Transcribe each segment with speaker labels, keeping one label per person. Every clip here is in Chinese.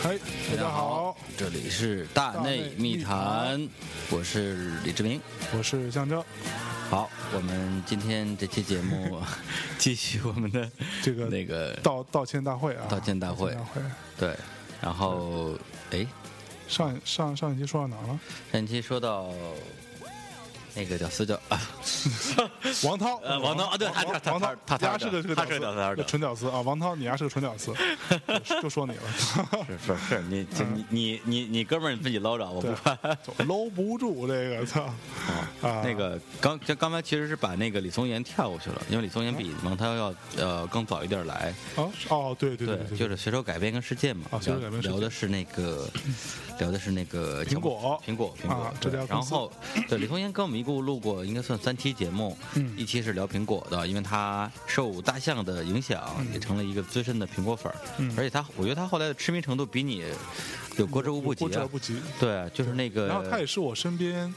Speaker 1: 嗨，大家好，，
Speaker 2: 这里是大内密
Speaker 1: 大内
Speaker 2: 谈，我是李志明。
Speaker 1: 我是象征。
Speaker 2: 好，我们今天这期 节目继续我们的
Speaker 1: 这个
Speaker 2: 那个
Speaker 1: 道道歉大会啊，
Speaker 2: 道歉大会
Speaker 1: 道歉大会
Speaker 2: 对，然后哎，
Speaker 1: 上上上一期说到哪儿了？
Speaker 2: 上一期说到那个屌丝叫啊，
Speaker 1: 王涛，
Speaker 2: 呃王涛啊对
Speaker 1: 王
Speaker 2: 他他
Speaker 1: 王涛，
Speaker 2: 他他
Speaker 1: 丫是个这个
Speaker 2: 他是个屌丝他是个屌丝
Speaker 1: 纯屌丝啊，王涛，你丫是个纯屌丝，就就说你了，
Speaker 2: 是是是，你这你你你你哥们儿你自己捞着，我不
Speaker 1: 对
Speaker 2: 管。，
Speaker 1: 就搂不住这个，操啊，
Speaker 2: 哦那个刚这刚才其实是把那个李松岩跳过去了，因为李松岩比王涛要呃更早一点来，
Speaker 1: 啊，哦，对对
Speaker 2: 对
Speaker 1: 对，
Speaker 2: 就是随手改变一个世界嘛。
Speaker 1: 啊随手改变世界
Speaker 2: 聊的是那个，聊的是那个
Speaker 1: 苹果
Speaker 2: 苹果，苹果
Speaker 1: 啊。
Speaker 2: 对
Speaker 1: 这家公
Speaker 2: 然
Speaker 1: 司
Speaker 2: 后，对李松岩跟我们一共录过，应该算三期节目。
Speaker 1: 嗯
Speaker 2: 一期是聊苹果的，因为他受大象的影响，也成了一个资深的苹果粉儿。
Speaker 1: 嗯
Speaker 2: 而且他，我觉得他后来的痴迷程度比你有过之无不及
Speaker 1: 过之而
Speaker 2: 啊。
Speaker 1: 不及，
Speaker 2: 对，就是那个。
Speaker 1: 然后他也是我身边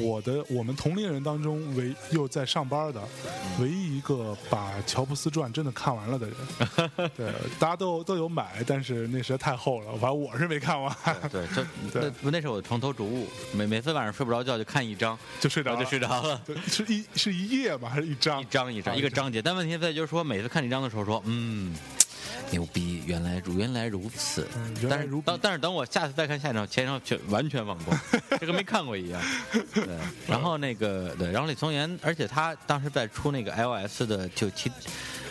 Speaker 1: 我的我们同龄人当中唯又在上班的
Speaker 2: 嗯
Speaker 1: 唯一一个把《乔布斯传》真的看完了的 人。对，大家都都有买，但是那实在太厚了，反正我是没看完，
Speaker 2: 对，就
Speaker 1: 对
Speaker 2: 那那是我的床头主物，每每次晚上睡不着觉就看一章，
Speaker 1: 就睡
Speaker 2: 然
Speaker 1: 着了。
Speaker 2: 后就睡着了。
Speaker 1: 对是一是一页吗？还是一张？
Speaker 2: 一章一章
Speaker 1: 啊
Speaker 2: 一个。章节，但问题在于就是说，每次看一章的时候说，嗯，牛逼，原来如原来如此
Speaker 1: 嗯，原来
Speaker 2: 但是
Speaker 1: 如彼
Speaker 2: 当但是等我下次再看下一章，前一章却完全忘光，这跟没看过一样。对，然后那个对，然后李松岩，而且他当时在出那个 iOS 的就七。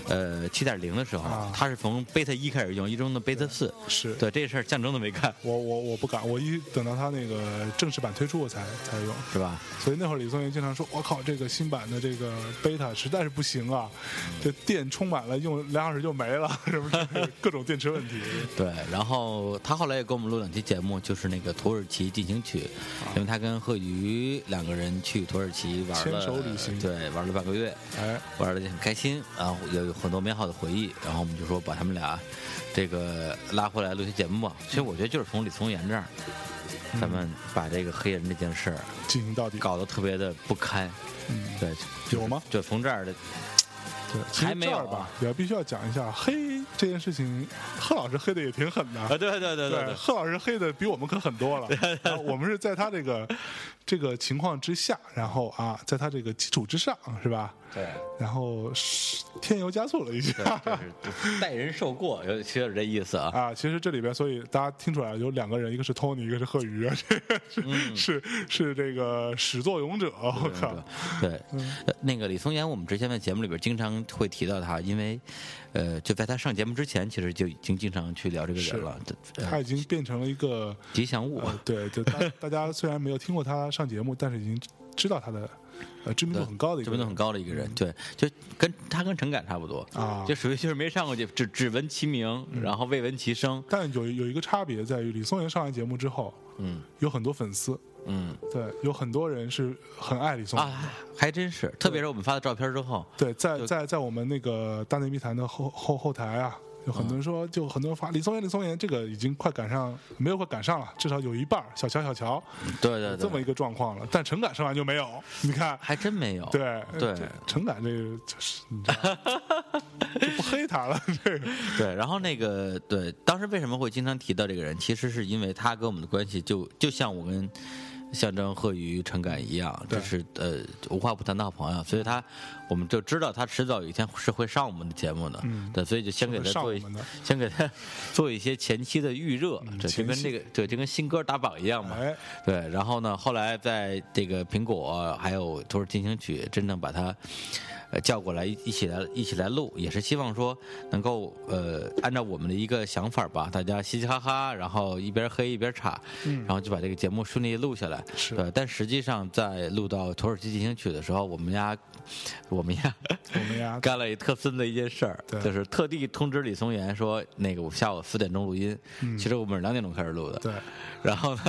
Speaker 2: 呃，七点零的时候，
Speaker 1: 啊
Speaker 2: 他是从 beta 一开始用，一直用到 beta 四。
Speaker 1: 是
Speaker 2: 对这事儿，象征都没看，
Speaker 1: 我我我不敢，我一等到他那个正式版推出我才才用。
Speaker 2: 是吧？
Speaker 1: 所以那会儿李松岩经常说：“我靠，这个新版的这个 beta 实在是不行啊，这电充满了用两小时就没了，是不是？各种电池问 题。
Speaker 2: 对，然后他后来也给我们录两期节目，就是那个土耳其进行曲，因为他跟贺瑜两个人去土耳其玩了，
Speaker 1: 牵手旅行
Speaker 2: 对，玩了半个月，”
Speaker 1: 哎，
Speaker 2: 玩的也很开心，然后有有很多美好的回忆，然后我们就说把他们俩这个拉回来录期节目吧。其实我觉得就是从李松岩这儿，咱们把这个黑人这件事儿
Speaker 1: 进行到底。
Speaker 2: 搞得特别的不堪，
Speaker 1: 嗯，
Speaker 2: 对，
Speaker 1: 有吗？
Speaker 2: 就从这儿的
Speaker 1: 对，其实
Speaker 2: 还没有啊
Speaker 1: 这儿吧，也必须要讲一下黑这件事情，贺老师黑的也挺狠
Speaker 2: 啊，
Speaker 1: 的。
Speaker 2: 对对对对对，
Speaker 1: 贺老师黑的比我们可狠多了。然后我们是在他这个这个情况之下，然后啊，在他这个基础之上，是吧？
Speaker 2: 对。
Speaker 1: 然后是添油加醋了一下。
Speaker 2: 对，就是待人受过，有其实有这意思啊。
Speaker 1: 啊，其实这里边，所以大家听出来有两个人，一个是 Tony，一个是贺宇，这个是、
Speaker 2: 嗯
Speaker 1: 是是这个始作俑者，我靠，
Speaker 2: 对，呃那个李松岩，我们之前在节目里边经常会提到他，因为，呃，就在他上节目之前，其实就已经经常去聊这个
Speaker 1: 是
Speaker 2: 人了，对
Speaker 1: 他已经变成了一个
Speaker 2: 吉祥物。
Speaker 1: 呃，对对， 大大家虽然没有听过他上节目，但是已经知道他的呃知名度
Speaker 2: 对嗯
Speaker 1: 很高的一
Speaker 2: 知
Speaker 1: 个
Speaker 2: 名
Speaker 1: 人，
Speaker 2: 度很高的一个人，对，就跟他跟陈凯差不多
Speaker 1: 啊
Speaker 2: 就属于就是没上过去，只只闻其名，然后未闻其声，
Speaker 1: 但有有一个差别在于，李松岩上完节目之后，
Speaker 2: 嗯
Speaker 1: 有很多粉丝，
Speaker 2: 嗯
Speaker 1: 对，有很多人是很爱李松岩的。
Speaker 2: 啊，还真是，特别是我们发的照片之后，
Speaker 1: 对，在
Speaker 2: 就
Speaker 1: 在在我们那个大内密谈的后后后台啊，有很多
Speaker 2: 嗯
Speaker 1: 人说，就很多人发李松岩，李松岩这个已经快赶上，没有快赶上了，至少有一半儿小乔小乔
Speaker 2: 对对
Speaker 1: 有这么
Speaker 2: 对，
Speaker 1: 一个状况了。但陈敢上完就没有，你看，
Speaker 2: 还真没有，
Speaker 1: 对
Speaker 2: 对
Speaker 1: 这陈敢这个就是你知道， 就不黑他了，这个
Speaker 2: 对，然后那个对，当时为什么会经常提到这个人，其实是因为他跟我们的关系就就像我跟象征贺宇、陈敢一样，
Speaker 1: 对
Speaker 2: 就是呃无话不谈的好朋友，所以他我们就知道他迟早有一天是会上我们的节目的，
Speaker 1: 嗯
Speaker 2: 对，所以就先给他
Speaker 1: 是上
Speaker 2: 做
Speaker 1: 我
Speaker 2: 一
Speaker 1: 们的，嗯
Speaker 2: 先给他 做一些前期的预热，这就
Speaker 1: 前
Speaker 2: 跟
Speaker 1: 期
Speaker 2: 这个对，就跟新歌打榜一样嘛，
Speaker 1: 哎，
Speaker 2: 对，然后呢，后来在这个苹果还有《都市进行曲》真正把他呃叫过来一一起来一起来录，也是希望说能够呃按照我们的一个想法吧，大家嘻嘻哈哈，然后一边黑一边岔，然后就把这个节目顺利录下来。
Speaker 1: 嗯是
Speaker 2: 对，但实际上在录到《土耳其进行曲》的时候，我们家我们家
Speaker 1: 我们呀，
Speaker 2: 干了一特孙子一件事儿，
Speaker 1: 对
Speaker 2: 就是特地通知李松岩
Speaker 1: 嗯
Speaker 2: 说，那个我下午四点钟录音，其实我们是两点钟开始录的。
Speaker 1: 对，
Speaker 2: 然后呢，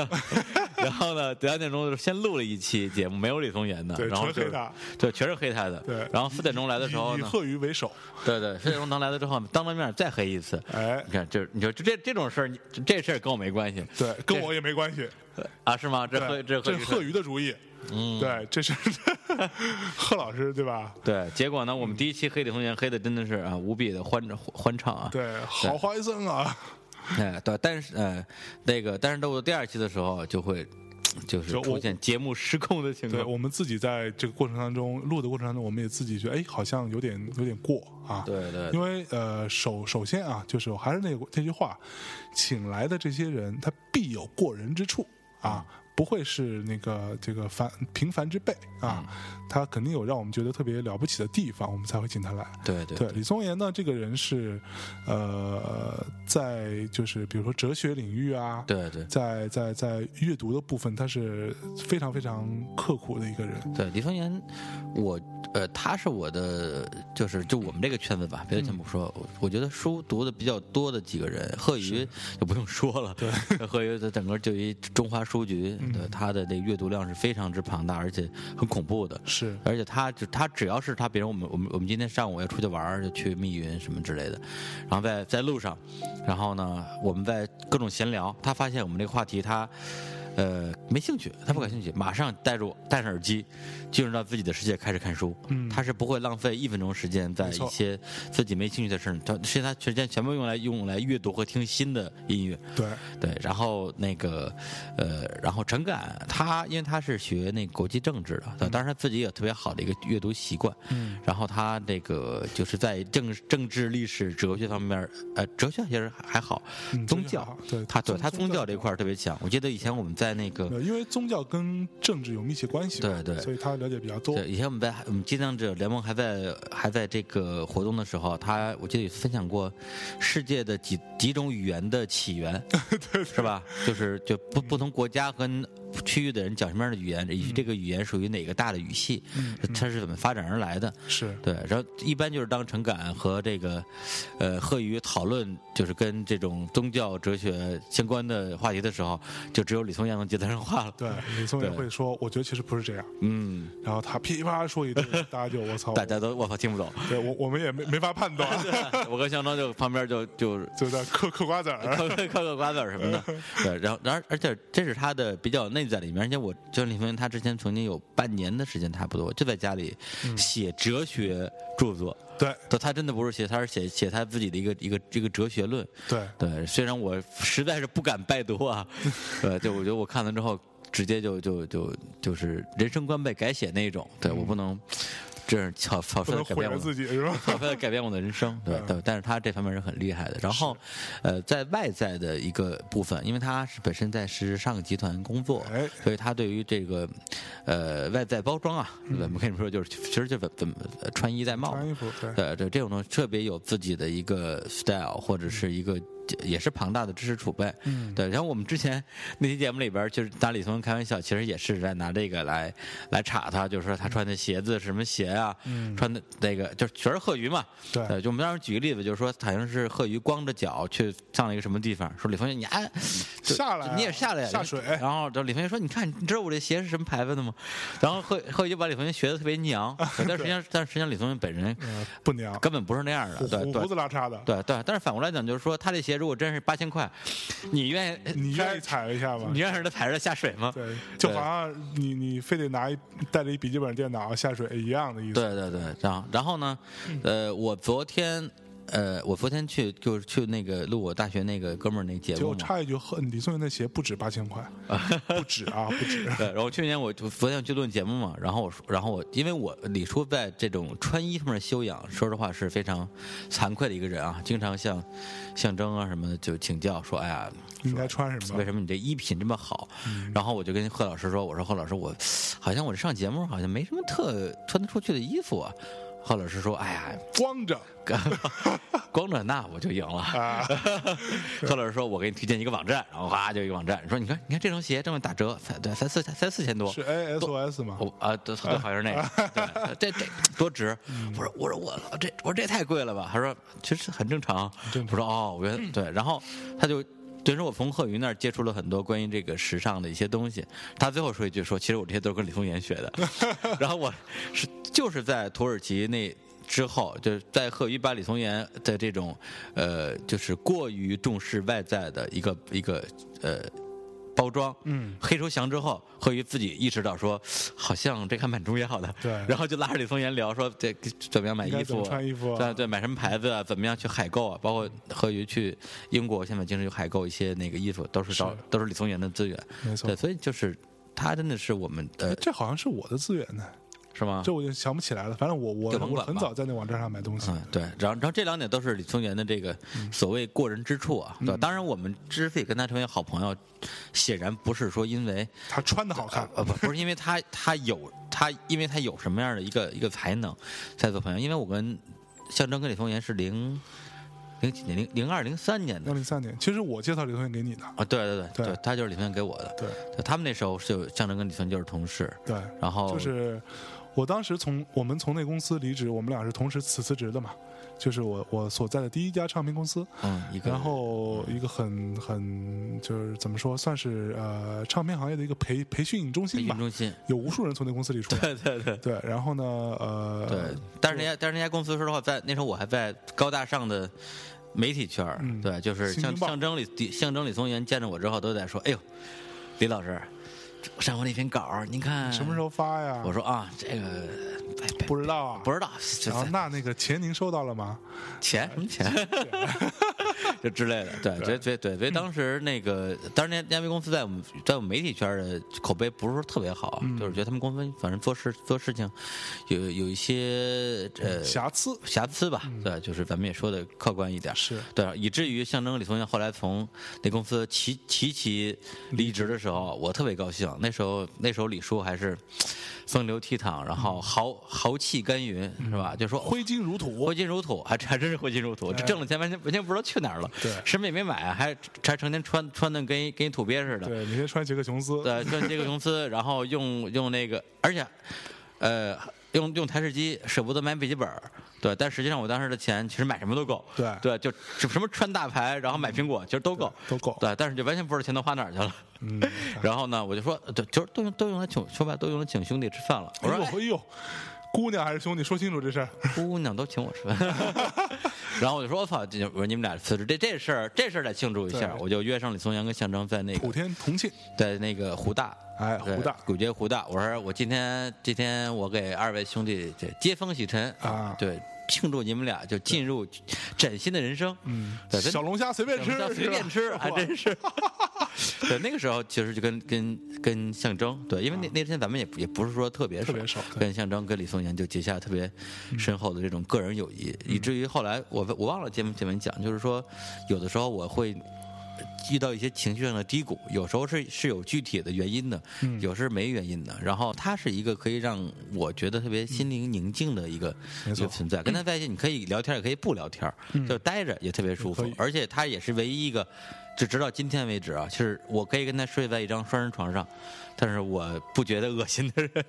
Speaker 2: 然后呢，两点钟的时候先录了一期节目，没有李松岩的，
Speaker 1: 对
Speaker 2: 然后
Speaker 1: 全
Speaker 2: 就
Speaker 1: 黑他
Speaker 2: 对，全是黑他的。
Speaker 1: 对
Speaker 2: 然后四点钟来的时候
Speaker 1: 以
Speaker 2: 呢，
Speaker 1: 贺鱼为首，
Speaker 2: 对对，四点钟堂来了之后，当着面再黑一次。
Speaker 1: 哎
Speaker 2: 你看，就是你说这这这种事儿，你这这事儿跟我没关系
Speaker 1: 对，跟我也没关系。
Speaker 2: 啊，是吗？这
Speaker 1: 对，
Speaker 2: 贺这
Speaker 1: 这
Speaker 2: 贺
Speaker 1: 是贺鱼的主意。嗯，对，这是 贺老师对吧？
Speaker 2: 对，结果呢，我们第一期黑李松岩黑的真的是啊，无比的欢欢畅啊。
Speaker 1: 对，好怀森啊，
Speaker 2: 哎，对，但是呃，那个，但是到了第二期的时候，就会就是
Speaker 1: 就我
Speaker 2: 出现节目失控的情
Speaker 1: 对
Speaker 2: 况。
Speaker 1: 我们自己在这个过程当中录的过程当中，我们也自己觉得哎，好像有点有点过啊。
Speaker 2: 对对
Speaker 1: 因为呃，首首先啊，就是我还是那个那句话，请来的这些人，他必有过人之处啊，
Speaker 2: 嗯
Speaker 1: 不会是那个这个凡平凡之辈啊，
Speaker 2: 嗯
Speaker 1: 他肯定有让我们觉得特别了不起的地方，我们才会请他来。
Speaker 2: 对对
Speaker 1: 对，李松岩呢，这个人是，呃，在就是比如说哲学领域啊，
Speaker 2: 对对
Speaker 1: 在在在阅读的部分，他是非常非常刻苦的一个人。
Speaker 2: 对，李松岩，我呃，他是我的，就是就我们这个圈子吧，别的圈不说，我我觉得书读的比较多的几个人，贺宇就不用说了，对，贺宇的整个就一中华书局，对他的那个阅读量是非常之庞大，而且很恐怖的，
Speaker 1: 是
Speaker 2: 而且他只他只要是他，比如我们我们我们今天上午要出去玩儿，就去密云什么之类的，然后在在路上，然后呢，我们在各种闲聊，他发现我们这个话题他。呃，没兴趣，他不感兴趣，马上戴住戴上耳机，进入到自己的世界开始看书。
Speaker 1: 嗯
Speaker 2: 他是不会浪费一分钟时间在
Speaker 1: 没错
Speaker 2: 一些自己没兴趣的事儿，他其实他时间全部用来用来阅读和听新的音乐。
Speaker 1: 对，
Speaker 2: 对，然后那个，呃，然后陈敢他，因为他是学那个国际政治的，当然他自己也有特别好的一个阅读习惯，
Speaker 1: 嗯，
Speaker 2: 然后他那个就是在政政治、历史、哲学方面，呃，哲学其实还好，
Speaker 1: 嗯
Speaker 2: 宗
Speaker 1: 这个
Speaker 2: 教
Speaker 1: 好，对
Speaker 2: 他对他宗教这
Speaker 1: 这
Speaker 2: 一块儿特别强。我记得以前我们在那个
Speaker 1: 对，因为宗教跟政治有密切关系嘛，
Speaker 2: 对对
Speaker 1: 所以他了解比较多。
Speaker 2: 对，以前我们在我们激将者联盟还在还在这个活动的时候，他我记得有分享过世界的几几种语言的起 源，是吧？就是就不不同国家和区域的人讲什么样的语言，以及这个语言属于哪个大的语系，
Speaker 1: 嗯，嗯
Speaker 2: 它是怎么发展而来的。
Speaker 1: 是
Speaker 2: 对，然后一般就是当陈敢和这个，呃，贺宇讨论就是跟这种宗教哲学相关的话题的时候，就只有李松阳能接得上话了。
Speaker 1: 对，李松岩
Speaker 2: 对
Speaker 1: 会说，我觉得其实不是这样，
Speaker 2: 嗯，
Speaker 1: 然后他噼里啪啦说一 堆，大家就我操，
Speaker 2: 大家都我操听不懂。
Speaker 1: 对我我们也没没法判断，
Speaker 2: 我跟香庄就旁边就就
Speaker 1: 就在嗑嗑瓜子儿。
Speaker 2: 嗑嗑嗑瓜子儿什么的，对，然后然而而且这是他的比较内在里面，而且我就是李峰，他之前曾经有半年的时间差不多就在家里写哲学著作，
Speaker 1: 对
Speaker 2: 对，他真的不是写，他是写写他自己的一个一个一个哲学论，
Speaker 1: 对，
Speaker 2: 对，虽然我实在是不敢拜读啊，呃，就我觉得我看了之后，直接就就就就是人生观被改写那一种，对我不能，这是草草
Speaker 1: 不
Speaker 2: 率的
Speaker 1: 能
Speaker 2: 改
Speaker 1: 毁
Speaker 2: 变
Speaker 1: 了
Speaker 2: 我的
Speaker 1: 自己是吧？
Speaker 2: 他改变我的人生，对
Speaker 1: 嗯
Speaker 2: 对，但是他这方面是很厉害的。然后，呃，在外在的一个部分，因为他是本身在时尚集团工作
Speaker 1: 哎，
Speaker 2: 所以他对于这个，呃，外在包装啊，我们跟你们说，就是其实就是怎么呃穿衣戴帽
Speaker 1: 嗯穿衣服对。
Speaker 2: 对对，这种东西特别有自己的一个 style，或者是一个也是庞大的知识储备。
Speaker 1: 嗯
Speaker 2: 对。然后我们之前那期节目里边，就是拿李松开玩笑，其实也是在拿这个来来查他，就是说他穿的鞋子是什么鞋啊，
Speaker 1: 嗯
Speaker 2: 穿的那个就是全是贺鱼嘛。
Speaker 1: 对
Speaker 2: 呃，就我们当时举个例子，就是说好像是贺鱼光着脚去上了一个什么地方，说李峰你哎
Speaker 1: 嗯
Speaker 2: 就
Speaker 1: 下来啊
Speaker 2: 你也下来呀
Speaker 1: 下水
Speaker 2: 然后然后李峰说你看你知道我这鞋是什么牌子的吗？然后贺贺鱼就把李峰学的特 别娘，对但实际上但实际上李松本人
Speaker 1: 呃，不娘，
Speaker 2: 根本不是那样的，
Speaker 1: 胡
Speaker 2: 对
Speaker 1: 胡胡
Speaker 2: 对
Speaker 1: 子拉碴的，
Speaker 2: 对对。但是反过来讲，就是说他这鞋如果真是八千块，你愿意
Speaker 1: 你愿意踩一下吗
Speaker 2: 你？愿意让他踩着下水吗？
Speaker 1: 对，就好像你你非得拿一带着一笔记本电脑下水一样的意思。
Speaker 2: 对对对，然后然后呢，
Speaker 1: 嗯
Speaker 2: 呃，我昨天。呃，我昨天去就是去那个录我大学那个哥们儿那节
Speaker 1: 结
Speaker 2: 目
Speaker 1: 果
Speaker 2: 嘛，
Speaker 1: 插一句，呵，李松岩的鞋不止八千 块，不止啊，不止。
Speaker 2: 对，然后去年我就昨天去论节目嘛，然后我说，然后我因为我李叔在这种穿衣方面修养，说实话是非常惭愧的一个人啊，经常向象征啊什么的就请教说，哎呀，
Speaker 1: 应该穿什
Speaker 2: 为
Speaker 1: 么？
Speaker 2: 什么你这衣品这么好？
Speaker 1: 嗯
Speaker 2: 然后我就跟贺老师说，我说贺老师，我好像我上节目好像没什么特穿得出去的衣服啊。贺老师说，哎 呀，
Speaker 1: 光着
Speaker 2: 光着那我就赢了。
Speaker 1: 啊，
Speaker 2: 贺老师说：“我给你推荐一个网站，然后哗就一个网站，说你看，你看这双鞋这么打折，才对，才四才四千多，
Speaker 1: 是 ASOS 吗？
Speaker 2: 我啊，对，对好像是那个， 对，这这多值。我说我说我这我说这太贵了吧？他说其实很正常。
Speaker 1: 正常
Speaker 2: 我说哦，我觉得对。然后他就等于说我从贺云那儿接触了很多关于这个时尚的一些东西。他最后说一句说，其实我这些都是跟李松岩学的。然后我是就是在土耳其那。之后，就是在贺宇把李松岩的这种，呃，就是过于重视外在的一个一个呃包装，
Speaker 1: 嗯，
Speaker 2: 黑手翔之后，贺宇自己意识到说， 好像这还蛮重要的，
Speaker 1: 对
Speaker 2: 然后就拉着李松岩聊说这怎么样买
Speaker 1: 应该
Speaker 2: 衣
Speaker 1: 怎
Speaker 2: 服
Speaker 1: 么，穿衣服啊
Speaker 2: 对对，买什么牌子啊，怎么样去海购啊，包括贺宇去英国，现在经常去海购一些那个衣服，都是找
Speaker 1: 是
Speaker 2: 都是李松岩的资源，
Speaker 1: 没错
Speaker 2: 对，。所以就是他真的是我啊们
Speaker 1: 哎
Speaker 2: 呃，
Speaker 1: 这好像是我的资源呢，
Speaker 2: 是吗？
Speaker 1: 这我就想不起来了。反正我我
Speaker 2: 就甭管
Speaker 1: 我
Speaker 2: 吧
Speaker 1: 很早在那网站上买东西，
Speaker 2: 嗯，对，然后然后这两点都是李松岩的这个
Speaker 1: 嗯
Speaker 2: 所谓过人之处啊，对吧当然，我们之所以跟他成为好朋友，显然不是说因为
Speaker 1: 他穿的好看，嗯
Speaker 2: 呃不不是因为他他有他，因为他有什么样的一个一个才能才做朋友。因为我跟象征跟李松岩是零零几年零零二零三年
Speaker 1: 幺
Speaker 2: 的
Speaker 1: 零三年，其实我介绍这个东西给你的，
Speaker 2: 啊，对对对
Speaker 1: 嗯对
Speaker 2: 他就是李松岩给我的。
Speaker 1: 对
Speaker 2: 对他们那时候就象征跟李松岩就是同事，
Speaker 1: 对，
Speaker 2: 然后
Speaker 1: 就是我当时从我们从那公司离职，我们俩是同时辞辞职的嘛，就是我我所在的第一家唱片公司，
Speaker 2: 嗯一个
Speaker 1: 然后一个很很就是怎么说，算是呃唱片行业的一个培培训中
Speaker 2: 培
Speaker 1: 心吧
Speaker 2: 训，中心，
Speaker 1: 有无数人从那公司里出来，
Speaker 2: 对对对。
Speaker 1: 对，然后呢，呃，
Speaker 2: 对，但是那家但是那家公司，说实话，在那时候我还在高大上的媒体圈儿、
Speaker 1: 嗯
Speaker 2: 对，就是
Speaker 1: 新
Speaker 2: 象
Speaker 1: 京报
Speaker 2: 象征李李象征李松岩见着我之后，都在说：“哎呦，李老师，这上回那篇稿儿，您看
Speaker 1: 什么时
Speaker 2: 候
Speaker 1: 候发呀？”
Speaker 2: 我说：“啊，这个哎不
Speaker 1: 不知道啊，
Speaker 2: 不知道，
Speaker 1: 然后
Speaker 2: 这
Speaker 1: 那那个钱您收到了吗？
Speaker 2: 钱什么 钱， 就之类的。”对，所以所以对，所以
Speaker 1: 嗯
Speaker 2: 当时那个，当时那那家公司在我们在我们媒体圈儿的口碑不是说特别好，
Speaker 1: 嗯
Speaker 2: 就是觉得他们公司反正做事做事情有有一些呃
Speaker 1: 瑕疵
Speaker 2: 瑕疵吧，对，就是咱们也说的客观一点，
Speaker 1: 嗯是
Speaker 2: 对，以至于象征李松岩后来从那公司齐齐齐离职的时候，我特别高兴。那时候那时候李叔还是风流倜傥，然
Speaker 1: 嗯
Speaker 2: 后豪豪气干云，是吧？就说挥
Speaker 1: 挥金如土，
Speaker 2: 挥金如土，还还真是挥金如土，这挣了钱完全完全不知道去哪儿了，
Speaker 1: 对
Speaker 2: 什么也没买，还还成天穿穿的跟一跟一土鳖似的，
Speaker 1: 对，每天穿杰克琼斯，
Speaker 2: 对，跟杰克琼斯，然后用用那个，而且，呃，用用台式机舍不得买笔记本儿，对，但实际上我当时的钱其实买什么都够，
Speaker 1: 对
Speaker 2: 对，就什什么穿大牌，然后买苹果，其实都够，
Speaker 1: 都够
Speaker 2: 对，但是就完全不知道钱都花哪儿去了。
Speaker 1: 嗯，
Speaker 2: 然后呢，我就说，对，就是都用都用来请，说白了都用来请兄弟吃饭了。我
Speaker 1: 哎
Speaker 2: 说哎
Speaker 1: 呦，哎呦，姑娘还是兄弟，说清楚这事儿。
Speaker 2: 姑娘都请我吃饭。 然后我就说，我操，这我说你们俩辞职，这这事儿这事儿得庆祝一下。
Speaker 1: 对
Speaker 2: 我就约上李松阳跟向征在那个
Speaker 1: 普天同庆，
Speaker 2: 在那个湖大，
Speaker 1: 哎
Speaker 2: 对
Speaker 1: 湖大
Speaker 2: 古街湖大。我说我今天今天我给二位兄弟这接风洗尘
Speaker 1: 啊
Speaker 2: 对，庆祝你们俩就进入崭新的人生。
Speaker 1: 嗯，
Speaker 2: 对，跟
Speaker 1: 小龙虾随便吃，
Speaker 2: 小随便吃，
Speaker 1: 是吧
Speaker 2: 哎 还真是。对，那个时候其实就跟跟跟象征，对，因为那那天咱们也也不是说特别
Speaker 1: 啊特别熟对嗯
Speaker 2: 跟象征跟李松岩就结下特别深厚的这种个人友谊，以至于后来我我忘了节目前面讲，就是说有的时候我会。遇到一些情绪上的低谷，有时候是是有具体的原因的，
Speaker 1: 嗯
Speaker 2: 有时是没原因的。然后它是一个可以让我觉得特别心灵宁静的一个、
Speaker 1: 没
Speaker 2: 一
Speaker 1: 错嗯
Speaker 2: 个存在。跟他在一起，你可以聊天，也可以不聊天，就待着也特别舒服
Speaker 1: 可以。
Speaker 2: 而且他也是唯一一个，就直到今天为止啊，就是我可以跟他睡在一张双人床上，但是我不觉得恶心的人，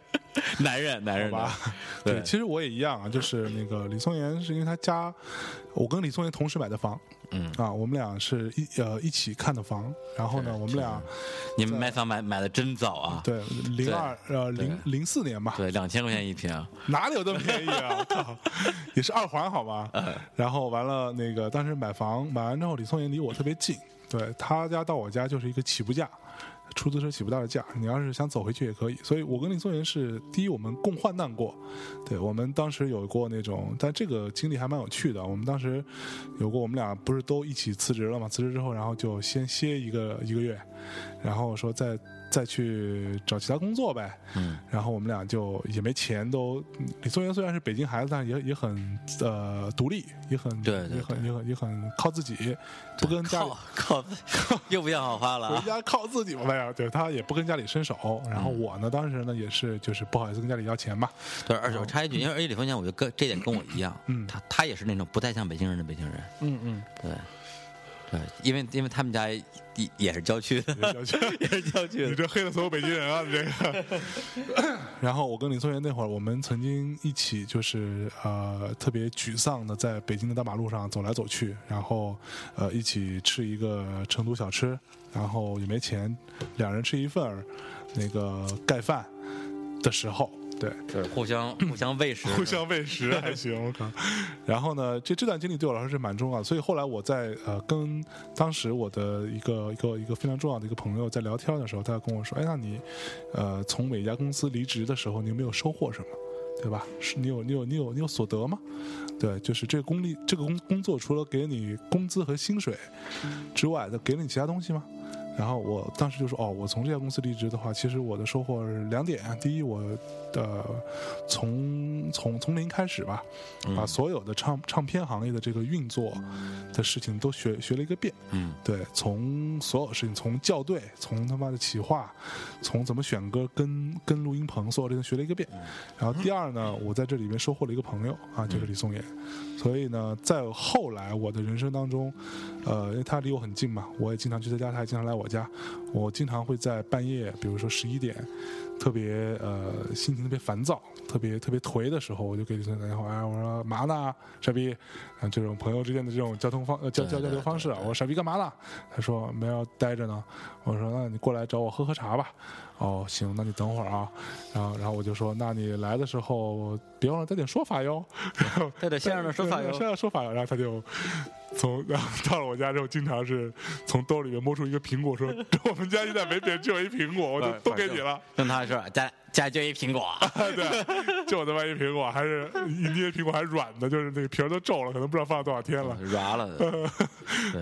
Speaker 2: 男人，男人
Speaker 1: 好
Speaker 2: 的
Speaker 1: 吧，
Speaker 2: 对
Speaker 1: 对，其实我也一样啊，就是那个李松岩，是因为他家，我跟李松岩同时买的房，
Speaker 2: 嗯
Speaker 1: 啊，我们俩是一呃一起看的房，然后呢，
Speaker 2: 对
Speaker 1: 我们俩
Speaker 2: 你们买房买买的真早啊！
Speaker 1: 对零二呃零零四年吧，
Speaker 2: 对，两千块钱一平，
Speaker 1: 哪里有这么便宜啊？靠也是二环好吧？然后完了，那个当时买房，买完之后，李松岩离我特别近，对他家到我家就是一个起步价，出租车起步到的价。你要是想走回去也可以。所以我跟李松岩是第一，我们共患难过，对我们当时有过那种，但这个经历还蛮有趣的。我们当时有过，我们俩不是都一起辞职了嘛？辞职之后，然后就先歇一个一个月，然后说再再去找其他工作呗。
Speaker 2: 嗯，
Speaker 1: 然后我们俩就也没钱，都李松岩虽然是北京孩子，但是也也很呃独立，也很
Speaker 2: 对对
Speaker 1: 也很也很也很靠自己，不跟家里
Speaker 2: 靠靠， 又不像好花了
Speaker 1: 回
Speaker 2: 啊！
Speaker 1: 家靠自己吧，没有，对他也不跟家里伸手。然
Speaker 2: 嗯
Speaker 1: 后我呢，当时呢也是就是不好意思跟家里要钱嘛，
Speaker 2: 对，而且我插一句，因为而且李丰强，我觉得跟这点跟我一样，
Speaker 1: 嗯
Speaker 2: 他他也是那种不太像北京人的北京人，
Speaker 1: 嗯嗯，
Speaker 2: 对，对，因为因为他们家也也是郊区的，
Speaker 1: 小区
Speaker 2: 也是郊区
Speaker 1: 你
Speaker 2: 的，
Speaker 1: 这黑了所有北京人啊！你这个。 然后我跟李松元那会儿，我们曾经一起就是呃特别沮丧的在北京的大马路上走来走去，然后呃一起吃一个成都小吃，然后也没钱，两人吃一份儿那个盖饭的时候，对，
Speaker 2: 就是 互相互相喂食，
Speaker 1: 互相喂食还行，我靠。然后呢，这这段经历对我来说是蛮重要的，所以后来我在呃跟当时我的一个一个一个非常重要的一个朋友在聊天的时候，他跟我说：“哎，那你呃从每一家公司离职的时候，你有没有收获什么？对吧？是你有你有你有你有所得吗？对，就是这个功力这个工工作除了给你工资和薪水之外，那给了你其他东西吗？”然后我当时就说：“哦，我从这家公司离职的话，其实我的收获是两点。第一，我的从从从零开始吧，把所有的唱唱片行业的这个运作的事情都学学了一个遍。
Speaker 2: 嗯
Speaker 1: 对，从所有事情，从校对，从他妈的企划，从怎么选歌，跟跟录音棚，所有这些学了一个遍。然后第二呢，我在这里面收获了一个朋友啊，就是李松岩。所以呢，在后来我的人生当中，呃，因为他离我很近嘛，我也经常去他家，他也经常来我家。我经常会在半夜，比如说十一点，特别呃心情特别烦躁，特别特别颓的时候，我就给李松岩打电话，哎，我说嘛呢，傻逼，啊，这种朋友之间的这种交通方呃交交交
Speaker 2: 对
Speaker 1: 流方式啊，我说傻逼干嘛呢？他说没有待着呢。我说那你过来找我喝喝茶吧。哦，行，那你等会儿啊。然后然后我就说，那你来的时候别忘了带点说法哟。
Speaker 2: 带着先生的说法
Speaker 1: 先
Speaker 2: 哟，
Speaker 1: 生说法哟。然后他就从 然后到了我家之后，经常是从兜里面摸出一个苹果，说 我们家现在没别人，只有一苹果，我
Speaker 2: 哎
Speaker 1: 就都给你了。
Speaker 2: 用他的说法，家家就一苹果，
Speaker 1: 对，就我他妈一苹果，还是一捏苹果还软的，就是那个皮儿都皱了，可能不知道放了多少天了。
Speaker 2: 软
Speaker 1: 嗯
Speaker 2: 了，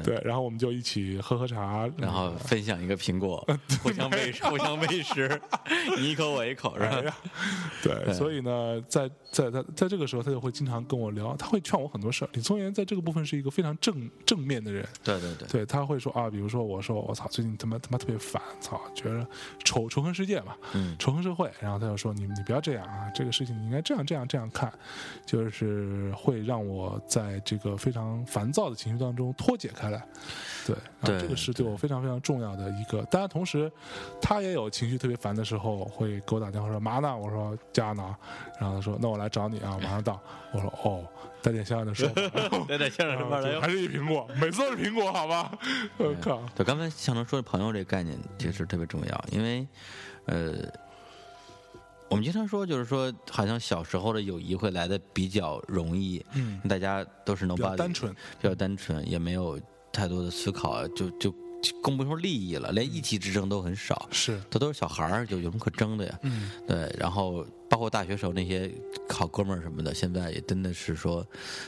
Speaker 1: 对，然后我们就一起喝喝茶，
Speaker 2: 嗯
Speaker 1: 嗯
Speaker 2: 然后分享一个苹 果，互相喂食，互相喂食， 你一口我一口是
Speaker 1: 哎
Speaker 2: 吧？
Speaker 1: 呀，
Speaker 2: 哎
Speaker 1: 对，所以呢，在在在在这个时候，他就会经常跟我聊，他会劝我很多事儿。李宗元在这个部分是一个非常正正面的人，
Speaker 2: 对对对，
Speaker 1: 对，他会说啊，比如说我说我操，最近他妈他妈特别烦，操，觉得仇仇恨世界嘛，
Speaker 2: 嗯
Speaker 1: 仇恨社会，然后他就说你你不要这样啊，这个事情你应该这样这样这样看，就是会让我在这个非常烦躁的情绪当中脱解开来，对，然
Speaker 2: 对
Speaker 1: 后这个是对我非常非常重要的一个。当然，同时他也有情绪特别烦的时候，会给我打电话说嘛呢？我说家呢，然后他说那我来找你啊，我马上到。我说哦，带点相应的 说法。
Speaker 2: 带着先生的说法
Speaker 1: 啊
Speaker 2: 来
Speaker 1: 就
Speaker 2: 哟
Speaker 1: 还。是一苹果，每次都是苹果，好吧？我靠，
Speaker 2: 对，刚才向成说的朋友这个概念其实特别重要，因为，呃，我们经常说，就是说，好像小时候的友谊会来的比较容易，
Speaker 1: 嗯，
Speaker 2: 大家都是 nobody，
Speaker 1: 比较单，纯，
Speaker 2: 比较单纯，也没有太多的思考，就就就更不说利益了，连一己之争都很少，
Speaker 1: 是，
Speaker 2: 这都是小孩儿，有有什么可争的呀？
Speaker 1: 嗯，
Speaker 2: 对，然后包括大学时候那些好哥们儿什么的，现在也真的是说，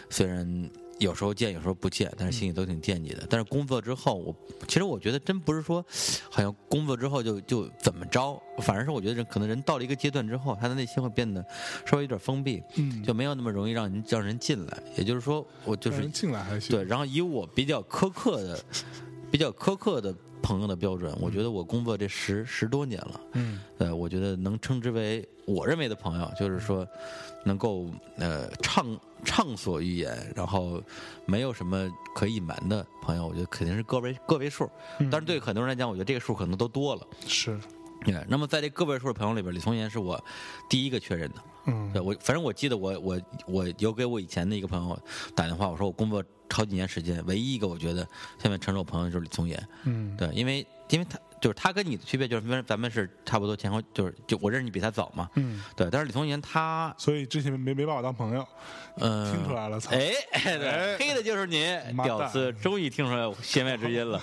Speaker 2: 虽然有时候见，有时候不见，但是心里都挺惦记的。但是工作之后，我其实我觉得真不是说，好像工作之后就就怎么着，反而是我觉得人可能人到了一个阶段之后，他的内心会变得稍微有点封闭，
Speaker 1: 嗯，
Speaker 2: 就没有那么容易让人让人进来。也就是说，我就
Speaker 1: 让
Speaker 2: 是
Speaker 1: 人进来还行，
Speaker 2: 对，然后以我比较苛刻的、比较苛刻的朋友的标准，我觉得我工作这十十多年了。
Speaker 1: 嗯，
Speaker 2: 呃，我觉得能称之为我认为的朋友，就是说能够呃畅畅所欲言，然后没有什么可以隐瞒的朋友，我觉得肯定是个位个位数。但是对很多人来讲，我觉得这个数可能都多了。
Speaker 1: 是，
Speaker 2: 对，那么在这个位数的朋友里边，李松岩是我第一个确认的。
Speaker 1: 嗯
Speaker 2: 对我，反正我记得我我我有给我以前的一个朋友打电话，我说我工作好几年时间，唯一一个我觉得现在承认我朋友就是李宗岩。
Speaker 1: 嗯，
Speaker 2: 对，因为因为他就是他跟你的区别就是，因为咱们是差不多前后，就是就我认识你比他早嘛。
Speaker 1: 嗯，
Speaker 2: 对，但是李宗岩他，
Speaker 1: 所以之前没没把我当朋友，
Speaker 2: 嗯、
Speaker 1: 听出来了，操，
Speaker 2: 哎，对，
Speaker 1: 哎
Speaker 2: 黑的就是你，
Speaker 1: 妈蛋
Speaker 2: 屌丝，终于听出来我弦外之 音了。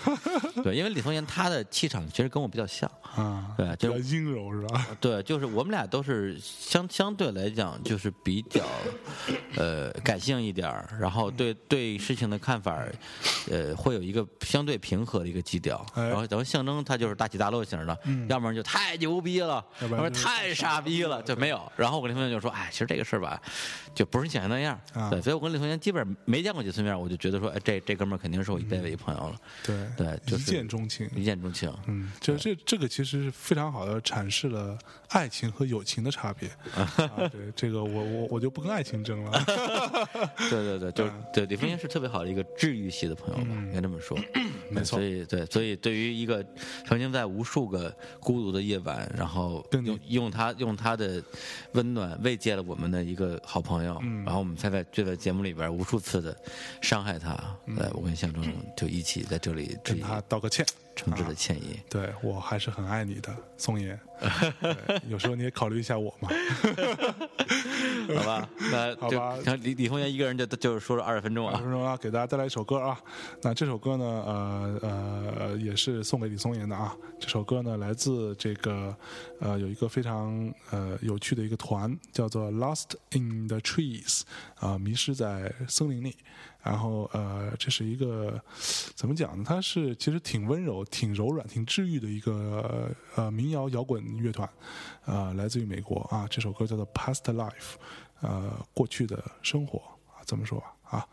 Speaker 2: 对，因为李宗岩他的气场其实跟我比较像，
Speaker 1: 啊，
Speaker 2: 对，
Speaker 1: 比
Speaker 2: 就
Speaker 1: 较
Speaker 2: 是
Speaker 1: 阴柔是吧？
Speaker 2: 对，就是我们俩都是相相对来讲就是比较，呃，感性一点儿，然后
Speaker 1: 嗯
Speaker 2: 对对事情的看法儿，呃，会有一个相对平和的一个基调。
Speaker 1: 哎嗯
Speaker 2: 然后然后象征他就是大起大落型的，要不然就太牛逼了，
Speaker 1: 要不
Speaker 2: 要不
Speaker 1: 然
Speaker 2: 然
Speaker 1: 就是
Speaker 2: 太傻逼了，就没有。然后我跟李同学就说，哎，其实这个事儿吧，就不是你想象那样儿。
Speaker 1: 啊
Speaker 2: 对，所以我跟李同学基本上没见过几次面，我就觉得说，哎，这这哥们儿肯定是我一辈子一朋友了，
Speaker 1: 对，
Speaker 2: 对就
Speaker 1: 一
Speaker 2: 是
Speaker 1: 见钟情。
Speaker 2: 一见钟情。
Speaker 1: 嗯，就这这个其实是非常好的阐释了爱情和友情的差 别。啊、对，这个我我我就不跟爱情争了。嗯
Speaker 2: 对对对，就是对李峰岩是特别好的一个治愈系的朋朋友吧，应该这么说。
Speaker 1: 嗯没错
Speaker 2: 所以对，所以对于一个曾经在无数个孤独的夜晚，然后
Speaker 1: 跟你
Speaker 2: 用用他用他的温暖慰藉了我们的一个好朋友，
Speaker 1: 嗯
Speaker 2: 然后我们才在就在节目里边无数次的伤害他。对，我跟向征就一起在这里
Speaker 1: 嗯
Speaker 2: 致
Speaker 1: 跟
Speaker 2: 以
Speaker 1: 他道个歉。啊
Speaker 2: 诚挚的 歉意。
Speaker 1: 对我还是很爱你的，宋 爷。对有时候你也考虑一下我嘛。
Speaker 2: 好吧，那
Speaker 1: 好
Speaker 2: 就
Speaker 1: 吧
Speaker 2: 像李李宏源一个人就就是说了二十分钟
Speaker 1: 二
Speaker 2: 啊
Speaker 1: 十，分钟啊，给大家带来一首歌啊。那这首歌呢，呃呃，也是送给李松岩的啊。这首歌呢，来自这个呃有一个非常呃有趣的一个团，叫做 Lost in the Trees，啊、迷失在森林里。然后呃，这是一个怎么讲呢？它是其实挺温柔、挺柔软、挺治愈的一个呃民谣摇滚乐团，呃，来自于美国啊。这首歌叫做《Past Life》，呃，过去的生活啊，这么说吧啊。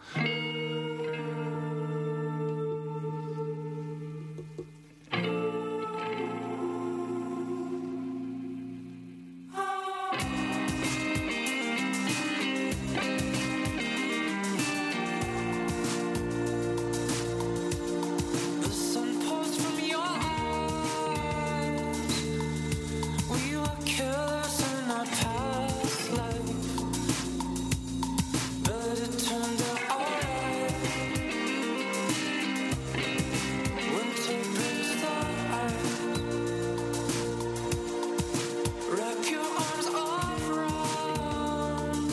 Speaker 3: The sun pours from your eyes. We were killers in our past life, but it turned out alright. Winter brings the ice. Wrap your arms around,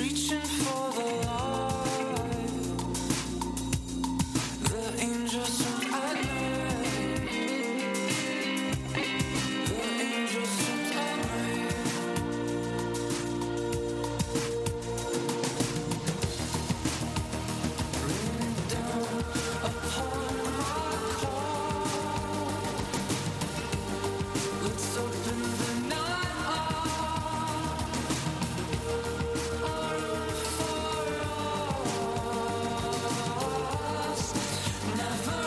Speaker 3: reaching for the light. The angels from at night. The angels from at night. Rain down upon my car. Let's open the night up. All for us. Never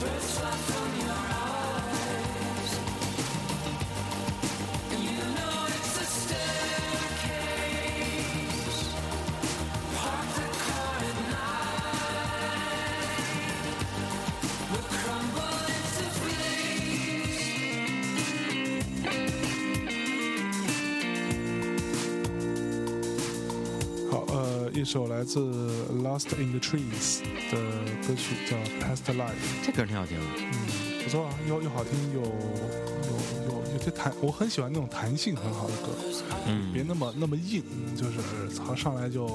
Speaker 3: Birds fly from your eyes. You know it's a staircase. Park the car at night. We'll crumble into flames.
Speaker 1: 好，呃，一首来自 Lost in the Trees 的歌曲叫《Past Life》，
Speaker 2: 这歌挺好听的。
Speaker 1: 嗯，不错啊，又又好听，又又又有些弹，我很喜欢那种弹性很好的歌，
Speaker 2: 嗯
Speaker 1: 别那么那么硬，就是操上来就，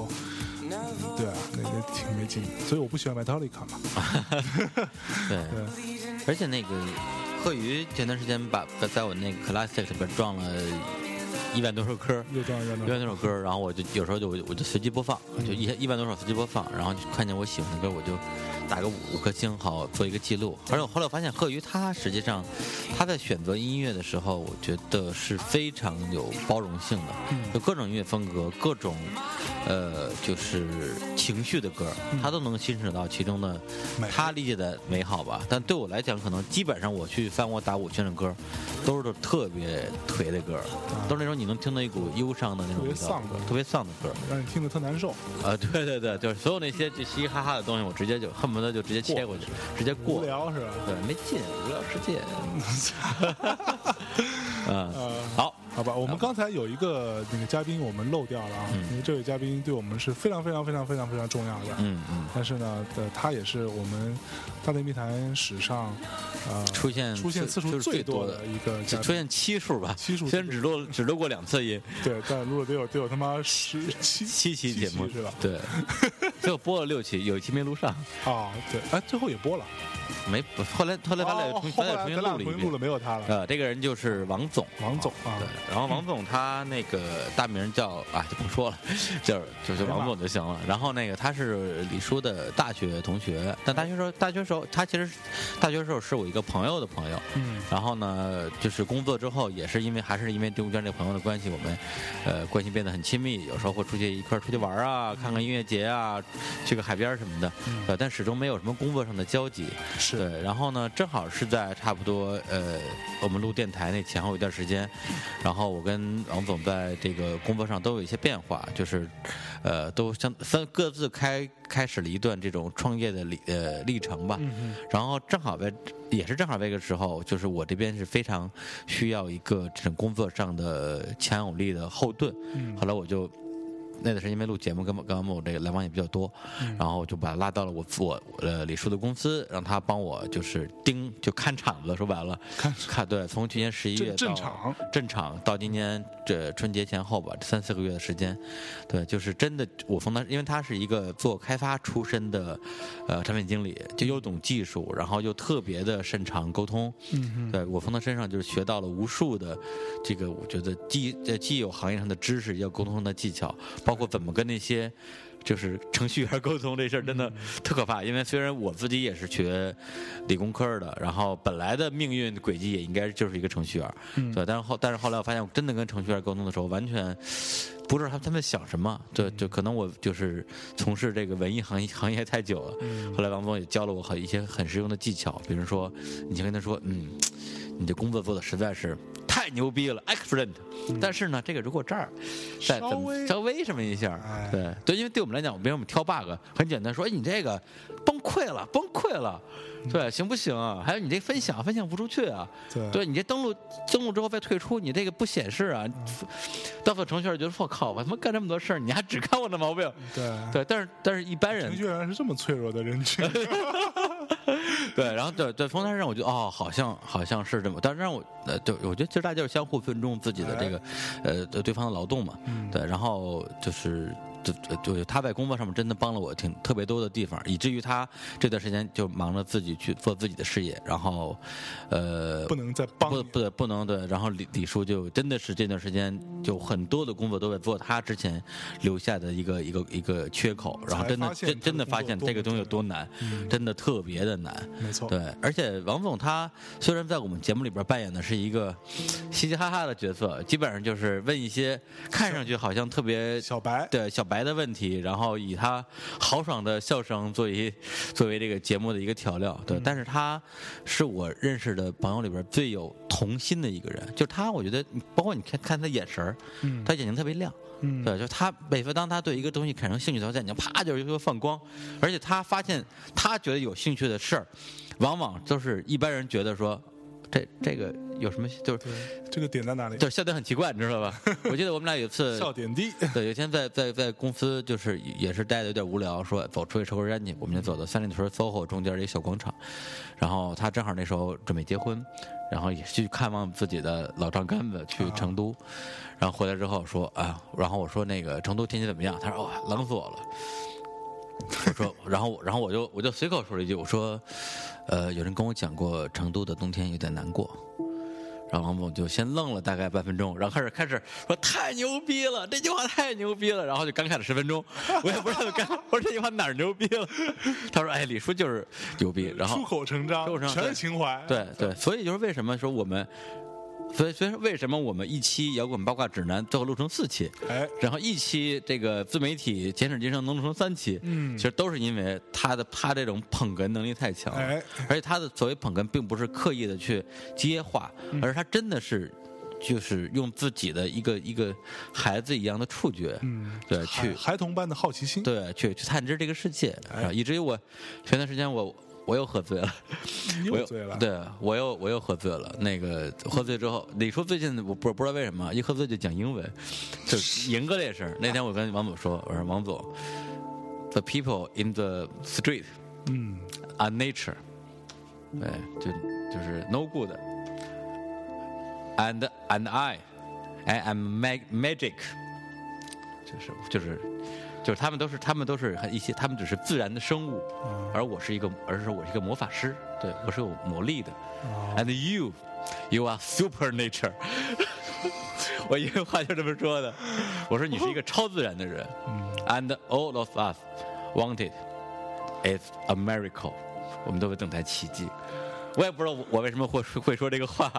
Speaker 1: 对啊，那那挺没劲的，所以我不喜欢 Metallica 嘛，
Speaker 2: 对，而且那个贺宇前段时间把在在我那个 classic 里边撞了一万多首歌，
Speaker 1: 又这样又
Speaker 2: 一
Speaker 1: 那
Speaker 2: 万
Speaker 1: 样，
Speaker 2: 多首歌，然后我就有时候就我就我就随机播放，就一一万多首随机播放，然后就看见我喜欢的歌，我就打个五五颗星，好做一个记录。而且我后来发现贺宇他实际上他在选择音乐的时候，我觉得是非常有包容性的，就各种音乐风格，各种呃就是情绪的歌，他都能欣赏到其中的
Speaker 1: 美
Speaker 2: 他理解的美好吧。但对我来讲，可能基本上我去翻我打五圈的歌，都是特别颓的歌，都是那种你能听到一股忧伤的那种
Speaker 1: 特别
Speaker 2: 味道
Speaker 1: 丧的
Speaker 2: 特别丧的歌。
Speaker 1: 让你听着特难受，
Speaker 2: 啊，对对对，就是所有那些就嘻嘻哈哈的东西，我直接就恨不得就直接切过去，直接
Speaker 1: 无
Speaker 2: 过。
Speaker 1: 聊是吧？
Speaker 2: 对，没劲，无聊世 界。嗯，好，
Speaker 1: 呃好吧，我们刚才有一个那个嘉宾我们漏掉了啊，因为这位嘉宾对我们是非常非常非常非常非常重要的，
Speaker 2: 嗯嗯，
Speaker 1: 但是呢，呃，他也是我们大内密谈史上，呃，
Speaker 2: 出现
Speaker 1: 出现次数
Speaker 2: 就是最
Speaker 1: 多
Speaker 2: 多的
Speaker 1: 一个嘉
Speaker 2: 就
Speaker 1: 宾
Speaker 2: 出现七数吧，
Speaker 1: 七数
Speaker 2: 虽然只录只录过两次音，
Speaker 1: 对，但录了得有得有他妈十七
Speaker 2: 七期节目
Speaker 1: 是吧？
Speaker 2: 对，最后播了六期，有一期没录上，
Speaker 1: 啊，对，哎，最后也播了，
Speaker 2: 没后来后来咱俩又
Speaker 1: 哦
Speaker 2: 重
Speaker 1: 后来
Speaker 2: 咱俩
Speaker 1: 咱
Speaker 2: 重新
Speaker 1: 俩
Speaker 2: 录了
Speaker 1: 重
Speaker 2: 一
Speaker 1: 新录了
Speaker 2: 遍。
Speaker 1: 没有他了？
Speaker 2: 呃，这个人就是王总，
Speaker 1: 王总啊
Speaker 2: 对，然后王总他那个大名叫啊就不说了，就是就是王总就行了。然后那个他是李叔的大学同学，但大学时候大学时候他其实是大学时候是我一个朋友的朋友。
Speaker 1: 嗯，
Speaker 2: 然后呢，就是工作之后，也是因为还是因为中间这个朋友的关系，我们，呃，关系变得很亲密。有时候会出去一块儿出去玩儿啊，看看音乐节啊，去个海边儿什么的，
Speaker 1: 嗯
Speaker 2: 呃，但始终没有什么工作上的交集。
Speaker 1: 是
Speaker 2: 对，然后呢，正好是在差不多呃，我们录电台那前后一段时间，然后我跟王总在这个工作上都有一些变化，就是呃，都相三各自开开始了一段这种创业的历呃历程
Speaker 1: 嗯
Speaker 2: 吧。然后正好在也是正好在这个时候，就是我这边是非常需要一个这种工作上的强有力的后盾。
Speaker 1: 嗯
Speaker 2: 后来我就那段时间因为录节目跟跟王某这个来往也比较多，
Speaker 1: 嗯
Speaker 2: 然后就把他拉到了我我呃李叔的公司，让他帮我就是盯就看场子，说白了
Speaker 1: 看
Speaker 2: 看对，从去年十一月
Speaker 1: 正正
Speaker 2: 到
Speaker 1: 常
Speaker 2: 正常到今年这春节前后吧，这三四个月的时间，对，就是真的我从他，因为他是一个做开发出身的呃产品经理，就又懂技术，然后又特别的擅长沟通，嗯，对我从他身上就是学到了无数的这个，我觉得既呃既有行业上的知识，也有沟通的技巧，包括怎么跟那些。就是程序员沟通这事儿真的特可怕，因为虽然我自己也是学理工科的，然后本来的命运轨迹也应该就是一个程序员，对，但是后但是后来我发现，我真的跟程序员沟通的时候，完全不知道他他们想什么，对，就可能我就是从事这个文艺行业行业太久了，后来王总也教了我很一些很实用的技巧，比如说，你就跟他说，嗯，你这工作做的实在是太牛逼了，excellent，但是呢，这个如果这儿
Speaker 1: 嗯
Speaker 2: 再
Speaker 1: 稍
Speaker 2: 怎么
Speaker 1: 微
Speaker 2: 稍微这么一下
Speaker 1: 哎，
Speaker 2: 对对，因为对我们来讲，别人我们挑 bug 很简单，说哎你这个崩溃了，崩溃了，
Speaker 1: 嗯
Speaker 2: 对，行不行啊？还有你这分享分享不出去啊，
Speaker 1: 对
Speaker 2: 对你这登录登录之后再退出，你这个不显示啊。
Speaker 1: 嗯
Speaker 2: 到做程序员觉得我靠，我他妈干这么多事儿，你还只看我的毛病？
Speaker 1: 对，
Speaker 2: 对，但是但是一般人
Speaker 1: 程序员是这么脆弱的人群，
Speaker 2: 对，然后对对，从他身上我觉得哦，好像好像是这么，但是让我呃，对，我觉得其实大家就是相互尊重自己的这个呃对对方的劳动嘛，
Speaker 1: 嗯
Speaker 2: 对，然后就是。就就就他在工作上面真的帮了我挺特别多的地方，以至于他这段时间就忙着自己去做自己的事业，然后，呃，
Speaker 1: 不能再帮
Speaker 2: 不
Speaker 1: 你
Speaker 2: 不不能对，然后李李叔就真的是这段时间就很多的工作都在做他之前留下的一个一个一个缺口，然后
Speaker 1: 才
Speaker 2: 真的
Speaker 1: 发现
Speaker 2: 真
Speaker 1: 这个工作多么
Speaker 2: 真的发现这个东西
Speaker 1: 重要
Speaker 2: 有
Speaker 1: 嗯
Speaker 2: 多难，真的特别的难。
Speaker 1: 没错，
Speaker 2: 对，而且王总他虽然在我们节目里边扮演的是一个嘻嘻哈哈的角色，基本上就是问一些看上去好像特别
Speaker 1: 小白
Speaker 2: 对小白的问题，然后以他豪爽的笑声作为作为这个节目的一个调料。
Speaker 1: 嗯
Speaker 2: 对，但是他是我认识的朋友里边最有童心的一个人，就他，我觉得包括你看看他眼神儿，他眼睛特别亮。
Speaker 1: 嗯
Speaker 2: 对，就他每次当他对一个东西产生兴趣的时候，他眼睛啪就是会放光，而且他发现他觉得有兴趣的事儿，往往都是一般人觉得说，这这个有什么就是
Speaker 1: 对，这个点在哪里？
Speaker 2: 就是笑点很奇怪，你知道 吧？我记得我们俩有一次
Speaker 1: 笑点低，
Speaker 2: 对，有一天在在在公司就是也是待的有点无聊，说走出去抽根烟去。我们就走到三里屯 SOHO 中间的一个小广场，然后他正好那时候准备结婚，然后也去看望自己的老丈杆子，去成都，然后回来之后说啊，然后我说那个成都天气怎么样？他说哇、冷死我了。我说， 然后然后我就我就随口说了一句，我说，呃，有人跟我讲过成都的冬天有点难过。然后王总就先愣了大概半分钟，然后开始开始说太牛逼了，这句话太牛逼了，然后就感慨了十分钟，我也不知道他感， 我说这句话哪儿牛逼了？他说哎，李叔就是牛逼，然后
Speaker 1: 出口成章
Speaker 2: 出口成，章
Speaker 1: 全
Speaker 2: 对
Speaker 1: 是情 怀，
Speaker 2: 对对，所以就是为什么说我们，所以所以说为什么我们一期摇滚八卦指南最后录成四期，
Speaker 1: 哎，
Speaker 2: 然后一期这个自媒体简史今生能录成三期，
Speaker 1: 嗯
Speaker 2: 其实都是因为他的他这种捧哏能力太强了，
Speaker 1: 哎
Speaker 2: 而且他的所谓捧哏并不是刻意的去接话，
Speaker 1: 嗯
Speaker 2: 而是他真的是。就是用自己的一个一个孩子一样的触觉，
Speaker 1: 嗯，
Speaker 2: 对，
Speaker 1: 孩
Speaker 2: 去
Speaker 1: 孩童般的好奇心，
Speaker 2: 对去去探知这个世界，
Speaker 1: 哎
Speaker 2: 然后以至于我前段时间我我又喝醉了，
Speaker 1: 你
Speaker 2: 我
Speaker 1: 又
Speaker 2: 又
Speaker 1: 醉了，，
Speaker 2: 对我又我又喝醉了。那个喝醉之后，李叔最近我不不知道为什么一喝醉就讲英文，就赢哥这事儿。那天我跟王总说，我说王总，the people in the street
Speaker 1: 嗯，
Speaker 2: are nature，对，就就是 no good。And and I, I am mag magic，就是就是就是他们都是他们都是很一些他们只是自然的生物，而我是一个而是我是一个魔法师，对我是有魔力的。And you, you are super nature 。 我一句话就这么说的，我说你是一个超自然的人。And all of us wanted It's a miracle，我们都在等待奇迹。我也不知道我为什么会会说这个话，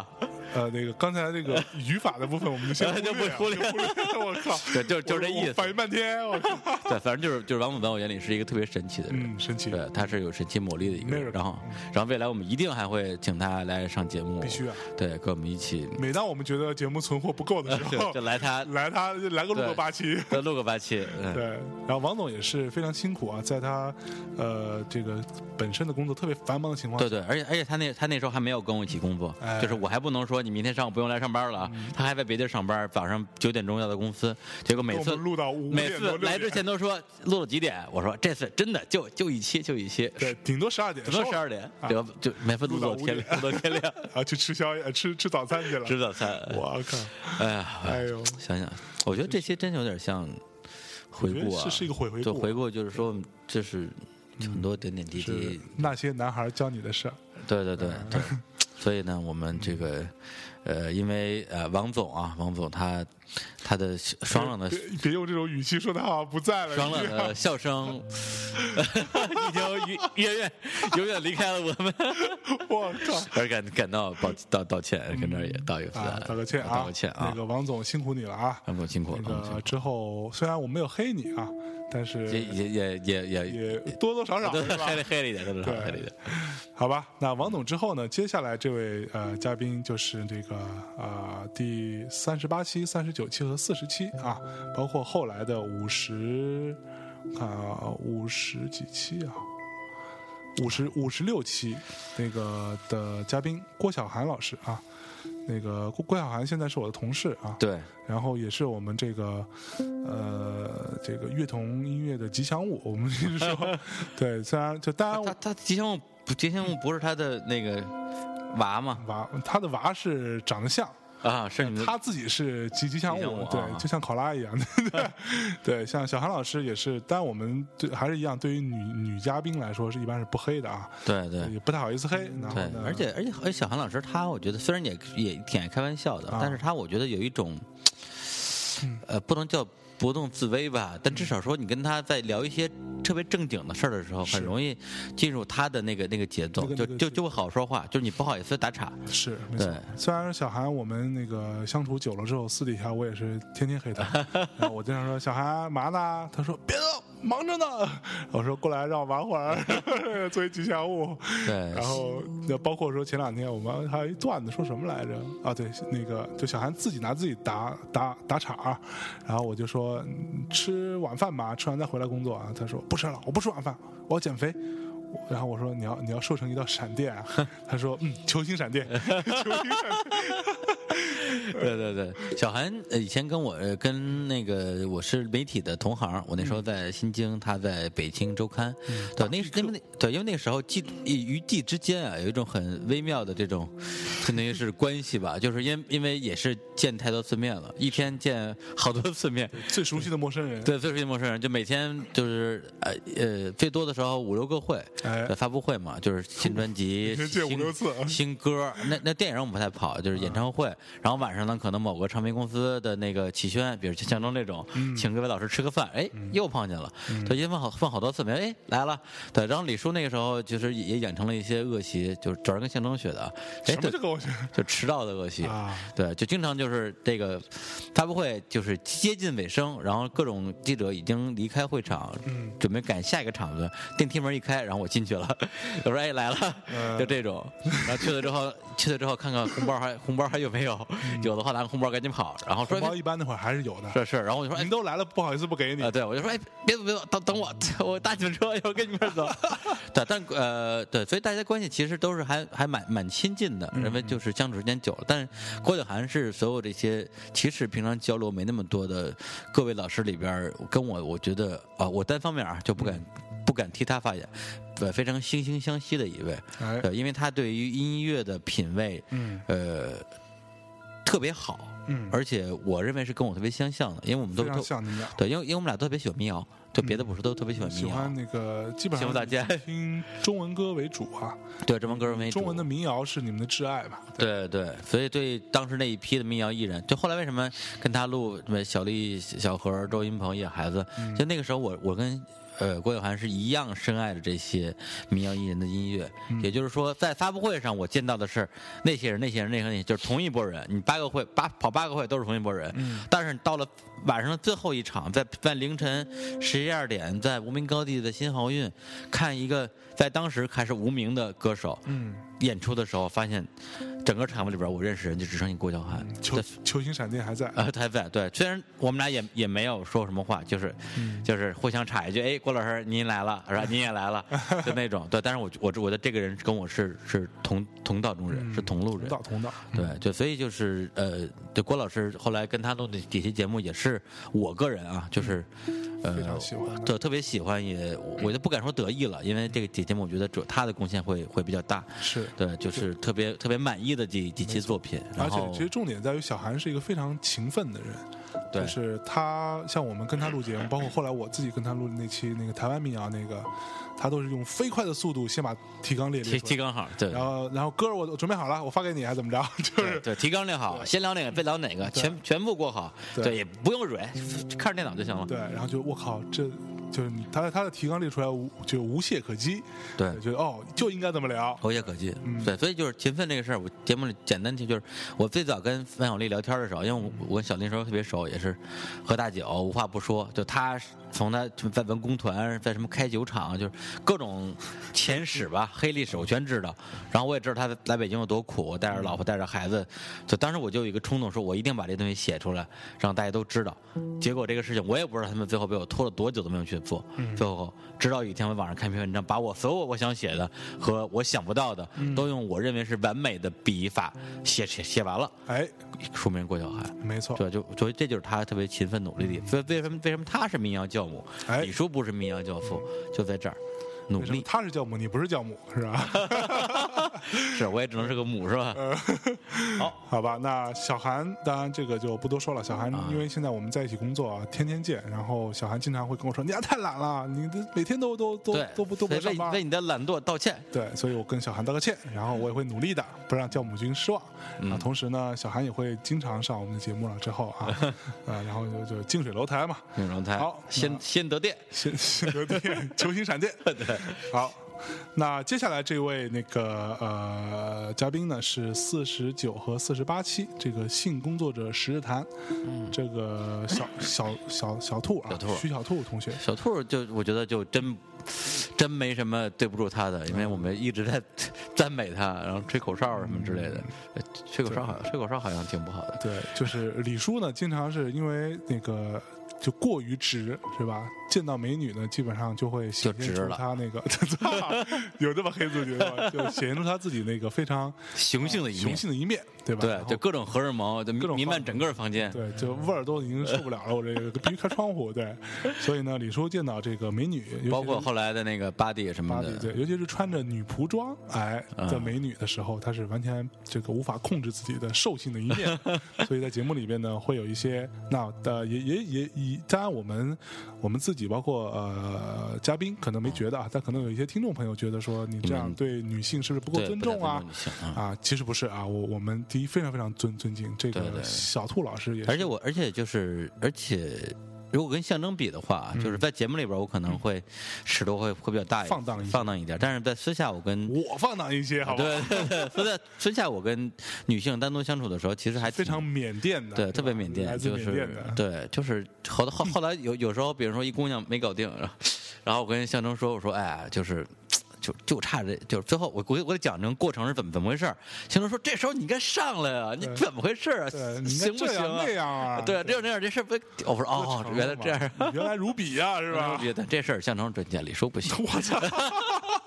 Speaker 1: 呃，那个刚才那 个语法的部分，我们就先
Speaker 2: 就
Speaker 1: 忽略啊，
Speaker 2: 不忽
Speaker 1: 忽
Speaker 2: 略
Speaker 1: 略。我靠，
Speaker 2: 对就就
Speaker 1: 我
Speaker 2: 这意思
Speaker 1: 我反应半天，我靠，
Speaker 2: 对，反正就是就是王本在我眼里是一个特别神奇的人，
Speaker 1: 嗯， 神奇，
Speaker 2: 对，他是有神奇魔力的一个人。
Speaker 1: Miracle，嗯
Speaker 2: 然后，然后未来我们一定还会请他来上节目，
Speaker 1: 必须啊！
Speaker 2: 对，跟我们 一起，
Speaker 1: 每当我们觉得节目存货不够的时
Speaker 2: 就
Speaker 1: 候，
Speaker 2: 就来他
Speaker 1: 来他来个录个
Speaker 2: 对
Speaker 1: 八期。
Speaker 2: 再录个八期，嗯
Speaker 1: 对，然后王总也是非常辛苦啊，在他呃这个本身的工作特别繁忙的情况下
Speaker 2: 对，对，而且而且他那他那时候还没有跟我一起工作，
Speaker 1: 哎嗯
Speaker 2: 就是我还不能说你明天上午不用来上班了啊，他还在别地上班，早上九点钟要到公司，结果每
Speaker 1: 跟
Speaker 2: 次
Speaker 1: 我们录到五
Speaker 2: 每
Speaker 1: 点多
Speaker 2: 次
Speaker 1: 六
Speaker 2: 来之
Speaker 1: 点，
Speaker 2: 前都说录了几点，我说这次真的就就一期就一期，
Speaker 1: 对，啊顶多十二点，
Speaker 2: 什么
Speaker 1: 稍
Speaker 2: 十
Speaker 1: 微
Speaker 2: 二点，这个就每次录到天亮，录到天 亮
Speaker 1: 啊，去吃宵夜，呃吃吃早餐去了。
Speaker 2: 吃早餐，
Speaker 1: 我靠，
Speaker 2: 哎呀，
Speaker 1: 哎呦，
Speaker 2: 想想，我觉得这些真有点像回
Speaker 1: 我觉得
Speaker 2: 顾啊，
Speaker 1: 是是一个回回
Speaker 2: 就
Speaker 1: 顾啊
Speaker 2: 回顾就是说就是很多点点滴滴
Speaker 1: 是，嗯那些男孩教你的事儿。
Speaker 2: 对对对对，所以呢，我们这个呃，因为呃，王总啊，王总他他的爽朗的
Speaker 1: 别别用这种语气说他好像不在了。
Speaker 2: 爽
Speaker 1: 你
Speaker 2: 朗
Speaker 1: 知道吗
Speaker 2: 的笑声，已经远远远永远离开了我 们，
Speaker 1: 我 靠！
Speaker 2: 而感感到抱道道歉，跟这儿也道一个
Speaker 1: 啊，道个歉啊，
Speaker 2: 道个歉啊
Speaker 1: 那，个王总辛苦你了啊，
Speaker 2: 王总辛苦
Speaker 1: 那
Speaker 2: 了，王总辛
Speaker 1: 个
Speaker 2: 苦
Speaker 1: 之后虽然我没有黑你啊，但
Speaker 2: 也
Speaker 1: 是
Speaker 2: 也也也也。
Speaker 1: 也多多少少
Speaker 2: 都
Speaker 1: 是
Speaker 2: 是
Speaker 1: 吧
Speaker 2: 黑？了黑了一点，都是黑
Speaker 1: 对
Speaker 2: 了一点。
Speaker 1: 好吧，那王总之后呢？接下来这位呃嘉宾就是这个呃第三十八期、三十九期和四十期啊，包括后来的五十，看啊五十几期啊，五十五十六期那个的嘉宾郭晓涵老师啊，那个郭郭晓涵现在是我的同事啊，
Speaker 2: 对，
Speaker 1: 然后也是我们这个呃这个乐童音乐的吉祥物，我们就是说对，虽然就当然啊我
Speaker 2: 他他吉祥物不吉祥物不是他的那个娃吗？
Speaker 1: 娃，他的娃是长得像，
Speaker 2: 啊，是你们的
Speaker 1: 他自己是吉吉祥
Speaker 2: 吉祥
Speaker 1: 物
Speaker 2: 物啊，
Speaker 1: 对，就像考拉一样，对 对对，像小韩老师也是，但我们对还是一样，对于女女嘉宾来说是一般是不黑的啊，
Speaker 2: 对对，嗯
Speaker 1: 也不太好意思黑，然后
Speaker 2: 对
Speaker 1: 呢，，
Speaker 2: 而且而且而且小韩老师他，我觉得虽然也也挺爱开玩笑的，
Speaker 1: 啊
Speaker 2: 但是他我觉得有一种，呃，不能叫不动自威吧，但至少说你跟他在聊一些特别正经的事儿的时候，
Speaker 1: 是
Speaker 2: 很容易进入他的那个那个节奏
Speaker 1: 那，个
Speaker 2: 就
Speaker 1: 那个
Speaker 2: 就
Speaker 1: 节
Speaker 2: 就会好说话，就是你不好意思打岔。
Speaker 1: 是没错
Speaker 2: 对。
Speaker 1: 虽然小韩我们那个相处久了之后，私底下我也是天天黑他， 然后我经常说小韩嘛呢？他说别动，忙着呢。 我说过来让我玩会儿， 作为吉祥物。
Speaker 2: 对
Speaker 1: 然，后那包括说前两天我们还有一段子说什么来着啊？对，那个就小韩自己拿自己打打打岔儿，然后我就说嗯吃晚饭吧，吃完再回来工作啊。他说不吃了，我不吃晚饭，我要减肥。我然后我说你要你要瘦成一道闪电啊？ 他说嗯，球形闪电，球形闪电。
Speaker 2: 对对对，小韩呃以前跟我呃跟那个我是媒体的同行，我那时候在新京，他在北京周刊，对，那是因为那对，因为那个时候季与季之间啊有一种很微妙的这种，可能是关系吧，就是因因为也是见太多次面了，一天见好多次面，
Speaker 1: 最熟悉的陌生人，
Speaker 2: 对，最熟悉陌生人，就每天就是呃呃，最多的时候五六个会，
Speaker 1: 哎
Speaker 2: 对发布会嘛，就是新专辑
Speaker 1: 一，天见五
Speaker 2: 新
Speaker 1: 六次啊
Speaker 2: 新歌。那那电影我们不太跑，就是演唱会。然后晚上呢，可能某个唱片公司的那个企宣，比如像张这种，
Speaker 1: 嗯
Speaker 2: 请各位老师吃个饭，哎，又碰见了，对，因为好放好多次没，哎来了。对，然后李叔那个时候就是也也养成了一些恶习，就是主要是跟象征学的，哎，
Speaker 1: 什么
Speaker 2: 对
Speaker 1: 就跟我学
Speaker 2: 就迟到的恶习
Speaker 1: 啊
Speaker 2: 对，就经常就是这个发布会就是接近尾声，然后各种记者已经离开会场，
Speaker 1: 嗯
Speaker 2: 准备赶下一个场子，电梯门一开，然后我进去了， 我说哎来了，
Speaker 1: 嗯
Speaker 2: 就这种，然后去了之后，去了之后看看红包还红包还有没有，有的话拿个红包赶紧跑，然后说
Speaker 1: 嗯红包一般那会儿还是有的。
Speaker 2: 这事儿，然后我就说哎
Speaker 1: 您。都来了，不好意思不给你
Speaker 2: 啊、。对，我就说，哎，别走，别走，等等我， 我搭你们车，一会儿跟你们一块儿走。 对，但呃，对，所以大家关系其实都是还还蛮蛮亲近的，
Speaker 1: 嗯
Speaker 2: 因为就是相处时间久了。但是郭晓涵是所有这些其实平常交流没那么多的各位老师里边儿，跟我我觉得啊、我单方面啊就不敢、
Speaker 1: 嗯
Speaker 2: 不敢替他发言，呃，非常惺惺相惜的一位。
Speaker 1: 哎，
Speaker 2: 对，因为他对于音乐的品味，
Speaker 1: 嗯
Speaker 2: 呃，特别好，
Speaker 1: 嗯，
Speaker 2: 而且我认为是跟我特别相像的，因为我们都
Speaker 1: 非常
Speaker 2: 都
Speaker 1: 像你们俩，
Speaker 2: 对，因为因为我们俩都特别喜欢民谣，对别的不说都特别喜呃欢民
Speaker 1: 喜
Speaker 2: 谣，
Speaker 1: 欢那个基本
Speaker 2: 幸
Speaker 1: 上
Speaker 2: 福大街
Speaker 1: 以听中文歌为主啊。
Speaker 2: 对这帮歌儿为主
Speaker 1: 中文的民谣是你们的挚爱吧？
Speaker 2: 对对，所以对当时那一批的民谣艺人，就后来为什么跟他录什么小丽、小何、周云鹏、野孩子，就那个时候我我跟呃郭晓涵是一样深爱着这些民谣艺人的音乐。也就是说，在发布会上我见到的是那些人、那些人、那些人，那些人就是同一拨人。你八个会八跑八个会都是同一拨人，但是到了晚上的最后一场，在在凌晨十一二点，在无名高地的新濠运看一个在当时还是无名的歌手。
Speaker 1: 嗯，
Speaker 2: 演出的时候，发现整个场子里边，我认识人就只剩下郭晓涵。
Speaker 1: 球
Speaker 2: 这
Speaker 1: 球星闪电还在，
Speaker 2: 呃，他在对，虽然我们俩也也没有说什么话，就是、
Speaker 1: 嗯
Speaker 2: 就是互相插一句，哎，郭老师您来了，是吧？您也来 了，就那种对。但是我我我的这个人跟我是是同同道中人，
Speaker 1: 嗯
Speaker 2: 是同路人
Speaker 1: 同。道嗯同道，
Speaker 2: 对，就所以就是呃，就郭老师后来跟他录的几期节目，也是我个人啊，就是、呃，
Speaker 1: 嗯非常喜欢
Speaker 2: 对，特别喜欢也，我我就不敢说得意了，因为这个几节目我觉得主他的贡献会会比较大。
Speaker 1: 是。
Speaker 2: 对，就是特别特别满意的几几期作品，然
Speaker 1: 而且
Speaker 2: 后
Speaker 1: 其实重点在于小韩是一个非常勤奋的人，
Speaker 2: 对
Speaker 1: 就是他像我们跟他录节目，包括后来我自己跟他录的那期那个台湾民谣那个，他都是用飞快的速度先把提纲列列
Speaker 2: 提
Speaker 1: 出
Speaker 2: 提
Speaker 1: 来，
Speaker 2: 纲好，对
Speaker 1: 然后然后歌儿我我准备好了，我发给你还怎么着， 就是
Speaker 2: 对提纲列好，先聊哪个再聊哪个，全全部过好，
Speaker 1: 对
Speaker 2: 对，也不用蕊，看着电脑就行了。
Speaker 1: 对，然后就我靠，这就是你他他的提纲列出来无就无懈可击，
Speaker 2: 对
Speaker 1: 就哦就应该怎么聊，
Speaker 2: 无懈可击
Speaker 1: 嗯，
Speaker 2: 对，所以就是勤奋这个事儿，我节目里简单提就是，我最早跟范小丽聊天的时候，因为我我跟小丽那时候特别熟，也是喝大酒无话不说，就她从她在文工团，在什么开酒厂，就是各种前史吧、黑历史我全知道，然后我也知道她来北京有多苦，我带着老婆带着孩子，就当时我就有一个冲动，说我一定把这东西写出来，让大家都知道。结果这个事情我也不知道他们最后被我拖了多久都没有去做，
Speaker 1: 嗯
Speaker 2: 最后直到有一天我网上看一篇文章，把我所有我想写的和我想不到的，
Speaker 1: 嗯
Speaker 2: 都用我认为是完美的笔法写写写完了，
Speaker 1: 哎，
Speaker 2: 说明郭晓涵。
Speaker 1: 没错，
Speaker 2: 对，就所以这就是他特别勤奋努力的地方。所以为什么为什么他是民谣教母，
Speaker 1: 哎
Speaker 2: 李叔不是民谣教父，就在这儿努
Speaker 1: 为什么
Speaker 2: 力。
Speaker 1: 他是教母，你不是教母是吧？
Speaker 2: 是，我也只能是个母是吧？
Speaker 1: 呃好吧，那小韩当然这个就不多说了。小韩
Speaker 2: 啊
Speaker 1: 因为现在我们在一起工作啊，天天见，然后小韩经常会跟我说：“你呀太懒了，你这每天都都都
Speaker 2: 对，
Speaker 1: 都不都不
Speaker 2: 所以
Speaker 1: 上
Speaker 2: 为为
Speaker 1: 班。
Speaker 2: 你的懒惰道歉。”
Speaker 1: 对，所以我跟小韩道个歉，然后我也会努力的，不让教母君失望。
Speaker 2: 嗯
Speaker 1: 啊，同时呢，小韩也会经常上我们的节目了之后 啊，呃，然后就就近水楼台嘛，
Speaker 2: 那种态，
Speaker 1: 好
Speaker 2: 先
Speaker 1: 那
Speaker 2: 先得电，
Speaker 1: 先先得电，球星闪 电。对，好。那接下来这位那个呃嘉宾呢是四十九和四十八期这个性工作者十日谈，这个小小小小兔啊，
Speaker 2: 嗯小兔
Speaker 1: 徐小兔同学，
Speaker 2: 小兔儿就我觉得就真真没什么对不住他的，因为我们一直在 赞美他，然后吹口哨什么之类的，呃吹口哨好像吹口哨好像挺不好的。
Speaker 1: 对，就是李叔呢，经常是因为那个就过于直是吧？见到美女呢，基本上就会显现
Speaker 2: 就直
Speaker 1: 出
Speaker 2: 了
Speaker 1: 他那个 有这么黑自己的吗？就显现出他自己那个非常
Speaker 2: 雄哦性的一
Speaker 1: 雄
Speaker 2: 面，
Speaker 1: 性的一面，对吧？然
Speaker 2: 对，
Speaker 1: 后
Speaker 2: 就各种荷尔蒙，就
Speaker 1: 各种
Speaker 2: 弥
Speaker 1: 荷尔
Speaker 2: 漫
Speaker 1: 蒙
Speaker 2: 整个房 间。
Speaker 1: 对，就味儿都已经受不了了，我这个必须开窗户。对，所以呢，李叔见到这个美女，尤
Speaker 2: 包
Speaker 1: 其
Speaker 2: 括嗯
Speaker 1: 是
Speaker 2: 后来的那个 body 什么
Speaker 1: 芭
Speaker 2: 的
Speaker 1: 比，，对，尤其是穿着女仆装哎
Speaker 2: 嗯
Speaker 1: 的美女的时候，她是完全这个无法控制自己的兽性的一 面，所以在节目里边呢，会有一些那呃也也也以当然我们我们自己包括呃嘉宾可能没觉得啊，但可能有一些听众朋友觉得说你这样对女性是不是不够
Speaker 2: 嗯对，
Speaker 1: 尊
Speaker 2: 不太
Speaker 1: 重啊
Speaker 2: 尊重？女性啊
Speaker 1: 啊，其实不是啊，我我们第一非常非常尊尊敬这
Speaker 2: 对对
Speaker 1: 个
Speaker 2: 对
Speaker 1: 小兔老师也是，
Speaker 2: 而且我，而且就是，而且如果跟象征比的话，就是在节目里边，我可能会尺度会会比较大一点，
Speaker 1: 放荡一些
Speaker 2: 嗯放荡一点。但是在私下，我跟
Speaker 1: 我放荡一些，好吧？
Speaker 2: 对对对，所以在私下我跟女性单独相处的时候，其实还
Speaker 1: 非
Speaker 2: 挺
Speaker 1: 常缅甸的，
Speaker 2: 对，
Speaker 1: 吧
Speaker 2: 特别缅
Speaker 1: 来
Speaker 2: 甸，
Speaker 1: 自
Speaker 2: 就
Speaker 1: 缅
Speaker 2: 是
Speaker 1: 甸的，
Speaker 2: 对，就是后后后来有有时候，比如说一姑娘没搞定，然后然后我跟象征说，我说哎，就是。就就差这，就是最后我我我得讲这个过程是怎么怎么回事儿。象征说：“这时候你应该上来啊，你怎么回事儿啊？
Speaker 1: 对你应该
Speaker 2: 行不
Speaker 1: 这
Speaker 2: 行
Speaker 1: 样
Speaker 2: 啊？
Speaker 1: 那样啊
Speaker 2: 对，这样那样这事儿不……我说哦，原来这样，
Speaker 1: 原来如彼呀，是吧？
Speaker 2: 觉得这事儿象征专家李叔不行。我操！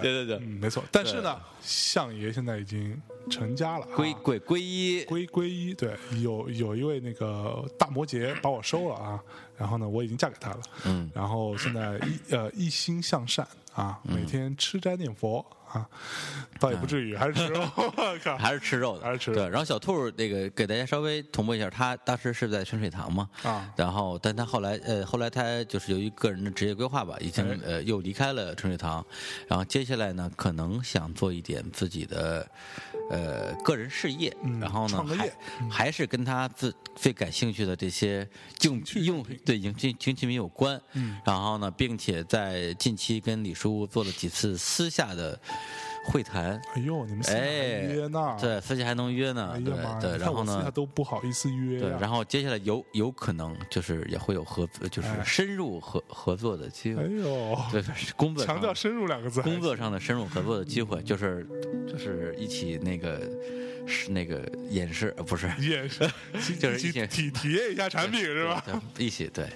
Speaker 2: 对对对
Speaker 1: 嗯，，没错。但是呢，相爷现在已经成家了啊，
Speaker 2: 归归归一
Speaker 1: 归归一，对，有有一位那个大摩羯把我收了啊，然后呢，我已经嫁给他了，
Speaker 2: 嗯，
Speaker 1: 然后现在一呃一心向善啊，每天吃斋念佛啊，倒也不至于，还是吃肉。我靠，
Speaker 2: 嗯 还是吃肉的，
Speaker 1: 还是吃肉
Speaker 2: 对，然后小兔儿那个给大家稍微同步一下，他当时是在春水堂嘛，
Speaker 1: 啊
Speaker 2: 然后但他后来呃后来他就是由于个人的职业规划吧，已经、
Speaker 1: 哎
Speaker 2: 呃又离开了春水堂，然后接下来呢可能想做一点自己的呃个人事业，
Speaker 1: 嗯
Speaker 2: 然后呢
Speaker 1: 创个
Speaker 2: 还
Speaker 1: 业
Speaker 2: 还是跟他自最感兴趣的这些竞用对影剧影剧迷有关，嗯，然后呢，并且在近期跟李叔做了几次私下的会谈。
Speaker 1: 哎呦，你们私下还
Speaker 2: 哎，
Speaker 1: 约呢？，
Speaker 2: 对，私下还能约呢
Speaker 1: 啊哎，呀妈呀，
Speaker 2: 啊对对，
Speaker 1: 你看
Speaker 2: 然后
Speaker 1: 我私下
Speaker 2: 呢，
Speaker 1: 都不好意思约
Speaker 2: 对，
Speaker 1: 呀。
Speaker 2: 然后接下来有有可能就是也会有合作，就是
Speaker 1: 哎
Speaker 2: 深入合合作的机
Speaker 1: 哎
Speaker 2: 会，
Speaker 1: 呦，
Speaker 2: 对，是工作上
Speaker 1: 强调深入两个字。
Speaker 2: 工作上的深入合作的机会，就是就是一起那个是那个演示，呃不是。
Speaker 1: 也是，
Speaker 2: 就是
Speaker 1: 体
Speaker 2: 一些
Speaker 1: 体体验一下产品是吧？
Speaker 2: 对，一起 对，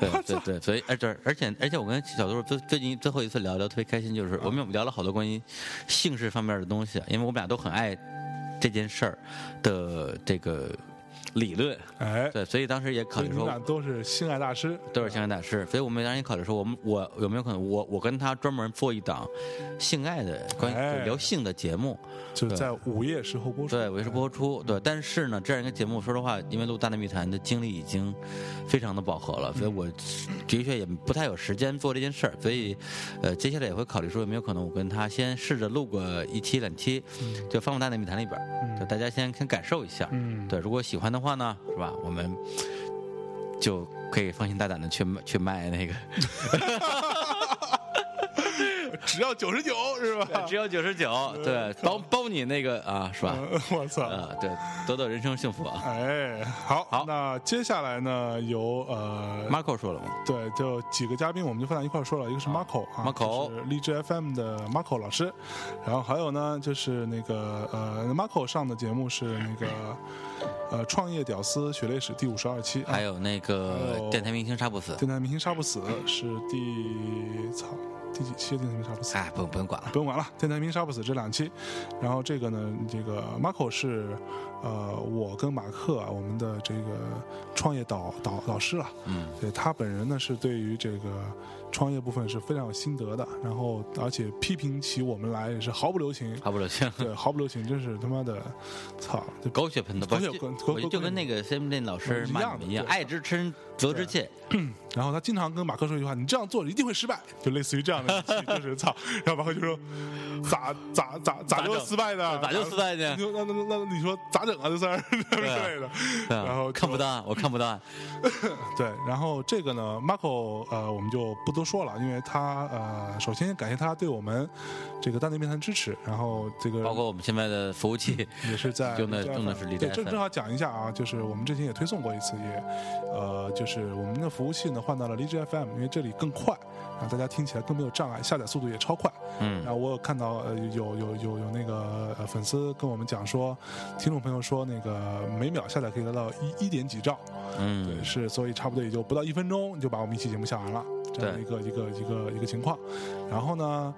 Speaker 2: 对对对，所以哎对，而且而且我跟小杜最最近最后一次聊聊特别开心，就是我们聊了好多关于姓氏方面的东西，啊因为我们俩都很爱这件事儿的这个理论，
Speaker 1: 哎，
Speaker 2: 对，所以当时也考
Speaker 1: 所以
Speaker 2: 虑
Speaker 1: 你们俩
Speaker 2: 说。
Speaker 1: 都是性爱大师，
Speaker 2: 都是情感大师，所以我们当时也考虑说，我们我有没有可能，我我跟他专门做一档性爱的关
Speaker 1: 哎
Speaker 2: 于聊性的节目，
Speaker 1: 就
Speaker 2: 对
Speaker 1: 在午夜时候播出。
Speaker 2: 对，维持播出，对。但是呢，这样一个节目，说实话，因为录《大内密谈》的精力已经非常的饱和了，所
Speaker 1: 嗯
Speaker 2: 以我的确也不太有时间做这件事儿，所以呃，接下来也会考虑说有没有可能我跟他先试着录个一期两期，就放到《大内密谈》里边儿，
Speaker 1: 嗯
Speaker 2: 就大家先先感受一下，
Speaker 1: 嗯，
Speaker 2: 对，如果喜欢的话呢，是吧？我们就可以放心大胆的去卖去卖那个，
Speaker 1: 只要九十九是吧？
Speaker 2: 只有九十九，对，包包你那个啊，是吧？
Speaker 1: 嗯 我操！
Speaker 2: 呃，对，得到人生幸福啊。
Speaker 1: 哎，好，
Speaker 2: 好
Speaker 1: 那接下来呢，由 呃，
Speaker 2: Marco 说了嘛，
Speaker 1: 对，就几个嘉宾，我们就放在一块儿说了，一个是 Marco 啊
Speaker 2: Marco
Speaker 1: 就是荔枝 FM 的 Marco 老师，然后还有呢，就是那个呃，Marco 上的节目是那个呃，创业屌丝血泪史第五十二期，啊
Speaker 2: 还有那
Speaker 1: 还
Speaker 2: 个
Speaker 1: 有
Speaker 2: 电台明星杀不死，
Speaker 1: 电台明星杀不死是第操第几期的啊电台明星杀不死？
Speaker 2: 哎，不用不用管了
Speaker 1: 不。用管了，电台明杀不死这两期，然后这个呢，这个 Marco 是，呃，我跟马克啊，我们的这个创业导导导师啊，
Speaker 2: 嗯，
Speaker 1: 对他本人呢是对于这个创业部分是非常有心得的，然后而且批评起我们来也是毫不留情，
Speaker 2: 毫不留情，
Speaker 1: 对，毫不留情，真是他妈的，操，这
Speaker 2: 狗血喷头，
Speaker 1: 狗血
Speaker 2: 就
Speaker 1: 喷狗
Speaker 2: 我
Speaker 1: 狗
Speaker 2: 就跟那个 C M 店老师
Speaker 1: 嗯
Speaker 2: 骂
Speaker 1: 一样
Speaker 2: 你
Speaker 1: 的
Speaker 2: 们一样，
Speaker 1: 对
Speaker 2: 爱之深，责之切，
Speaker 1: 然后他经常跟马克说一句话：“你这样做一定会失败。”就类似于这样的语气，就是操。然后马克就说：“咋咋咋咋就
Speaker 2: 整
Speaker 1: 失败的？
Speaker 2: 咋就失败呢
Speaker 1: 你说那那那那你说咋整啊？这事儿 之类的。”
Speaker 2: 对啊
Speaker 1: 然后就
Speaker 2: 看不到，我看不到，啊
Speaker 1: 对，然后这个呢，Marco 呃，我们就不多说了，因为他呃，首先感谢他对我们这个大内密谈支持，然后这个
Speaker 2: 包括我们现在的服务器，
Speaker 1: 也是在
Speaker 2: 用的
Speaker 1: 这样
Speaker 2: 用的是离
Speaker 1: 对，
Speaker 2: 带
Speaker 1: 正
Speaker 2: 分
Speaker 1: 正好讲一下啊，就是我们之前也推送过一次，也呃，就是我们的服务器呢换到了荔枝 FM，因为这里更快，然后大家听起来更没有障碍，下载速度也超快。然
Speaker 2: 嗯，
Speaker 1: 后我有看到呃有有有有那个呃粉丝跟我们讲说，听众朋友说那个每秒下载可以达到一一点几兆，对，
Speaker 2: 嗯，
Speaker 1: 是，所以差不多也就不到一分钟就把我们一期节目下完了，这样
Speaker 2: 对
Speaker 1: 一个一个一个一个情况。然后呢，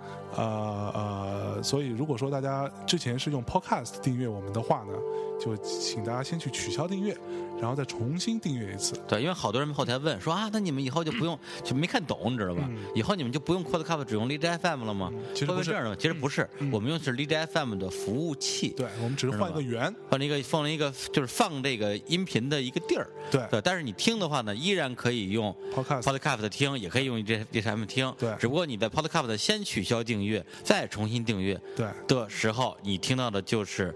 Speaker 1: 呃呃，所以如果说大家之前是用 Podcast 订阅我们的话呢，就请大家先去取消订阅，然后再重新订阅一次。
Speaker 2: 对，因为好多人后台问说啊，那你们以后就不用，
Speaker 1: 嗯
Speaker 2: 就没看懂，你知道吧？以后你们就不用 Podcast，只用荔枝 FM 了吗？
Speaker 1: 嗯其实
Speaker 2: 会
Speaker 1: 不
Speaker 2: 会
Speaker 1: 是嗯
Speaker 2: 这样的吗？其实不是，我们用的是荔枝 FM 的服务器，
Speaker 1: 对，我们只是换一个源，
Speaker 2: 放了一个放了一个就是放这个音频的一个地儿，
Speaker 1: 对
Speaker 2: 对，但是你听的话呢，依然可以用
Speaker 1: Podcast
Speaker 2: Podcast 听，也可以用这这什么听，
Speaker 1: 对
Speaker 2: 只不过你在 Podcast 先取消订阅，再重新订阅
Speaker 1: 对。
Speaker 2: 的时候，你听到的就是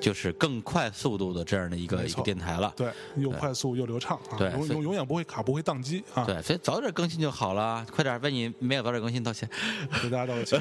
Speaker 2: 就是更快速度的这样的一个
Speaker 1: 没
Speaker 2: 一
Speaker 1: 错
Speaker 2: 个电台了。
Speaker 1: 对，又快速又流畅啊，
Speaker 2: 对
Speaker 1: 永
Speaker 2: 所以
Speaker 1: 永永远不会卡，不会宕机啊！
Speaker 2: 对，所以早点更新就好了。快点为你没有早点更新 道歉，
Speaker 1: 给大家道个歉。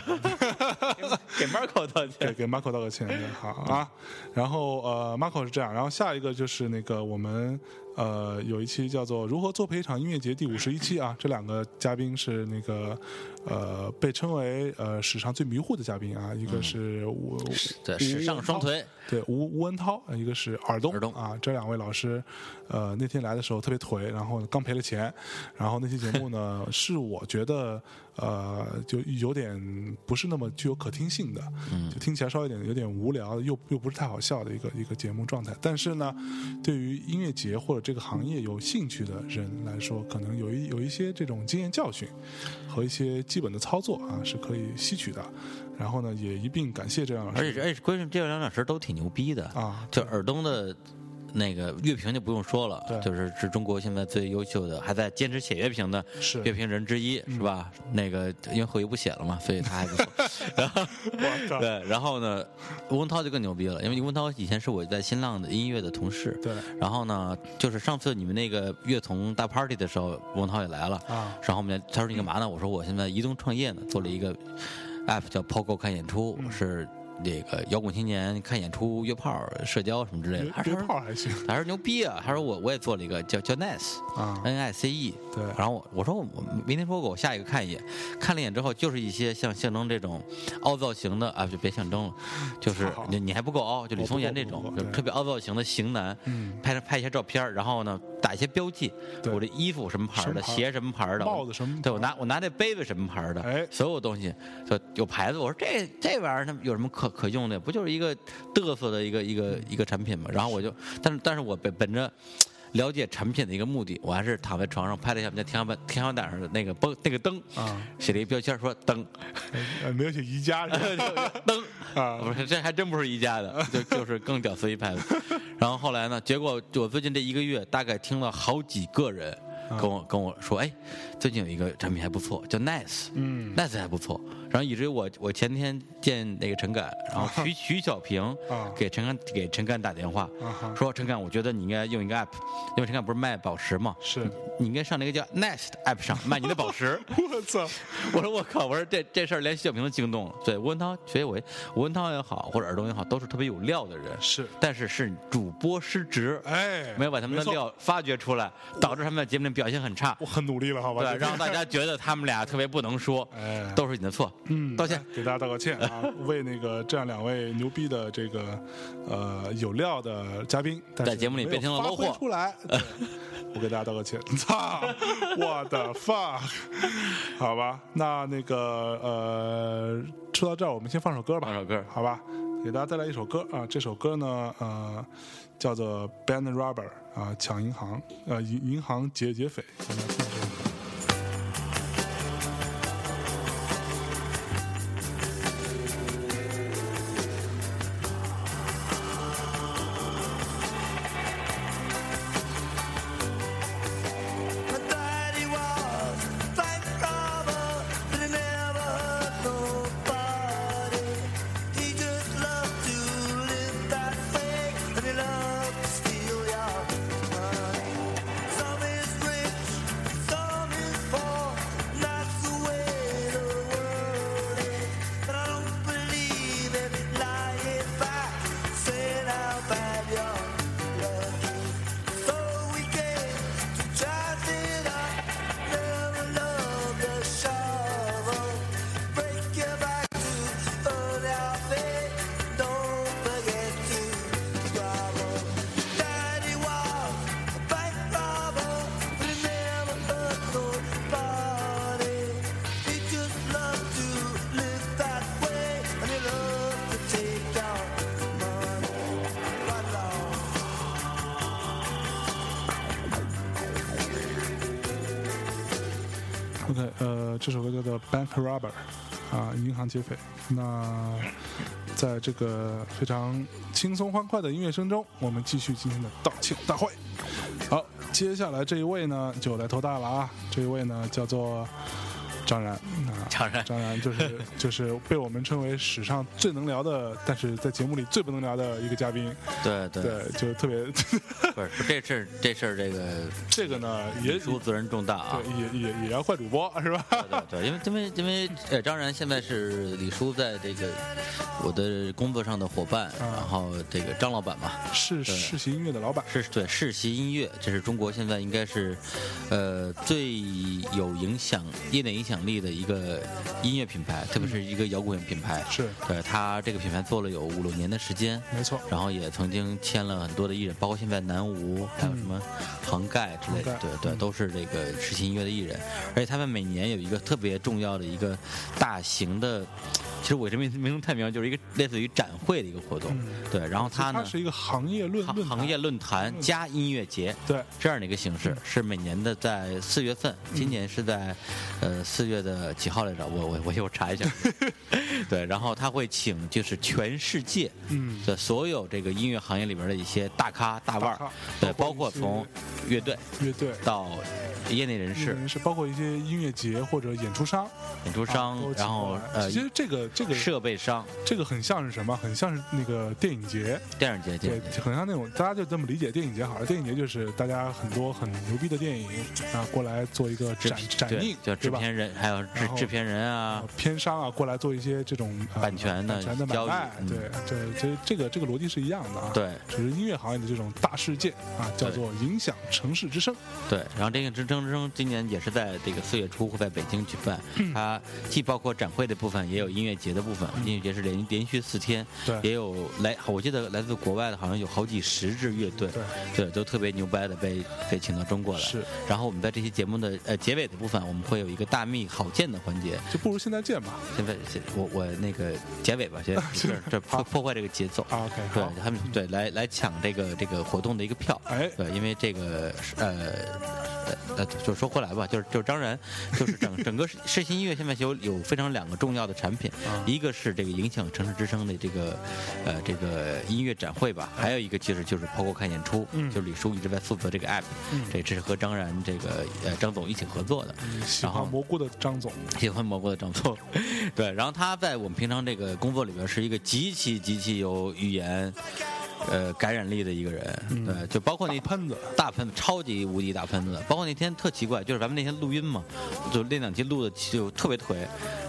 Speaker 2: 给 Marco 道
Speaker 1: 对，
Speaker 2: 歉。
Speaker 1: 给 Marco 道个歉，好啊。然后呃，Marco 是这样，然后下一个就是那个我们呃有一期叫做《如何做陪一场音乐节》第五十一期啊，这两个嘉宾是那个呃被称为呃史上最迷糊的嘉宾啊，一个是吴、
Speaker 2: 嗯对，
Speaker 1: 吴
Speaker 2: 时尚
Speaker 1: 文涛。
Speaker 2: 双腿，
Speaker 1: 对吴吴文涛，呃一个是尔东
Speaker 2: 尔东
Speaker 1: 啊，这两位老师，呃，那天来的时候特别颓，然后刚赔了钱，然后那期节目 呢，是我觉得呃，就有点不是那么具有可听性的，
Speaker 2: 嗯
Speaker 1: 就听起来稍微有点有点无聊，又又不是太好笑的一个一个节目状态。但是呢，对于音乐节或者这个行业有兴趣的人来说，可能有一有一些这种经验教训和一些基本的操作啊是可以吸取的。然后呢，也一并感谢这两老
Speaker 2: 而
Speaker 1: 师。
Speaker 2: 且而且关键这两老师都挺牛逼的
Speaker 1: 啊
Speaker 2: 就尔东的。那个乐评就不用说了
Speaker 1: 对，
Speaker 2: 就是是中国现在最优秀的，还在坚持写乐评的
Speaker 1: 是
Speaker 2: 乐评人之一，
Speaker 1: 嗯
Speaker 2: 是吧？那个因为后一不写了嘛，所以他还 不错。然后
Speaker 1: 我 操
Speaker 2: 对，然后呢，吴文涛就更牛逼了，因为吴文涛以前是我在新浪的音乐的同事。
Speaker 1: 对
Speaker 2: 然后呢，就是上次你们那个乐童大 party 的时候，吴文涛也来了。
Speaker 1: 啊
Speaker 2: 然后我们俩他说你干嘛呢？我说我现在移动创业呢，做了一个 app 叫 Pogo 看演出，
Speaker 1: 嗯
Speaker 2: 我是那个摇滚青年看演出、约炮、社交什么之类的。他
Speaker 1: 约
Speaker 2: 说
Speaker 1: 约炮还行
Speaker 2: 他说牛逼啊！他说我我也做了一个叫叫 Nice。
Speaker 1: 啊
Speaker 2: N I C E，
Speaker 1: 对
Speaker 2: 然后我我说我明天说过，我下一个看一眼，看了一眼之后，就是一些像象征这种凹造型的啊，就别象征了，就是
Speaker 1: 好
Speaker 2: 你你还不够凹，就李
Speaker 1: 我不
Speaker 2: 松岩
Speaker 1: 够
Speaker 2: 这
Speaker 1: 不够
Speaker 2: 种，
Speaker 1: 对
Speaker 2: 就特别凹造型的型男，
Speaker 1: 嗯
Speaker 2: 拍拍一些照片儿，然后呢打一些标记，
Speaker 1: 对
Speaker 2: 我这衣服什么牌儿
Speaker 1: 什么
Speaker 2: 的，
Speaker 1: 牌儿
Speaker 2: 鞋什么牌儿的，
Speaker 1: 帽子什么牌儿
Speaker 2: 对我拿我拿这杯子什么牌儿的，
Speaker 1: 哎
Speaker 2: 所有东西就有牌子，我说这这玩意儿它有什么可可用的？不就是一个嘚瑟的一个一个一个产品嘛？然后我就，但是但是我本本着。了解产品的一个目的，我还是躺在床上拍了一下我们家天花板天花板上的那个灯那个灯，
Speaker 1: 啊
Speaker 2: 写了一个标签说灯，
Speaker 1: 呃没有写宜家是吧
Speaker 2: 灯
Speaker 1: 啊
Speaker 2: 不是，这还真不是宜家的，就就是更屌丝一派的。 然后后来呢，结果我最近这一个月，大概听了好几个人
Speaker 1: 啊
Speaker 2: 跟我跟我说，哎，最近有一个产品还不错，叫 Nice，
Speaker 1: 嗯
Speaker 2: ，Nice 还不错。然后以至于我我前天见那个陈敢，然后徐徐小平
Speaker 1: 啊
Speaker 2: 给陈敢给陈敢打电话
Speaker 1: 啊哈，
Speaker 2: 说陈敢，我觉得你应该用一个 app，因为陈敢不是卖宝石嘛，
Speaker 1: 是，
Speaker 2: 你应该上那个叫 Nice 的 app 上卖你的 宝石。
Speaker 1: 我操，
Speaker 2: 我说我靠，我说这这事儿连习小平都惊动了。对，吴文涛，学我，吴文涛也好，或者尔东也好，都是特别有料的人，
Speaker 1: 是
Speaker 2: 但是是主播失职，
Speaker 1: 哎，
Speaker 2: 没有把他们的
Speaker 1: 没错，
Speaker 2: 料发掘出来，导致他们在节目里表现很差
Speaker 1: 我，很努力了，好吧？
Speaker 2: 对，
Speaker 1: 这
Speaker 2: 让大家觉得他们俩特别不能说
Speaker 1: 哎，
Speaker 2: 都是你的错，
Speaker 1: 嗯，
Speaker 2: 道歉。
Speaker 1: 给大家道个歉 啊，为那个这样两位牛逼的这个呃有料的嘉宾，但是
Speaker 2: 在节目里
Speaker 1: 没有
Speaker 2: 变成了
Speaker 1: 发
Speaker 2: 窝货
Speaker 1: 挥出 来，对我给大家道个歉。操，我 的 fuck，好吧，那那个呃，说到这儿，我们先放首歌吧，
Speaker 2: 放首歌
Speaker 1: 好吧，给大家带来一首歌啊，这首歌呢，呃，叫做《Band Robber》啊，抢银行，呃，银银行劫劫匪，咱们来听一下。
Speaker 4: My daddy was bank robber, but he never hurt nobody. He just loved to live that way, and he loved to steal your money. Some is rich, some is poor. That's the way the world is. But I don't believe every lie if I say how bad your love is. So we came to jazz it up, never love the shovel. Break your back to earn our pay. Don't forget to grovel. Daddy was a bank robber, but he never hurt nobody. He just loved to live that way, and he loved to take our money. But now.
Speaker 1: OK，呃，这首歌叫做《Bank Robber》，啊，银行劫匪。那在这个非常轻松欢快的音乐声中，我们继续今天的道歉大会。好，接下来这一位呢，就来头大了啊！这一位呢，叫做张然。啊，
Speaker 2: 当然，
Speaker 1: 张然就是 就是被我们称为史上最能聊的，但是在节目里最不能聊的一个嘉宾。
Speaker 2: 对对，
Speaker 1: 对，就特 别
Speaker 2: 不是这事儿这事儿这个
Speaker 1: 这个呢，也
Speaker 2: 特殊责任重大啊。
Speaker 1: 对也也也要怪主播是吧？
Speaker 2: 对对，因为因为因为呃，张然现在是李叔在这个我的工作上的伙
Speaker 1: 啊
Speaker 2: 伴，然后这个张老板嘛，
Speaker 1: 是世袭音乐的老板。
Speaker 2: 是对世袭音乐，这是中国现在应该是，呃，最有影响、业内影响力的一个音乐品牌，特别是一个摇滚品牌。
Speaker 1: 是
Speaker 2: 对他这个品牌做了有五六年的时间，
Speaker 1: 没错
Speaker 2: 然后也曾经签了很多的艺人，包括现在南无，还有什么杭盖之类的，
Speaker 1: 嗯杭盖嗯
Speaker 2: 对对，都是这个世袭音乐的艺人。而且他们每年有一个特别重要的一个大型的其实《伪神秘名侦探名》就是一个类似于展会的一个活动，对。然后它
Speaker 1: 嗯它
Speaker 2: 呢，
Speaker 1: 是一个行业论
Speaker 2: 行
Speaker 1: 论坛嗯
Speaker 2: 行业论坛加音乐节
Speaker 1: 对
Speaker 2: 这样的一个形
Speaker 1: 嗯
Speaker 2: 式，是每年的在四月份，今年是在呃四月的几号来着？我我我我查 一下。对，然后他会请就是全世界
Speaker 1: 嗯
Speaker 2: 的所有这个音乐行业里边的一些大咖大腕
Speaker 1: 大咖
Speaker 2: 儿，对，包
Speaker 1: 包括
Speaker 2: 括从乐队
Speaker 1: 乐队。
Speaker 2: 到业内人士、
Speaker 1: 嗯是包括一些音乐节或者演出商，
Speaker 2: 演出
Speaker 1: 啊
Speaker 2: 商
Speaker 1: 都，
Speaker 2: 然后
Speaker 1: 请过来
Speaker 2: 呃
Speaker 1: 其实这个这个
Speaker 2: 设备商、
Speaker 1: 这个很像是什么？很像是那个电影节，
Speaker 2: 电影节、电
Speaker 1: 对
Speaker 2: 影节，。
Speaker 1: 很像那种大家就这么理解电影节好了。电影节就是大家很多很牛逼的电影啊过来做一个
Speaker 2: 制
Speaker 1: 展展
Speaker 2: 对
Speaker 1: 映，对
Speaker 2: 叫制
Speaker 1: 吧？
Speaker 2: 片人，还有制
Speaker 1: 然后
Speaker 2: 制片人啊
Speaker 1: 呃，片商啊过来做一些这种、呃
Speaker 2: 版权的
Speaker 1: 版权的买
Speaker 2: 交易
Speaker 1: 卖，
Speaker 2: 嗯
Speaker 1: 对，这这这个这个逻辑是一样的啊。，
Speaker 2: 对
Speaker 1: 只是音乐行业的这种大事件啊，叫
Speaker 2: 对
Speaker 1: 做影响城市之声。
Speaker 2: 对。然后这个《之争之声》今年也是在这个四月初会在北京举办，
Speaker 1: 嗯
Speaker 2: 它既包括展会的部分，也有音乐节的部分。音乐节是连连续四天，也
Speaker 1: 对，
Speaker 2: 有来，我记得来自国外的好像有好几十支乐队，
Speaker 1: 对
Speaker 2: 对，都特别牛掰的被被请到中国来。
Speaker 1: 是。
Speaker 2: 然后我们在这期节目的呃结尾的部分，我们会有一个大秘好剑的环节。
Speaker 1: 就不如现在见吧。
Speaker 2: 现在现我我那个结尾 吧，结尾这这破破坏这个节奏。
Speaker 1: 啊，OK，
Speaker 2: 对
Speaker 1: 好，
Speaker 2: 他们对来来抢这个这个活动的一个票，
Speaker 1: 哎
Speaker 2: 对，因为这个是呃呃呃，就说回来吧，就是就是当然就是整整个世新音乐现在有有非常两个重要的产品，
Speaker 1: 啊
Speaker 2: 一个是这个影响城市之声的这个呃这个音乐展会吧，还有一个其实就是包括看演出，
Speaker 1: 哎嗯
Speaker 2: 就是李叔一直在负责这个 app，、
Speaker 1: 嗯
Speaker 2: 这这是和张然这个呃张总一起合作的，
Speaker 1: 喜
Speaker 2: 然后
Speaker 1: 欢蘑菇的张总，
Speaker 2: 喜欢蘑菇的张总，对，然后他在我们平常这个工作里边是一个极其极其有语言，呃，感染力的一个人，对，就包括那
Speaker 1: 嗯大喷子，
Speaker 2: 大喷子，超级无敌大喷子，包括那天特奇怪，就是咱们那天录音嘛，就那两期录的就特别颓，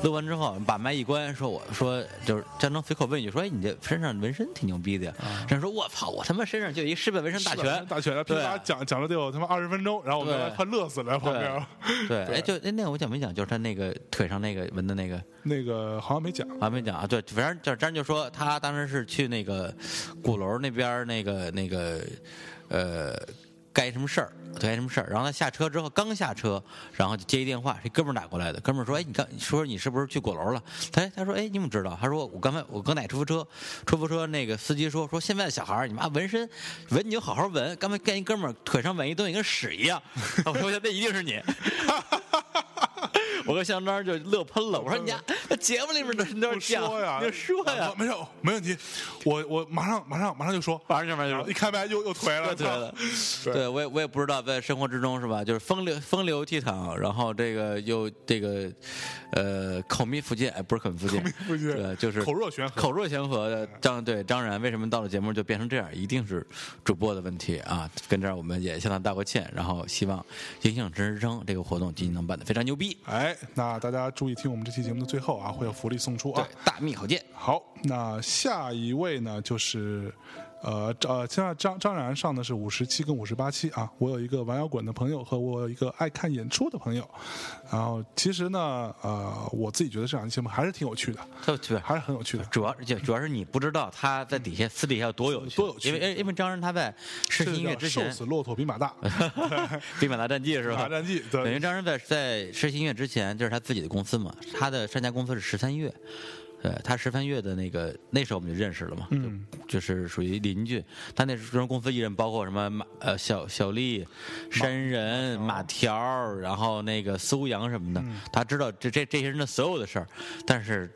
Speaker 2: 录完之后把麦一关，说我说就是张成随口问一句说，哎，你这身上纹身挺牛逼的呀，
Speaker 1: 啊
Speaker 2: 张成说，我操，我他妈身上就有一世界纹身大
Speaker 1: 是
Speaker 2: 全
Speaker 1: 吧，大全啊了，噼
Speaker 2: 对
Speaker 1: 啪讲讲了得有他妈二十分钟，然后我们
Speaker 2: 对
Speaker 1: 大家快乐死了，旁边
Speaker 2: 对，
Speaker 1: 对
Speaker 2: 哎，就哎那我讲没讲，就是他那个腿上那个纹的那个。
Speaker 1: 那个好像没讲，
Speaker 2: 还没讲啊，对，反正就是张就说他当时是去那个鼓楼那边儿那个那个呃干一什么事儿，干一什么事儿，然后他下车之后刚下车，然后就接一电话，这哥们儿打过来的，哥们儿说，哎，你刚你说你是不是去鼓楼了？他他说，哎，你怎么知道？他说我刚才我刚打出租车，出租车那个司机说说现在的小孩儿，你妈纹身纹你就好好纹，刚才跟一哥们儿腿上纹一东西跟屎一样，我说那一定是你。我跟香樟就乐喷了，我说你家那节目里面都是都
Speaker 1: 不
Speaker 2: 是这样，
Speaker 1: 说呀，
Speaker 2: 你就说呀
Speaker 1: 啊，没有没问题，我我马上马上马上就说，
Speaker 2: 马上就马上就
Speaker 1: 然后一开麦又又颓了，
Speaker 2: 对 嗯了，
Speaker 1: 对
Speaker 2: 对我也我也不知道，在生活之中是吧？就是风流风流倜傥，然后这个又这个，呃，口蜜腹剑，哎不是口蜜腹剑，
Speaker 1: 腹剑
Speaker 2: 对，就是
Speaker 1: 口若悬河
Speaker 2: 口若悬河的张对张然，为什么到了节目就变成这样？一定是主播的问题啊！跟这儿我们也向他道个歉，然后希望影响真实声这个活动今天能办得非常牛逼，
Speaker 1: 哎，那大家注意听我们这期节目的最后啊，会有福利送出
Speaker 2: 对
Speaker 1: 啊。，
Speaker 2: 大蜜 口剑，
Speaker 1: 好，那下一位呢就是，呃张呃，现在张张然上的是五十七跟五十八期啊。我有一个玩摇滚的朋友和我有一个爱看演出的朋友，然后其实呢，呃，我自己觉得这两期节目还是挺有趣的，
Speaker 2: 特别
Speaker 1: 还是很有趣的。
Speaker 2: 主要就主要是你不知道他在底下私底下有多有
Speaker 1: 嗯
Speaker 2: 趣，
Speaker 1: 多有趣
Speaker 2: 因为因为张然他在试
Speaker 1: 这
Speaker 2: 新音乐
Speaker 1: 叫
Speaker 2: 之
Speaker 1: 瘦
Speaker 2: 前，
Speaker 1: 死骆驼比马大，
Speaker 2: 比马达战记是吧？
Speaker 1: 马战记对
Speaker 2: 等于张然在在试新音乐之前，这是他自己的公司嘛，他的上家公司是十三月。对他十三月的那个那时候我们就认识了嘛，嗯，就是属于邻居。他那时候公司艺人包括什么马呃小小丽、山人、马条儿，然后那个苏阳什么的，他知道这这这些人的所有的事儿，但是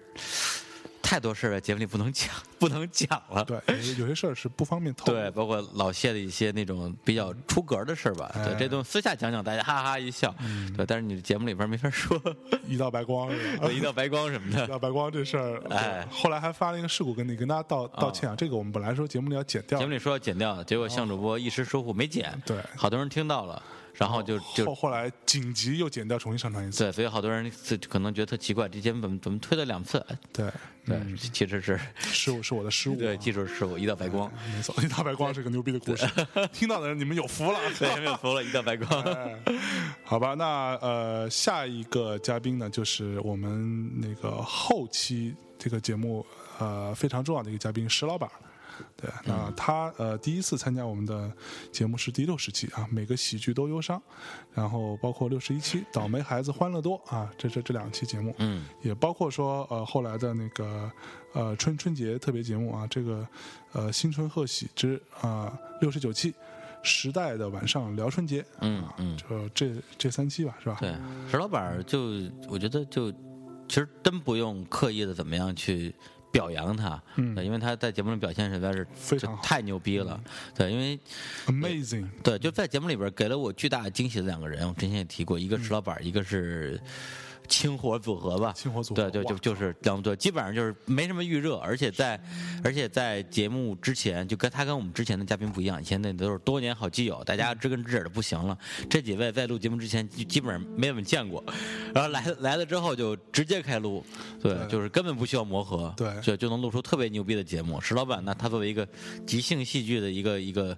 Speaker 2: 太多事儿在节目里不能讲，不能讲了。
Speaker 1: 对，有些有些事儿是不方便透露
Speaker 2: 对，包括老谢的一些那种比较出格的事儿吧。对，
Speaker 1: 哎
Speaker 2: 这东西私下讲讲，大家哈哈一笑。对，但是你节目里边没法说，
Speaker 1: 一道白光是吧
Speaker 2: 对，一道白光什 么
Speaker 1: 一
Speaker 2: 的。
Speaker 1: 道白光这事儿，
Speaker 2: 哎
Speaker 1: 对后来还发了一个事故，跟你跟大家道道歉啊。这个我们本来说节目里要剪掉
Speaker 2: 节，目里说要剪掉，结果向主播一时疏忽没剪，
Speaker 1: 对
Speaker 2: 好多人听到了，然后就
Speaker 1: 后
Speaker 2: 就。
Speaker 1: 后来紧急又剪掉，重新上传一次。
Speaker 2: 对，所以好多人就可能觉得特奇怪，这节目怎么怎么推了两次？哎
Speaker 1: 对，
Speaker 2: 对，其实是
Speaker 1: 失误是我的失误。 啊
Speaker 2: 对技术失误，一道白光。
Speaker 1: 没错，一道白光是个牛逼的故事， 听到的人你们有福了。
Speaker 2: 对， 没有服了，一道 白光。
Speaker 1: 哎好吧，那呃，下一个嘉宾呢，就是我们那个后期这个节目呃非常重要的一个嘉宾石老板。对，那他呃第一次参加我们的节目是第六十期啊，每个喜剧都忧伤，然后包括六十一期《倒霉孩子欢乐多》啊，这这这两期节目，嗯，也包括说呃后来的那个呃春春节特别节目啊，这个呃新春贺喜之啊六十九期。时代的晚上聊春节，
Speaker 2: 嗯嗯，
Speaker 1: 就这这三期吧，是吧？
Speaker 2: 对，石老板儿就我觉得就其实真不用刻意的怎么样去表扬他，嗯，因为他在节目里表现实在是
Speaker 1: 非常
Speaker 2: 就
Speaker 1: 好嗯
Speaker 2: 太牛逼了，对，因为
Speaker 1: a m a z i n g
Speaker 2: 对就在节目里边给了我巨大惊喜的两个人，我之前也提过，
Speaker 1: 嗯
Speaker 2: 一个石老板儿，一个是。清火组合吧，
Speaker 1: 清火组合
Speaker 2: 对对，就
Speaker 1: 哇
Speaker 2: 就是两对，基本上就是没什么预热，而且在而且在节目之前，就跟他跟我们之前的嘉宾不一样，以前那都是多年好基友，大家知根知底儿的不行了。这几位在录节目之前，基基本上没怎么见过，然后来来了之后就直接开录，对，
Speaker 1: 对
Speaker 2: 就是根本不需要磨合，
Speaker 1: 对
Speaker 2: 就就能录出特别牛逼的节目。石老板呢，他作为一个即兴戏剧的一个一个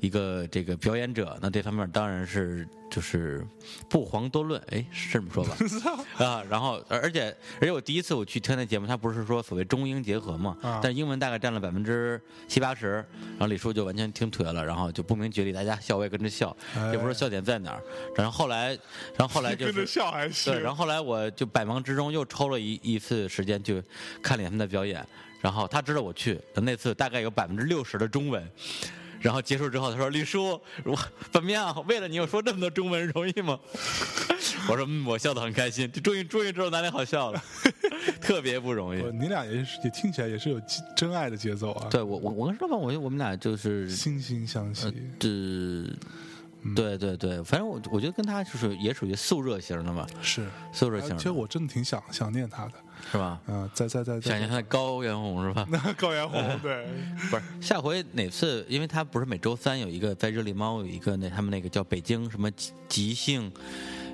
Speaker 2: 一个这个表演者，那这方面当然是就是不遑多论，哎，是这么说吧？ 啊，然后而而且而且我第一次我去听那节目，他不是说所谓中英结合嘛，
Speaker 1: 啊
Speaker 2: 但英文大概占了百分之七八十，然后李叔就完全听颓了，然后就不明觉厉，大家笑我也跟着笑，
Speaker 1: 哎
Speaker 2: 也不知道笑点在哪儿。然后后来，然后后 来就是
Speaker 1: 跟着笑还是
Speaker 2: 对，然后后来我就百忙之中又抽了一一次时间去看了一眼他们的表演，然后他知道我去，那次大概有百分之六十的中文。然后结束之后，他说：“李叔，我怎么样？为了你，我说这么多中文容易吗？” 我说：“嗯，我笑得很开心，终于终于知道哪里好笑了，特别不容易。
Speaker 1: 呃你俩也是也听起来也是有真真爱的节奏啊，
Speaker 2: 对”我我我跟石老板，我就我们俩就是呃
Speaker 1: 惺惺相惜。
Speaker 2: 嗯这。对对对，反正我我觉得跟他就是也属于速热型的嘛，
Speaker 1: 是，
Speaker 2: 速热型
Speaker 1: 而
Speaker 2: 的
Speaker 1: 且我真的挺想想念他的，
Speaker 2: 是吧？
Speaker 1: 嗯、在在在
Speaker 2: 想念
Speaker 1: 在
Speaker 2: 嗯他的高原红是吧？
Speaker 1: 高原红，对，
Speaker 2: 不是，下回哪次？因为他不是每周三有一个在热力猫有一个那他们那个叫北京什么即即兴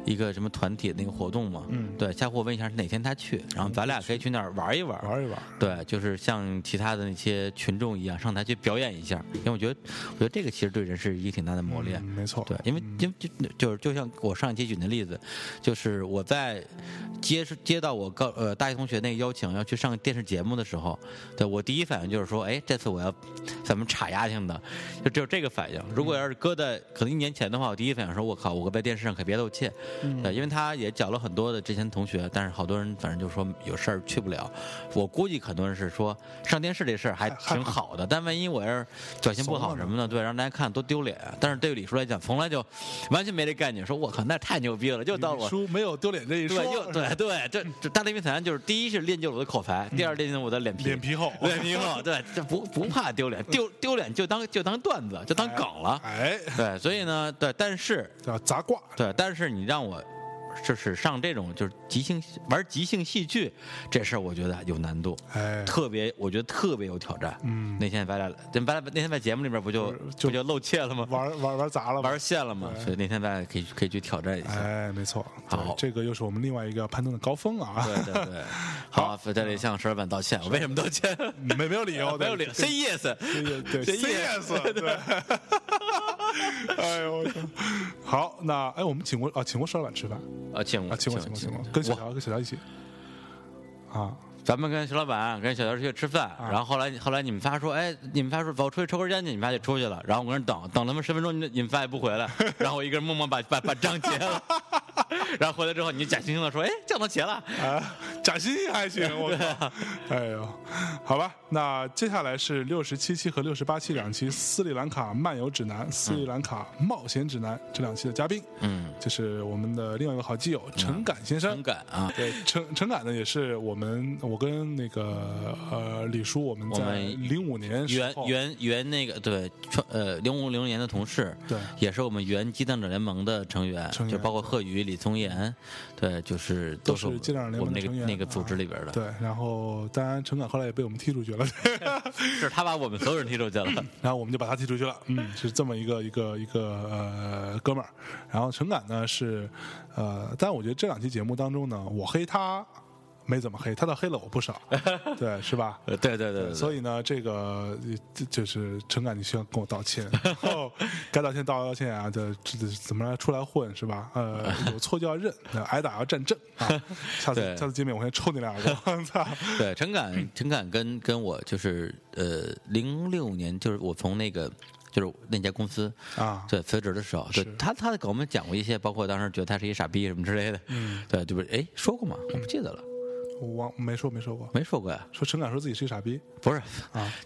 Speaker 2: 一个什么团体的那个活动嘛。嗯，对，下回我问一下是哪天他去，然后咱俩可以去那儿玩一玩。
Speaker 1: 玩一玩，
Speaker 2: 对，就是像其他的那些群众一样上台去表演一下，因为我觉得，我觉得这个其实对人是一个挺大的磨练。
Speaker 1: 嗯，没错，
Speaker 2: 对，因为因为就就是就像我上一期举的例子，就是我在接是接到我高呃大学同学那个邀请要去上电视节目的时候，对我第一反应就是说，哎，这次我要咱们插丫挺的，就只有这个反应。如果要是搁在可能一年前的话，我第一反应说，我靠，我在电视上可别露怯，对，因为他也找了很多的之前同学，但是好多人反正就说有事儿去不了。我估计很多人是说上电视这事儿还挺好的，但万一我要是表现不好什么的，对，让大家看多丢脸。但是对李叔来讲，从来就完全没这概念，说我靠，那太牛逼了，就到我。
Speaker 1: 书没有丢脸这一说
Speaker 2: 对，，又
Speaker 1: 是吧
Speaker 2: 对对，这这大内密谈就是第一是练就了我的口才，第二练就了我的脸皮，
Speaker 1: 嗯脸皮厚
Speaker 2: 脸皮厚，对，这不不怕丢脸，丢丢脸就当就当段子，就当梗了，
Speaker 1: 哎，
Speaker 2: 对，所以呢，对，但是
Speaker 1: 叫砸挂，
Speaker 2: 对，但是你让我就是上这种就是即兴玩即兴戏剧这事儿，我觉得有难度，
Speaker 1: 哎，
Speaker 2: 特别我觉得特别有挑战。
Speaker 1: 嗯
Speaker 2: 那天咱俩，咱咱俩那天在节目里边不就
Speaker 1: 就
Speaker 2: 不就露怯了吗？
Speaker 1: 玩玩玩砸了吧
Speaker 2: 玩，线了吗？所以那天咱俩可以可以去挑战一下。
Speaker 1: 哎，没错，对
Speaker 2: 好
Speaker 1: 这个又是我们另外一个要攀登的高峰啊，
Speaker 2: 对 对对，好，在这里向石老板道歉，我为什么道歉？
Speaker 1: 没没有理由，
Speaker 2: 没有理
Speaker 1: 对
Speaker 2: 由，say yes。
Speaker 1: 对
Speaker 2: Say
Speaker 1: ，C S，对。哎呦，我操！好，那哎，我们请过啊，请过石老板吃饭
Speaker 2: 啊，请
Speaker 1: 啊，请过，请过，请过，跟小
Speaker 2: 我
Speaker 1: 乔跟小乔一起 啊，
Speaker 2: 咱们跟徐老板、跟小乔出去吃饭，然后后来后来你们仨说，哎，你们仨说走出去抽根烟去，你们仨就出去了，然后我搁那儿等等他们十分钟，你们你们仨也不回 来，然后我一个人默默把把把账结了， 然后回来之后你就假惺惺的说，哎，账都结了，
Speaker 1: 啊，假惺惺还行，我靠！ 哎呦，好吧，那接下来是六十七期和六十八期两期《斯里兰卡漫游指南》《斯里兰卡冒险指南》这两期的嘉宾，
Speaker 2: 嗯，
Speaker 1: 就是我们的另外一个好基友嗯陈敢先生
Speaker 2: 很。敢啊，
Speaker 1: 对，陈陈敢呢也是我们，我跟那个呃李叔，我们
Speaker 2: 我
Speaker 1: 在
Speaker 2: 们
Speaker 1: 零五年时
Speaker 2: 原
Speaker 1: 候
Speaker 2: 原原那个对，创呃零五零六年的同事，
Speaker 1: 对
Speaker 2: 也是我们原激荡者联盟的成员，
Speaker 1: 成员
Speaker 2: 就包括贺宇、李松岩，对，就是
Speaker 1: 都
Speaker 2: 是
Speaker 1: 是激荡者联
Speaker 2: 我
Speaker 1: 盟的
Speaker 2: 们那个
Speaker 1: 成员
Speaker 2: 那个组织
Speaker 1: 啊
Speaker 2: 里边的，
Speaker 1: 对，然后当然陈敢后来也被我们踢出 去了，
Speaker 2: 是他把我们所有人踢出 去了。
Speaker 1: 然后我们就把他踢出去了。嗯，是这么一个一个一个呃哥们儿。然后陈敢呢是呃，但我觉得这两期节目当中呢，我黑他。没怎么黑，他倒黑了我不 少，对，是吧？
Speaker 2: 呃对对对对，
Speaker 1: 所以呢，这个呃这就是陈感，你需要跟我道 歉，然后该道歉道道歉啊，这这这怎么来出来混是吧？ 呃，有错就要认，那挨打要站正啊！下次
Speaker 2: 对
Speaker 1: 下次见面我先抽你两个，操！
Speaker 2: 对，陈敢，陈敢跟跟我就是呃，零六年就是我从那个就是那家公司
Speaker 1: 啊
Speaker 2: 对辞职的时候，对
Speaker 1: 是
Speaker 2: 他他给我们讲过一些，包括当时觉得他是一傻逼什么之类的，嗯，对，就是哎说过吗？我不记得了，
Speaker 1: 我忘没说没说过，
Speaker 2: 没说过呀，
Speaker 1: 说陈敢说自己是一傻逼，
Speaker 2: 不是，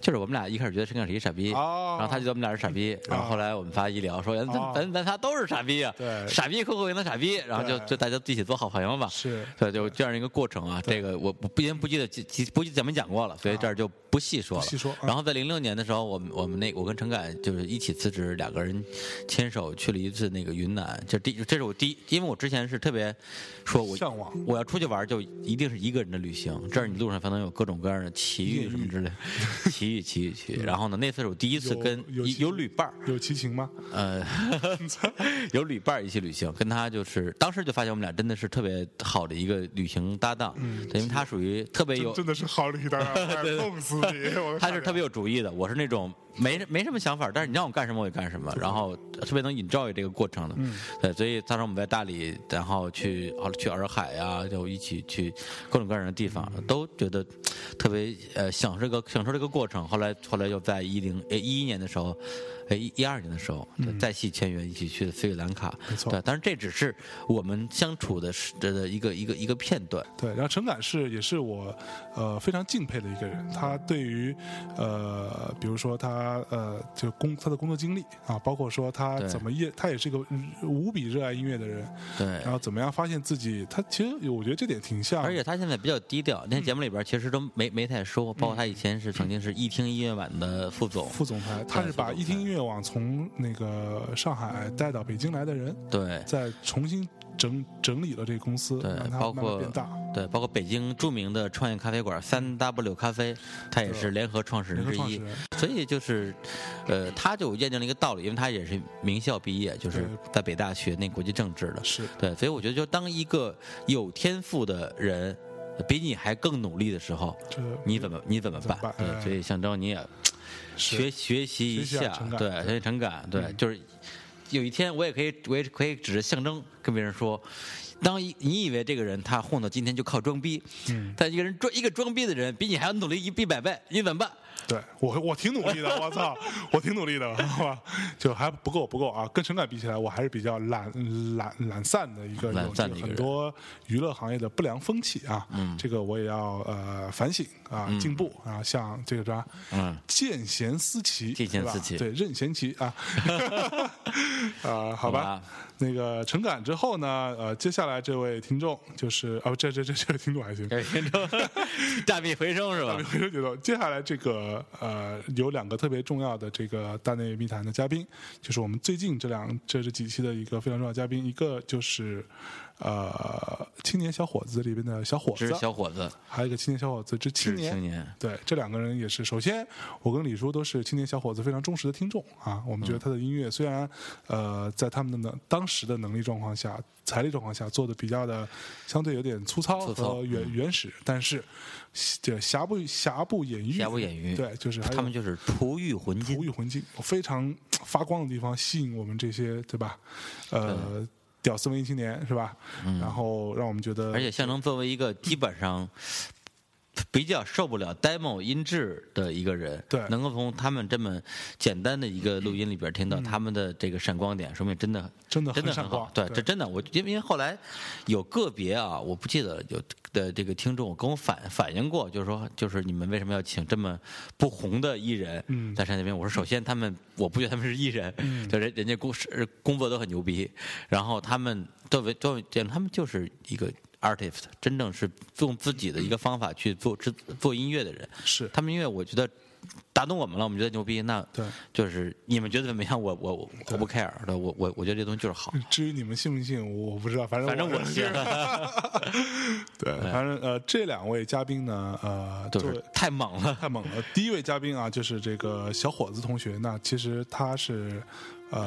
Speaker 2: 就是我们俩一开始觉得陈敢是一傻逼，
Speaker 1: 啊哦
Speaker 2: 然后他觉得我们俩是傻逼，然后后来我们仨一聊说，哎咱
Speaker 1: 哦
Speaker 2: 咱咱仨都是傻逼啊，
Speaker 1: 对
Speaker 2: 傻逼客户原来傻逼，然后就
Speaker 1: 对
Speaker 2: 就大家一起做好朋友吧，
Speaker 1: 是
Speaker 2: 对，就这样一个过程啊。这个我不不因不记得记记不记得咱们讲过了，所以这儿就不细说了。
Speaker 1: 不细说啊
Speaker 2: 然后在零六年的时候，我们我们那我跟陈敢就是一起辞职，两个人牵手去了一次那个云南。这第这是我第一，因为我之前是特别说我
Speaker 1: 向往
Speaker 2: 我要出去玩就一定是一个人的旅行，这样你路上才能有各种各样的奇遇什么之类的，奇遇奇遇奇遇。然后呢，那次是我第一次
Speaker 1: 有
Speaker 2: 跟
Speaker 1: 有
Speaker 2: 一
Speaker 1: 骑
Speaker 2: 有旅伴儿，
Speaker 1: 有齐秦吗？
Speaker 2: 呃， 有旅伴儿一起旅行，跟他就是当时就发现我们俩真的是特别好的一个旅行搭档，对因为他属于特别有
Speaker 1: 嗯真，的是好旅 的，啊弄死你！我
Speaker 2: 他是特别有主意的，我是那种没没什么想法，但是你让我干什么我就干什么，然后特别能 enjoy 这个过程的，
Speaker 1: 嗯
Speaker 2: 对，所以当时我们在大理，然后去好去洱海啊，就一起去各种各样的地方，都觉得特别呃享受这个享受这个过程。后来后来又在一零呃一一年的时候。哎，一二年的时候，再系签约一起去的斯里兰卡，
Speaker 1: 嗯没错
Speaker 2: 对，但是这只是我们相处的时的一个一个一个片段，
Speaker 1: 对，然后陈敢是也是我呃非常敬佩的一个人，他对于呃比如说他呃就工他的工作经历啊，包括说他
Speaker 2: 对
Speaker 1: 怎么业，他也是一个嗯无比热爱音乐的人，
Speaker 2: 对
Speaker 1: 然。后怎么样发现自己，他其实我觉得这点挺像，
Speaker 2: 而且他现在比较低调，
Speaker 1: 嗯
Speaker 2: 那节目里边其实都没没太说，包括他以前是曾经是一听音乐晚的副总，
Speaker 1: 副总裁，他是把一听音乐网从那个上海带到北京来的人，
Speaker 2: 对
Speaker 1: 再重新整整理了这个公司，
Speaker 2: 对
Speaker 1: 让它
Speaker 2: 包
Speaker 1: 慢慢
Speaker 2: 括
Speaker 1: 变大。
Speaker 2: 对，包括北京著名的创业咖啡馆三 W 咖啡，他也是联合创始人
Speaker 1: 联合
Speaker 2: 之
Speaker 1: 创
Speaker 2: 一
Speaker 1: 始人，
Speaker 2: 所以就是，呃，他就验证了一个道理，因为他也是名校毕业，就是
Speaker 1: 对
Speaker 2: 在北大学那国际政治的，
Speaker 1: 是
Speaker 2: 对，所以我觉得就当一个有天赋的人。比你还更努力的时候，
Speaker 1: 这
Speaker 2: 你怎么你怎么
Speaker 1: 怎么
Speaker 2: 办？
Speaker 1: 办哎
Speaker 2: 对，所以象征你也
Speaker 1: 是
Speaker 2: 学学习一
Speaker 1: 学习啊
Speaker 2: 下
Speaker 1: 成，嗯长
Speaker 2: 对，学习成感，对，就是有一天我也可以，我也可以指着象征跟别人说，当一你以为这个人他混到今天就靠装逼，嗯，但一个人装一个装逼的人比你还要努力一一百倍，你怎么办？
Speaker 1: 对我我挺努力的，我操，我挺努力的，好吧，就还不够不够啊！跟陈凯比起来，我还是比较懒懒懒散的一个，
Speaker 2: 懒散的一
Speaker 1: 有
Speaker 2: 个
Speaker 1: 很
Speaker 2: 人嗯
Speaker 1: 多娱乐行业的不良风气啊，这个我也要呃反省啊，进步啊，像这个啥，
Speaker 2: 嗯，
Speaker 1: 见贤思齐，
Speaker 2: 见贤
Speaker 1: 是吧
Speaker 2: 思齐
Speaker 1: 对，任贤齐 啊， 啊，好吧。
Speaker 2: 吧
Speaker 1: 那个陈感之后呢？呃，接下来这位听众就是哦，这这这这位听众还行，
Speaker 2: 哎， 大笔回声是吧？
Speaker 1: 回头觉得接下来这个呃，有两个特别重要的这个大内密谈的嘉宾，就是我们最近这两这这几期的一个非常重要的嘉宾，一个就是呃青年小伙子里边的小伙
Speaker 2: 这
Speaker 1: 子
Speaker 2: 是，小伙子，
Speaker 1: 还有一个青年小伙子之青
Speaker 2: 是
Speaker 1: 年。
Speaker 2: 青年，
Speaker 1: 对，这两个人也是。首先，我跟李叔都是青年小伙子非常忠实的听众啊。我们觉得他的音乐虽然，呃，在他们的能当时的能力状况下、财力状况下做的比较的相对有点粗糙
Speaker 2: 粗糙嗯
Speaker 1: 和原原始，但是这瑕不瑕不掩瑜，
Speaker 2: 瑕不掩瑜
Speaker 1: 对，就是还有
Speaker 2: 他们就是璞玉浑
Speaker 1: 璞
Speaker 2: 金，
Speaker 1: 玉浑金，非常发光的地方吸引我们这些对吧？呃，屌丝文艺青年是吧？然后让我们觉得，
Speaker 2: 嗯而且象征作为一个基本上比较受不了 demo 音质的一个人，
Speaker 1: 对
Speaker 2: 能够从他们这么简单的一个录音里边听到他们的这个闪光点，说明真的
Speaker 1: 真的很
Speaker 2: 真的
Speaker 1: 闪
Speaker 2: 很
Speaker 1: 光
Speaker 2: 好。对，
Speaker 1: 对
Speaker 2: 这真的我因为因为后来有个别啊，我不记得了有的这个听众跟我反反映过，就是说就是你们为什么要请这么不红的艺人
Speaker 1: 嗯
Speaker 2: 在山那边？我说首先他们我不觉得他们是艺人，对人人家工是工作都很牛逼，然后他们作为作为他们就是一个 artist，真正是用自己的一个方法去做制做音乐的人。
Speaker 1: 是
Speaker 2: 他们音乐，我觉得打动我们了，我们觉得牛逼，那
Speaker 1: 对
Speaker 2: 就是你们觉得怎么样？我我我我不 care 对我我我觉得这东西就是好，
Speaker 1: 至于你们信不信，我我不知道，反正
Speaker 2: 反正
Speaker 1: 我
Speaker 2: 我觉得
Speaker 1: 对，反正呃，这两位嘉宾呢，呃，
Speaker 2: 就
Speaker 1: 作
Speaker 2: 是
Speaker 1: 为
Speaker 2: 太猛了，
Speaker 1: 太猛了。第一位嘉宾啊，就是这个小伙子同学，那其实他是 呃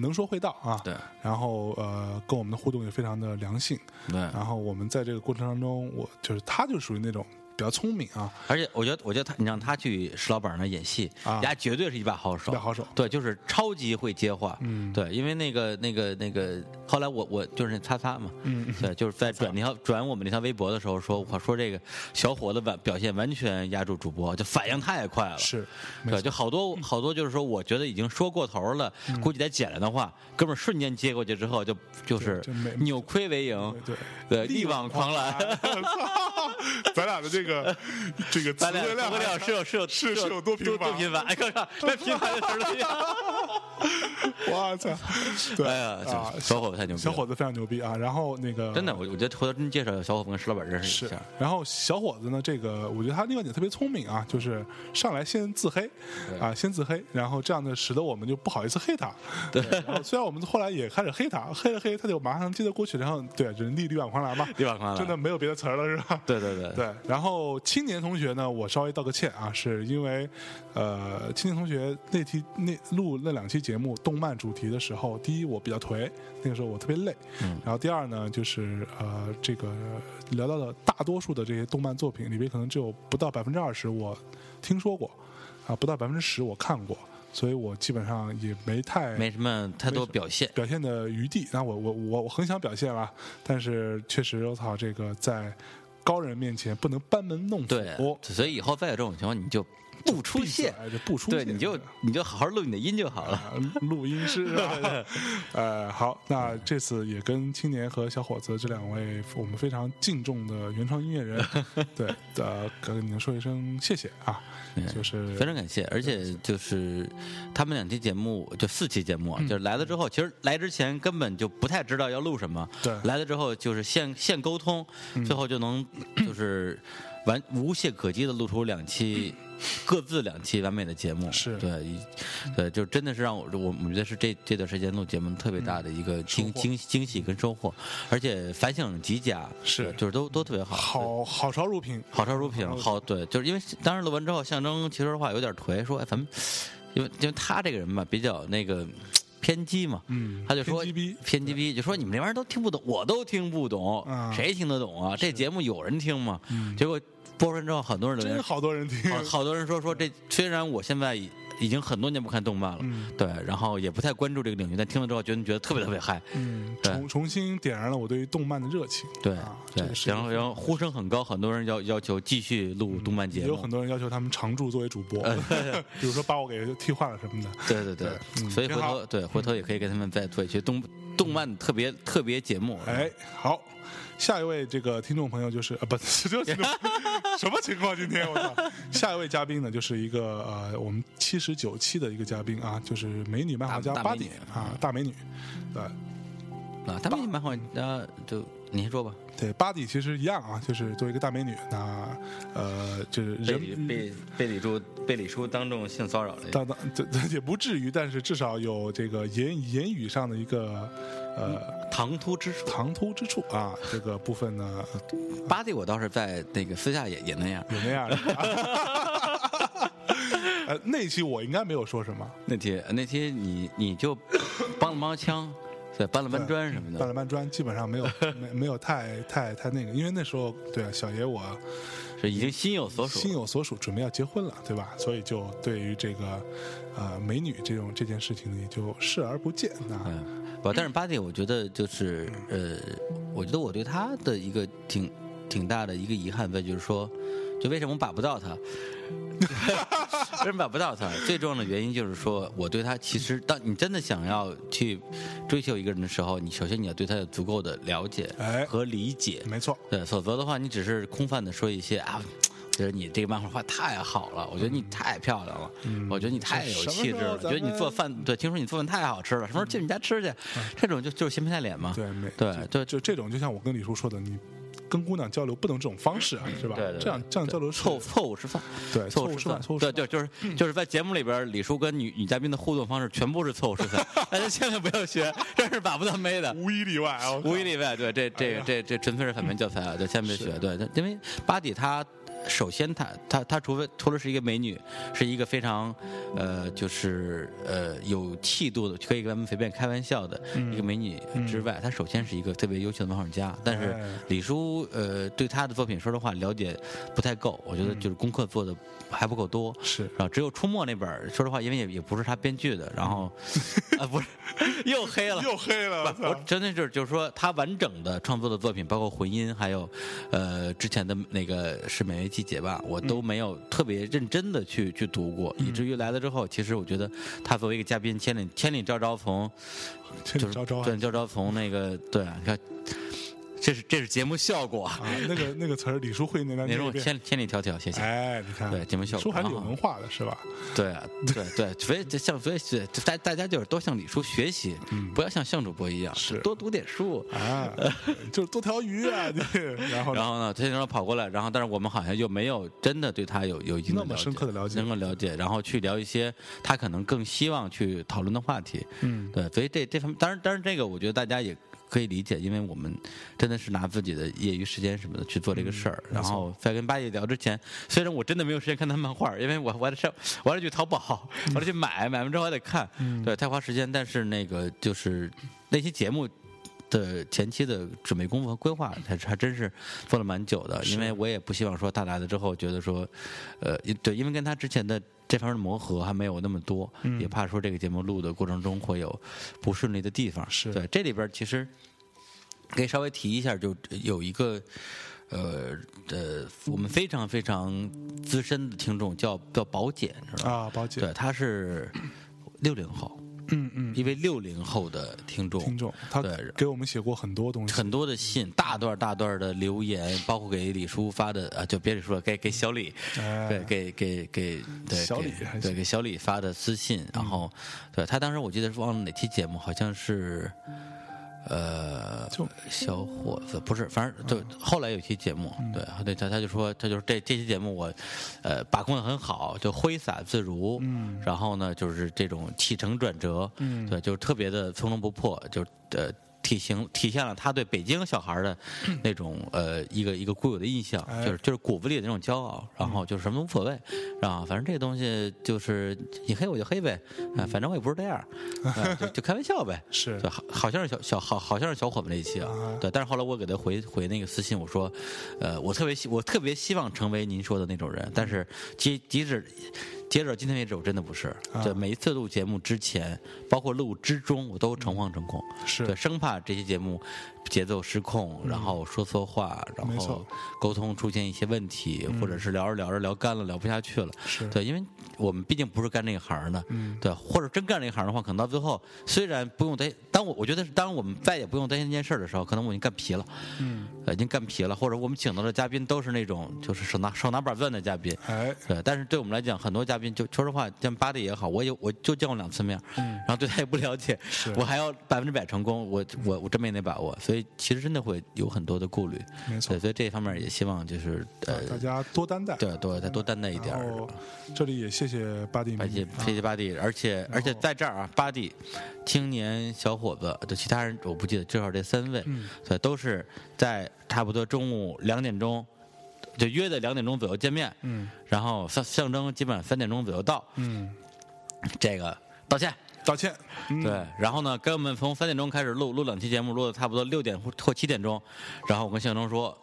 Speaker 1: 能说会道啊，
Speaker 2: 对，
Speaker 1: 然后呃跟我们的互动也非常的良性，
Speaker 2: 对
Speaker 1: 然后我们在这个过程当中，我就是他就属于那种比较聪明啊，
Speaker 2: 而且我觉得，我觉得他，你让他去石老板那儿演戏，
Speaker 1: 啊
Speaker 2: 人家绝对是一把好手，
Speaker 1: 一把好手
Speaker 2: 对，就是超级会接话，嗯，对，因为那个那个那个，后来我我就是擦擦嘛，嗯，对，就是在转那条转我们那条微博的时候说，我说这个小伙子完表现完全压住主播，就反应太快了，
Speaker 1: 是没嗯
Speaker 2: 对，就好多好多就是说，我觉得已经说过头了，估计得剪了的话，哥们儿瞬间接过去之后就就是
Speaker 1: 就没
Speaker 2: 扭亏为盈，
Speaker 1: 对
Speaker 2: 对，力挽狂澜。
Speaker 1: 咱俩的这个这个词
Speaker 2: 咱俩
Speaker 1: 汇量
Speaker 2: 资料
Speaker 1: 还
Speaker 2: 是有是有
Speaker 1: 是是有多频繁啊
Speaker 2: 多频繁！哎，看看 那频繁的词儿都一样。
Speaker 1: 我 操！对
Speaker 2: 哎呀
Speaker 1: 啊，
Speaker 2: 这小伙子太牛逼了
Speaker 1: 小伙子非常牛逼啊！然后那个
Speaker 2: 真的，我我觉得回头真介绍小伙子跟石老板认识一
Speaker 1: 是
Speaker 2: 下。，
Speaker 1: 然后小伙子呢，这个我觉得他另外一点特别聪明啊，就是上来先自黑啊，先自黑，然后这样呢，使得我们就不好意思黑他。对，然后虽然我们后来也开始黑他，黑了黑他就马上接着过去，然后对人力力挽狂澜嘛，
Speaker 2: 力挽狂澜
Speaker 1: 真的没有别的词儿了是吧？
Speaker 2: 对对对
Speaker 1: 对，然后青年同学呢，我稍微道个歉啊，是因为，呃，青年同学那期那录那两期节目动漫主题的时候，第一我比较颓，那个时候我特别累，
Speaker 2: 嗯
Speaker 1: 然后第二呢就是呃，这个聊到了大多数的这些动漫作品里边，可能只有不到百分之二十我听说过，啊，不到百分之十我看过，所以我基本上也没太
Speaker 2: 没什么太多表现。
Speaker 1: 表现的余地。那我我我我很想表现啊，但是确实我操，这个在高人面前不能班门弄斧，
Speaker 2: 对，所以以后再有这种情况，你就不出现，
Speaker 1: 哦闭嘴就不出
Speaker 2: 对，
Speaker 1: 现
Speaker 2: 你就
Speaker 1: 对
Speaker 2: 你就好好录你的音就好了。
Speaker 1: 啊录音师是 吧？呃，好，那这次也跟青年和小伙子这两位我们非常敬重的原创音乐 人，对，呃，跟你们说一声谢谢啊，就是
Speaker 2: 嗯非常感谢，而且就是他们两期节目，就四期节目
Speaker 1: 嗯
Speaker 2: 啊，就是来了之后，其实来之前根本就不太知道要录什么，
Speaker 1: 对嗯
Speaker 2: 来了之后就是现现沟通，最后就能就是完无懈可击的录出两期。各自两期完美的节目，
Speaker 1: 是
Speaker 2: 对，一对，就真的是让我我我觉得是这这段时间录节目特别大的一个惊
Speaker 1: 嗯获
Speaker 2: 惊惊喜跟收获，而且反响极佳，
Speaker 1: 是
Speaker 2: 对就是都都特别好，对
Speaker 1: 好好潮如萍，
Speaker 2: 好烧出品
Speaker 1: 好
Speaker 2: 好对，就是因为当时录完之后，象征其实话有点颓，说哎咱们，因为因为他这个人吧比较那个偏激嘛，
Speaker 1: 嗯
Speaker 2: 他就说
Speaker 1: 偏激逼
Speaker 2: 偏激逼就说你们这玩意儿都听不懂，我都听不懂，
Speaker 1: 啊
Speaker 2: 谁听得懂啊？这节目有人听吗？结果播出来之后，很多人留言
Speaker 1: 嗯真好多人听，
Speaker 2: 好好多人说说这，虽然我现在已已经很多年不看动漫了，
Speaker 1: 嗯
Speaker 2: 对，然后也不太关注这个领域，但听了之后觉得觉得特别特别嗨，
Speaker 1: 嗯，
Speaker 2: 对
Speaker 1: 重重新点燃了我对于动漫的热情，
Speaker 2: 对、
Speaker 1: 啊
Speaker 2: 对
Speaker 1: 这个，是一个
Speaker 2: 然后然后呼声很高，很多人要要求继续录动漫节
Speaker 1: 也嗯
Speaker 2: 目，嗯
Speaker 1: 有很多人要求他们常驻作为主播， 比如说把我给替换了什么的。
Speaker 2: 对对对，所以
Speaker 1: 挺
Speaker 2: 回
Speaker 1: 好
Speaker 2: 头对回头也可以给他们再做一些动动漫特别特别节目。
Speaker 1: 哎，好，下一位这个听众朋友就是啊，不， 这个听众什么情况？今天我操！下一位嘉宾呢，就是一个呃，我们七十九期的一个嘉宾啊，就是美女漫画家
Speaker 2: 大大
Speaker 1: 八
Speaker 2: 美
Speaker 1: 点
Speaker 2: 女
Speaker 1: 啊，大美女，对。
Speaker 2: 啊，他们也蛮好，那就你先说吧。
Speaker 1: 对，巴蒂其实一样啊，就是作为一个大美女，那呃，就是人
Speaker 2: 被被李柱被李叔当众性骚扰了，
Speaker 1: 当当 这这也不至于，但是至少有这个言言语上的一个呃
Speaker 2: 嗯唐突之处。
Speaker 1: 唐突之处啊，这个部分呢
Speaker 2: 巴蒂我倒是在那个私下也也那样，
Speaker 1: 有那样的。 呃，那期我应该没有说什么，
Speaker 2: 那天那天你你就帮了帮腔，对，搬了搬
Speaker 1: 对
Speaker 2: 砖什么
Speaker 1: 搬
Speaker 2: 的，
Speaker 1: 了搬砖，基本 上没有没没有太太太那个，因为那时候对啊，小爷我
Speaker 2: 是已经心有所属
Speaker 1: 心。有所属，准备要结婚了，对吧？所以就对于这个呃美女这种这件事情呢，也就视而不见啊。
Speaker 2: 嗯，不，但是巴蒂，我觉得就是呃，我觉得我对他的一个挺挺大的一个遗憾在就是说，就为什么我把不到他， 为什么把不到他？最重要的原因就是说，我对他其实，当你真的想要去追求一个人的时候，你首先你要对他有足够的了解
Speaker 1: 哎
Speaker 2: 和理解，
Speaker 1: 没错，
Speaker 2: 对，否则的话，你只是空泛的说一些啊。我觉得你这个漫画画太好了，我觉得你太漂亮了，我觉得你太有
Speaker 1: 嗯什么
Speaker 2: 气
Speaker 1: 时
Speaker 2: 质
Speaker 1: 候
Speaker 2: 了，
Speaker 1: 咱
Speaker 2: 觉得你
Speaker 1: 们嗯
Speaker 2: 做饭对，听说你做饭太好吃了，什么时候去你家吃去？这种就就是嫌贫爱脸嘛。
Speaker 1: 对，没
Speaker 2: 对对
Speaker 1: 就这种，就像我跟李叔说的，你跟姑娘交流不能这种方式啊，是吧？
Speaker 2: 嗯对对，
Speaker 1: 这样这样交流是
Speaker 2: 错误错误示范，
Speaker 1: 对
Speaker 2: 错
Speaker 1: 错误
Speaker 2: 误
Speaker 1: 示范错误
Speaker 2: 对，
Speaker 1: 示
Speaker 2: 就就是 就是在节目里边，李叔跟女女嘉宾的互动方式全部是错误示范， 大家千万不要学，这是把不到妹的。
Speaker 1: 无一例外啊，我靠
Speaker 2: 无一例外，对，这这
Speaker 1: 哎
Speaker 2: 个这这纯粹是反面教材啊，就千万别学。对，因为巴蒂她首先她她她除非除了是一个美女，是一个非常呃就是呃有气度的，可以跟咱们随便开玩笑的
Speaker 1: 嗯
Speaker 2: 一个美女之外，她首先是一个特别优秀的漫画家。但是
Speaker 1: 哎
Speaker 2: 李叔呃对她的作品说实话了解不太够，我觉得就是功课做的还不够多。
Speaker 1: 嗯是
Speaker 2: 然后只有出没那本儿，说实话，因为也也不是他编剧的，然后啊不是又黑了，
Speaker 1: 嗯 又黑了，
Speaker 2: 不，我真的是就是说，他完整的创作的作品，包括混音，还有呃之前的那个是《美味季节》吧，我都没有特别认真的去去读过，以至于来了之后，其实我觉得他作为一个嘉宾，千里千里昭昭从
Speaker 1: 这
Speaker 2: 就
Speaker 1: 里
Speaker 2: 是
Speaker 1: 招招啊
Speaker 2: 对昭昭从那个对啊，你看这是这是节目效果，啊，
Speaker 1: 啊，那个那个词儿，李书慧那边
Speaker 2: 那
Speaker 1: 念一
Speaker 2: 种
Speaker 1: 遍，
Speaker 2: 千千里迢迢，谢谢。
Speaker 1: 哎，你看，
Speaker 2: 对节目效果
Speaker 1: 书还是有
Speaker 2: 啊
Speaker 1: 文化的，是吧？
Speaker 2: 对啊，对对，所以这像所以是大大家就是多向李叔学习，不要像向主播一样，
Speaker 1: 是
Speaker 2: 多读点书。
Speaker 1: 啊，就是多条鱼啊，你然后呢
Speaker 2: 然后呢，他经常跑过来，然后但是我们好像又没有真的对他有有一定的
Speaker 1: 那么
Speaker 2: 了解
Speaker 1: 深刻的了解
Speaker 2: 能够了解，然后去聊一些他可能更希望去讨论的话题。
Speaker 1: 嗯，
Speaker 2: 对，所以这这方面，当然当然这个我觉得大家也可以理解，因为我们真的是拿自己的业余时间什么的去做这个事
Speaker 1: 嗯
Speaker 2: 儿。然后在跟八姐聊之前，虽然我真的没有时间看他漫画， 因为我我还得上，我还得去淘宝，
Speaker 1: 嗯
Speaker 2: 我还得去买，买完之后还得看，对，太花时间。但是那个就是那期节目。的前期的准备功夫和规划，还还真是做了蛮久的，因为我也不希望说他来了之后觉得说，呃，因对，因为跟他之前的这方面的磨合还没有那么多，
Speaker 1: 嗯
Speaker 2: 也怕说这个节目录的过程中会有不顺利的地方。
Speaker 1: 是
Speaker 2: 对，这里边其实可以稍微提一下，就有一个。呃呃，我们非常非常资深的听众叫叫宝姐，你知道吗？
Speaker 1: 啊，宝姐，
Speaker 2: 对，她是六零后，
Speaker 1: 嗯嗯，
Speaker 2: 一位六零后的听众，
Speaker 1: 听众他
Speaker 2: 对
Speaker 1: 给我们写过很多东西，
Speaker 2: 很多的信，大段大段的留言，包括给李叔发的啊，就别李叔了，给给小李，
Speaker 1: 哎
Speaker 2: 对，给给给对
Speaker 1: 小李
Speaker 2: 给
Speaker 1: 还
Speaker 2: 对
Speaker 1: 行嗯
Speaker 2: 给小李发的私信，然后对他当时我记得是忘了哪期节目，好像是。呃，
Speaker 1: 就
Speaker 2: 小伙子不是，反正就后来有一期节目，对，对他他就说，他就是这这期节目我，呃，把控的很好，就挥洒自如，嗯，然后呢，就是这种起承转折，嗯，对，就是特别的从容不迫，就是呃。体型体现了他对北京小孩儿的那种、呃一个一个固有的印象，
Speaker 1: 哎
Speaker 2: 就是就是骨子里的那种骄傲，然后就是什么都无所谓，然后反正这东西就是你黑我就黑呗，啊、反正我也不是这样，啊就就开玩笑呗，
Speaker 1: 是
Speaker 2: 对，好好像是小小好好像是小伙子那一期啊，
Speaker 1: 啊
Speaker 2: 对，但是后来我给他回回那个私信，我说，呃，我特别希我特别希望成为您说的那种人，但是即即使截止到今天为止，我真的不是，
Speaker 1: 啊
Speaker 2: 对，每一次录节目之前，包括录之中，我都诚惶诚恐，
Speaker 1: 是嗯
Speaker 2: 对，生怕这期节目节奏失控，然后说错话，然
Speaker 1: 没
Speaker 2: 后
Speaker 1: 错嗯
Speaker 2: 沟通出现一些问题，或者是聊着聊着聊干了，聊不下去了。
Speaker 1: 是嗯
Speaker 2: 对，因为我们毕竟不是干这一行的，对，或者真干这一行的话，可能到最后虽然不用担，当我我觉得是当我们再也不用担心这件事儿的时候，可能我已经干疲了，嗯，已经干疲了，或者我们请到的嘉宾都是那种就是手拿手拿板钻的嘉宾，
Speaker 1: 哎，
Speaker 2: 对，但是对我们来讲，很多嘉宾就说实话，像巴蒂也好，我也我就见过两次面，
Speaker 1: 嗯
Speaker 2: 然后对他也不 了解，我还要百分之百成功，我我我真没那把握，所以其实真的会有很多的顾虑，
Speaker 1: 没错
Speaker 2: 对，所以这一方面也希望就是呃，
Speaker 1: 大家多担待。嗯
Speaker 2: 对，多再多担待一点
Speaker 1: 然
Speaker 2: 儿。
Speaker 1: 后这里也谢谢巴蒂米
Speaker 2: 而
Speaker 1: 啊
Speaker 2: 且
Speaker 1: 米，
Speaker 2: 谢谢巴蒂，而且而且在这儿啊，巴蒂青年小伙子，就其他人我不记得，至少这三位，对，都是在差不多中午两点钟，就约在两点钟左右见面，嗯，然后象象征基本上三点钟左右到，
Speaker 1: 嗯，
Speaker 2: 这个道歉，
Speaker 1: 道歉，嗯
Speaker 2: 对，然后呢，跟我们从三点钟开始录，录两期节目，录到差不多六点或或七点钟，然后我跟向征说，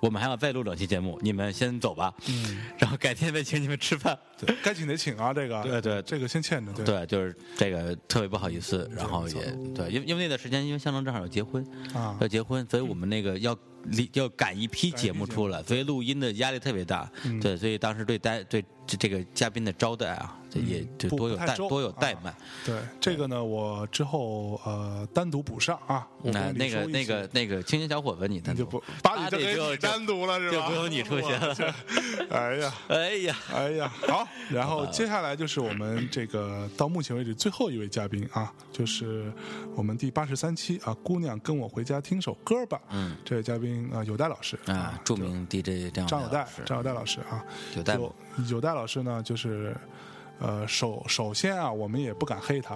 Speaker 2: 我们还要再录两期节目，你们先走吧，嗯， 然后改天再请你们吃饭，
Speaker 1: 对该请得请啊，这个，
Speaker 2: 对对
Speaker 1: 这个先欠着，对，嗯
Speaker 2: 对，就是这个特别不好意思，然后也对，因为因为那段时间，因为向征正好要结婚
Speaker 1: 啊
Speaker 2: 要结婚，所以我们那个要离要赶一
Speaker 1: 赶一批
Speaker 2: 批节目
Speaker 1: 节嗯
Speaker 2: 出来，所以录音的压力特别大。对，所以当时对待对这这个嘉宾的招待啊，这也
Speaker 1: 嗯
Speaker 2: 就
Speaker 1: 不
Speaker 2: 多有
Speaker 1: 不太
Speaker 2: 怠
Speaker 1: 周
Speaker 2: 多有
Speaker 1: 啊
Speaker 2: 怠慢。
Speaker 1: 对这个呢，我之后呃单独补上啊。我
Speaker 2: 嗯那
Speaker 1: 跟
Speaker 2: 那
Speaker 1: 李
Speaker 2: 个
Speaker 1: 叔一
Speaker 2: 那
Speaker 1: 起
Speaker 2: 个那个清新小伙子，你
Speaker 1: 你
Speaker 2: 单
Speaker 1: 就
Speaker 2: 独
Speaker 1: 不把你
Speaker 2: 八里
Speaker 1: 给
Speaker 2: 就
Speaker 1: 你
Speaker 2: 就
Speaker 1: 单独了是吧？
Speaker 2: 就不用你出现了。
Speaker 1: 哎呀，
Speaker 2: 哎呀，
Speaker 1: 哎呀，好，然后接下来就是我们这个到目前为止最后一位嘉宾啊，就是我们第八十三期啊，姑娘跟我回家听首歌吧。
Speaker 2: 嗯，
Speaker 1: 这位嘉宾啊，有戴老师
Speaker 2: 啊，著名 DJ 张
Speaker 1: 张有代
Speaker 2: 老师，
Speaker 1: 张有代老师啊，
Speaker 2: 有代吗
Speaker 1: 有？有戴老师呢，就是。呃，首首先啊，我们也不敢 黑他，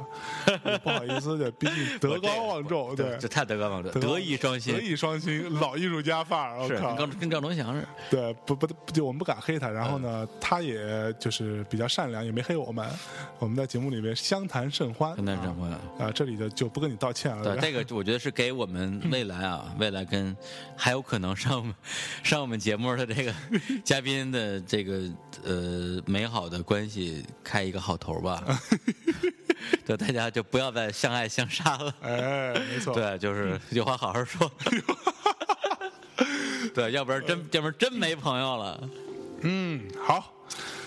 Speaker 1: 不好意思，对，毕竟德高望重，对，
Speaker 2: 这太德高望重，德艺双馨
Speaker 1: 德，艺双馨，老艺术家范儿，我
Speaker 2: 是
Speaker 1: 靠
Speaker 2: 跟，赵跟赵忠祥似的。
Speaker 1: 对，不不不，就我们不敢黑他。然后呢，
Speaker 2: 嗯
Speaker 1: 他也就是比较善良，也没黑我们。我们在节目里面相谈甚欢，
Speaker 2: 跟那什么，
Speaker 1: 啊，这里就就不跟你道歉了。
Speaker 2: 对这个，我觉得是给我们
Speaker 1: 嗯
Speaker 2: 未来啊，未来跟还有可能上我们上我们节目的 这个嘉宾的这个呃美好的关系开一个好头 吧。对，大家就不要再相爱相杀了。
Speaker 1: 哎，嗯没错，
Speaker 2: 对，就是有话好 好说。对，要不然真要不然真没朋友了，
Speaker 1: 嗯，好，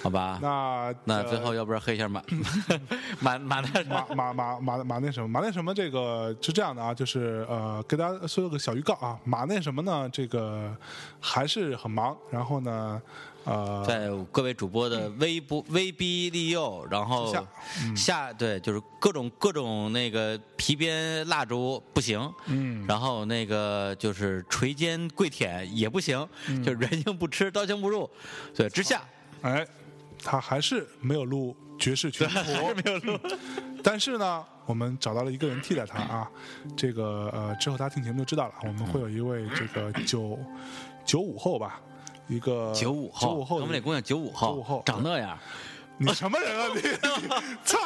Speaker 2: 好吧？
Speaker 1: 那
Speaker 2: 那
Speaker 1: 呃
Speaker 2: 最后要不然黑一 下马马马大
Speaker 1: 马马马马马那什么马那什么这个是这样的啊，就是呃，给大家说个小预告啊，马那什么呢，这个还是很忙，然后呢，呃，
Speaker 2: 在各位主播的威不威逼利诱，然后
Speaker 1: 之下
Speaker 2: 嗯下嗯对，就是各种各种那个皮鞭蜡烛不行，嗯，然后那个就是捶肩跪舔也不行，就人硬不吃刀枪不入，对，之下
Speaker 1: 哎，他还是没有录爵士群谱，没有录。 但是呢，我们找到了一个人替代他啊。这个呃，之后大家听节目就知道了。啊我们会有一位这个九九五后吧，一个
Speaker 2: 九五
Speaker 1: 九
Speaker 2: 后
Speaker 1: 五，后
Speaker 2: 我
Speaker 1: 的
Speaker 2: 们那姑娘九五
Speaker 1: 95后
Speaker 2: 长那样，
Speaker 1: 你什么人啊你？你操！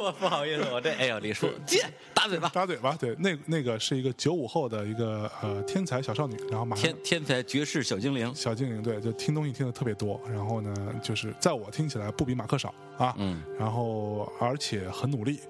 Speaker 2: 我不好意思，我这哎呦李叔贱打嘴巴，
Speaker 1: 打嘴巴，对，那那个是一个九五后的一个呃天才小少女，然后马上
Speaker 2: 天天才绝世小精灵，
Speaker 1: 小精灵，对，就听东西听的特别多，然后呢，就是在我听起来不比马克少啊，
Speaker 2: 嗯，
Speaker 1: 然后而且很努力，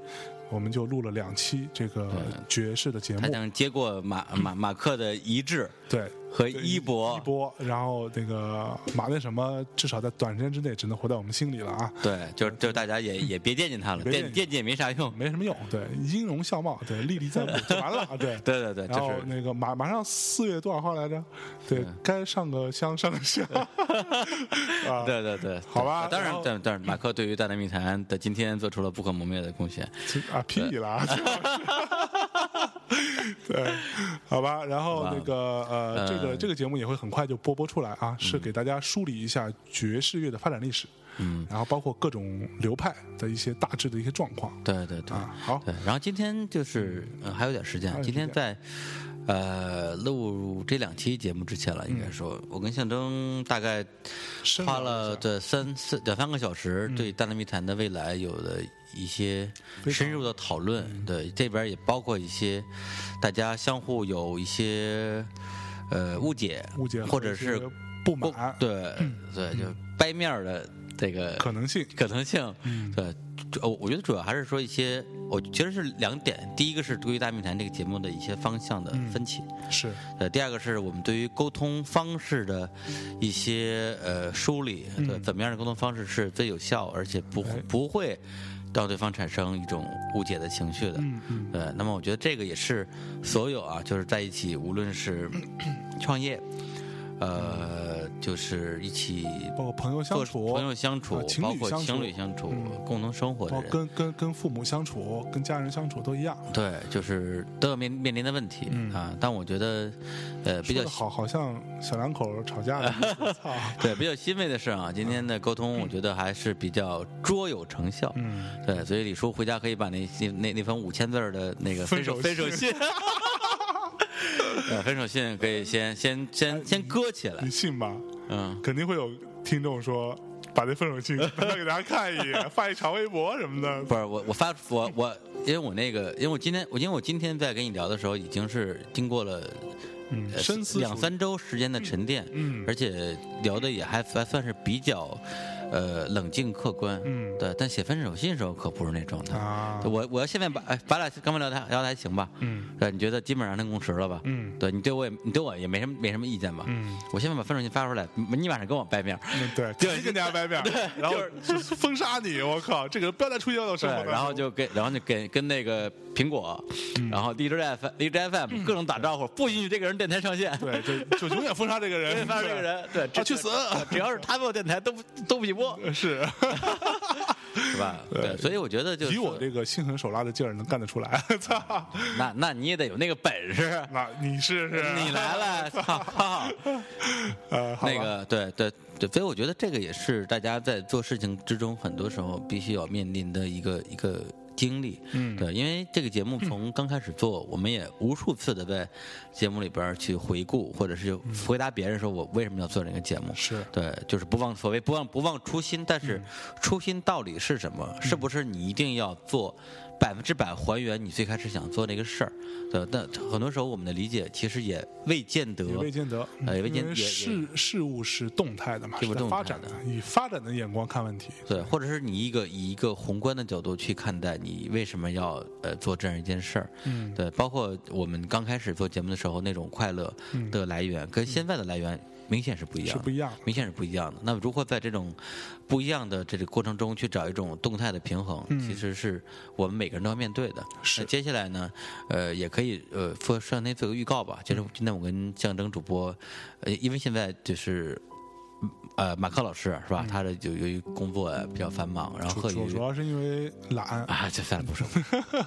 Speaker 1: 我们就录了两期这个爵士的节目
Speaker 2: 他，想接过马马马克的遗志
Speaker 1: 对。
Speaker 2: 和
Speaker 1: 对
Speaker 2: 衣
Speaker 1: 一
Speaker 2: 钵。
Speaker 1: 波，然后那个马那什么，至少在短时间之内只能活在我们心里了啊，
Speaker 2: 对，就是就是大家也也别惦记他了，
Speaker 1: 别
Speaker 2: 惦
Speaker 1: 惦记
Speaker 2: 惦记也没啥用。
Speaker 1: 没什么用。对，音容笑貌，对，历历在目就完了。啊对，
Speaker 2: 对对对，
Speaker 1: 然
Speaker 2: 就
Speaker 1: 后
Speaker 2: 是嗯
Speaker 1: 那个马马上四月多少号来着？对，该上个香上个 香。啊，
Speaker 2: 对对对，
Speaker 1: 好吧
Speaker 2: 当
Speaker 1: 然
Speaker 2: 然
Speaker 1: 后，
Speaker 2: 但但是马克对于《大内密谈》的今天做出了不可磨灭的贡献。
Speaker 1: 啊，屁了啊！ 对，好吧，然后那个呃，这
Speaker 2: 嗯
Speaker 1: 个这个节目也会很快就播播出来啊，是给大家梳理一下爵士乐的发展历史，嗯，然后包括各种流派的一些大致的一些状况
Speaker 2: 对对对，
Speaker 1: 啊。好，
Speaker 2: 对。然后今天就是呃还有点时间，
Speaker 1: 有
Speaker 2: 今天
Speaker 1: 时
Speaker 2: 在呃录这两期节目之前了，应
Speaker 1: 嗯
Speaker 2: 该说，我跟象征大概
Speaker 1: 深聊
Speaker 2: 花
Speaker 1: 一
Speaker 2: 了
Speaker 1: 下嗯
Speaker 2: 对三四两三个小时，对《大内密谈》的未来有了一些深入的讨论。
Speaker 1: 嗯
Speaker 2: 对，这边也包括一些大家相互有一些呃误解，
Speaker 1: 误解
Speaker 2: 或者
Speaker 1: 一些
Speaker 2: 是
Speaker 1: 不
Speaker 2: 不
Speaker 1: 满嗯
Speaker 2: 对对，就掰面儿的这个
Speaker 1: 可能性，
Speaker 2: 可能性，对，主哦我我觉得主要还是说一些，我其实是两点，第一个是对于《大密谈》这个节目的一些方向
Speaker 1: 嗯
Speaker 2: 的分歧，
Speaker 1: 是
Speaker 2: 呃，第二个是我们对于沟通方式的一些呃梳理，对，怎么样的沟通方式是最有效，而且不
Speaker 1: 嗯哎
Speaker 2: 不会让对方产生一种误解的情绪的，
Speaker 1: 嗯嗯
Speaker 2: 对，那么我觉得这个也是所有啊，就是在一起，无论是 创业，呃，就是一起
Speaker 1: 包括朋友相
Speaker 2: 做
Speaker 1: 处，
Speaker 2: 朋友相处
Speaker 1: 啊，情
Speaker 2: 包
Speaker 1: 侣
Speaker 2: 括
Speaker 1: 相
Speaker 2: 情
Speaker 1: 处嗯
Speaker 2: 侣相处、共同生活
Speaker 1: 包
Speaker 2: 的
Speaker 1: 括
Speaker 2: 人，
Speaker 1: 跟跟跟父母相处，跟家人相处都一样。
Speaker 2: 对，就是都要面面临的问题、啊。但我觉得，呃，比
Speaker 1: 嗯说
Speaker 2: 较
Speaker 1: 得好，好像小两口吵架了。 操，
Speaker 2: 对比较欣慰的是啊，今天的沟通我觉得还是比较卓有成效。
Speaker 1: 嗯，
Speaker 2: 对，所以李叔回家可以把那那那那封五千字儿的那个分手
Speaker 1: 分
Speaker 2: 分
Speaker 1: 手
Speaker 2: 手信，呃对，分手信可以先先先先搁起来
Speaker 1: 你，信吗？
Speaker 2: 嗯。
Speaker 1: 肯定会有听众说，把这分手信给大家看一眼，发一长微博什么的。
Speaker 2: 不是我，我发我我，因为我那个，因为我今天，我因为我今天在跟你聊的时候，已经是经过了
Speaker 1: 嗯，
Speaker 2: 呃
Speaker 1: 深思熟虑
Speaker 2: 两三周时间的沉淀，
Speaker 1: 嗯嗯
Speaker 2: 而且聊的也还还算是比较呃冷静客观，
Speaker 1: 嗯
Speaker 2: 对。但写分手信的时候可不是那状态。
Speaker 1: 啊
Speaker 2: 我我要现在把哎，咱俩刚才聊的聊的还行吧，
Speaker 1: 嗯
Speaker 2: 对，你觉得基本上能共识了吧？
Speaker 1: 嗯
Speaker 2: 对你对我也你对我也没什么没什么意见吧？
Speaker 1: 嗯，
Speaker 2: 我现在把分手信发出来，你你晚上跟我掰面儿，
Speaker 1: 嗯对，直接跟大家掰面，然后就是封杀你，我靠，这个不要再出现 到我生
Speaker 2: 对
Speaker 1: 活当，中。
Speaker 2: 然后就跟然后就跟跟那个苹果，
Speaker 1: 嗯
Speaker 2: 然后荔枝 FM 荔枝 FM 各种打招呼，不允许这个人电台上线，
Speaker 1: 对，就就永远封杀这个 人，
Speaker 2: 不允许发这个人，对，
Speaker 1: 他
Speaker 2: 这
Speaker 1: 去死，
Speaker 2: 只要是他没有电台都不都不许播，
Speaker 1: 是。
Speaker 2: 是吧？
Speaker 1: 对
Speaker 2: 对，所以我觉得就是
Speaker 1: 以我这个心狠手辣的劲儿能干得出来，操！
Speaker 2: 那那你也得有那个本事，
Speaker 1: 那你试试，
Speaker 2: 你来了，操！
Speaker 1: 呃，好吧
Speaker 2: 那个对对对，所以我觉得这个也是大家在做事情之中，很多时候必须要面临的一个一个经历。
Speaker 1: 嗯
Speaker 2: 对，因为这个节目从刚开始做，我们也无数次的在节目里边儿去回顾，或者是回答别人说我为什么要做这个节目。
Speaker 1: 是嗯
Speaker 2: 对，就是不忘所谓不忘不忘初心，但是初心到底是什么？是不是你一定要做百分之百还原你最开始想做那个事儿？对，但很多时候我们的理解其实也未见得，
Speaker 1: 也未见得，嗯
Speaker 2: 呃也未
Speaker 1: 因
Speaker 2: 见
Speaker 1: 为
Speaker 2: 也也
Speaker 1: 事事物是动态的嘛，
Speaker 2: 事物
Speaker 1: 是在
Speaker 2: 动
Speaker 1: 发
Speaker 2: 态
Speaker 1: 展
Speaker 2: 的
Speaker 1: 的，以发展的眼光看问题，
Speaker 2: 对，或者是你一个以一个宏观的角度去看待你为什么要呃做这样一件事儿，
Speaker 1: 嗯，
Speaker 2: 对，包括我们刚开始做节目的时候那种快乐的来源，跟现在的来源明显是不一样
Speaker 1: 嗯是
Speaker 2: 的，
Speaker 1: 不一样的。
Speaker 2: 明显是不一样的。那么如何在这种不一样的这个过程中去找一种动态的平衡，其实是我们每个人都要面对的。
Speaker 1: 嗯是
Speaker 2: 那接下来呢，呃，也可以呃，做上天做个预告吧。
Speaker 1: 嗯
Speaker 2: 就是今天我跟象征主播，呃，因为现在就是。呃，马克老师是吧？他的就由于工作啊比较繁忙，然
Speaker 1: 嗯
Speaker 2: 后
Speaker 1: 主
Speaker 2: 贺
Speaker 1: 主
Speaker 2: 宇
Speaker 1: 主要是因为懒，
Speaker 2: 啊，这算了，不说。对，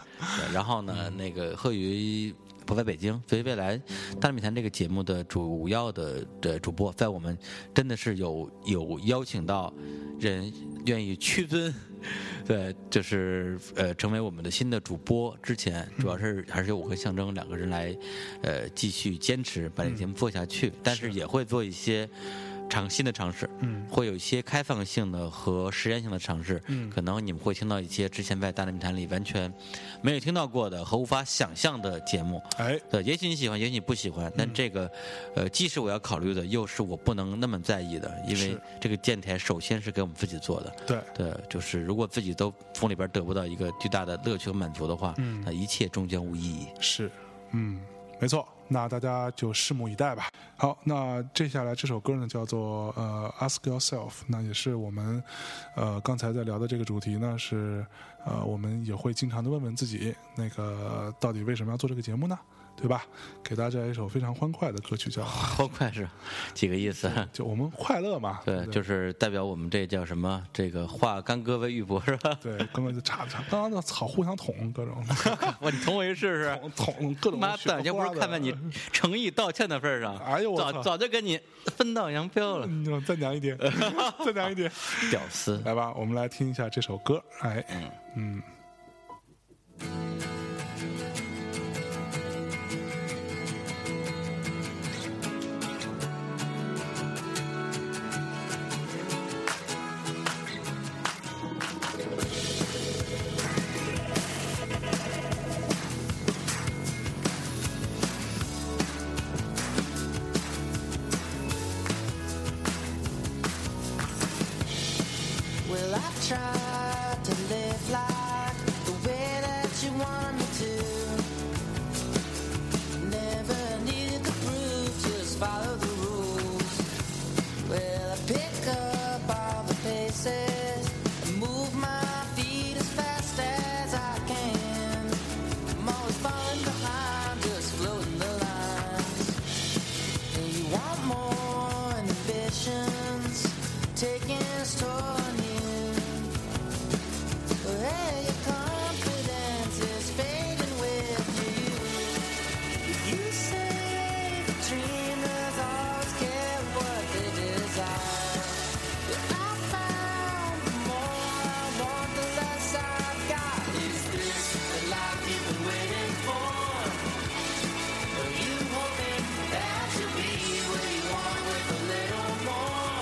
Speaker 2: 然后呢，那个贺宇不在北京，所以未来《大内密谈》这个节目的主要的的主播，在我们真的是有有邀请到人愿意屈尊，对，就是呃成为我们的新的主播之前，主要是还是由我跟象征两个人来呃继续坚持把这个节目做下去，但是也会做一些。尝新的尝试，
Speaker 1: 嗯
Speaker 2: 会有一些开放性的和实验性的尝试，
Speaker 1: 嗯
Speaker 2: 可能你们会听到一些之前在《大内密谈》里完全没有听到过的和无法想象的节目。
Speaker 1: 哎，
Speaker 2: 对，也许你喜欢，也许你不喜欢，但这个，呃，既是我要考虑的，又是我不能那么在意的，因为
Speaker 1: 是
Speaker 2: 这个电台首先是给我们自己做的。
Speaker 1: 对，
Speaker 2: 对，就是如果自己都从里边得不到一个巨大的乐趣和满足的话，
Speaker 1: 嗯
Speaker 2: 那一切终将无意义。
Speaker 1: 是，嗯，没错。那大家就拭目以待吧。好，那接下来这首歌呢，叫做呃《Ask Yourself》，那也是我们呃刚才在聊的这个主题呢，是呃我们也会经常的问问自己，那个到底为什么要做这个节目呢？对吧？给大家一首非常欢快的歌曲，叫
Speaker 2: 好快是几个意思？啊
Speaker 1: 就我们快乐嘛。
Speaker 2: 对，
Speaker 1: 对
Speaker 2: 就是代表我们这叫什么？这个化干戈为玉帛是吧？
Speaker 1: 对，根本就差差，刚刚那草互相捅，各 种
Speaker 2: 我你同我一试试。
Speaker 1: 捅捅各种。
Speaker 2: 妈的，要不是看在你，诚意道歉的份儿上，
Speaker 1: 哎呦我
Speaker 2: 早
Speaker 1: 操嗯
Speaker 2: 早就跟你分道扬镳了，
Speaker 1: 你再娘一 点，再娘一点。
Speaker 2: 屌丝。
Speaker 1: 来吧，我们来听一下这首歌。哎，嗯，
Speaker 4: Well, I've tried to live like the way that you want me to. Never needed to prove, just follow the rules. Well, I pick up all the pieces and move my feet as fast as I can. I'm always falling behind, just floating the lines. And you want more and ambitions taking its toll on you. Well, your confidence is fading with you. You say the dreamers always get what they desire. But I found the more I want, the less I've got. Is this the life you've been waiting for? Are you hoping that you'll be what you want with a little more?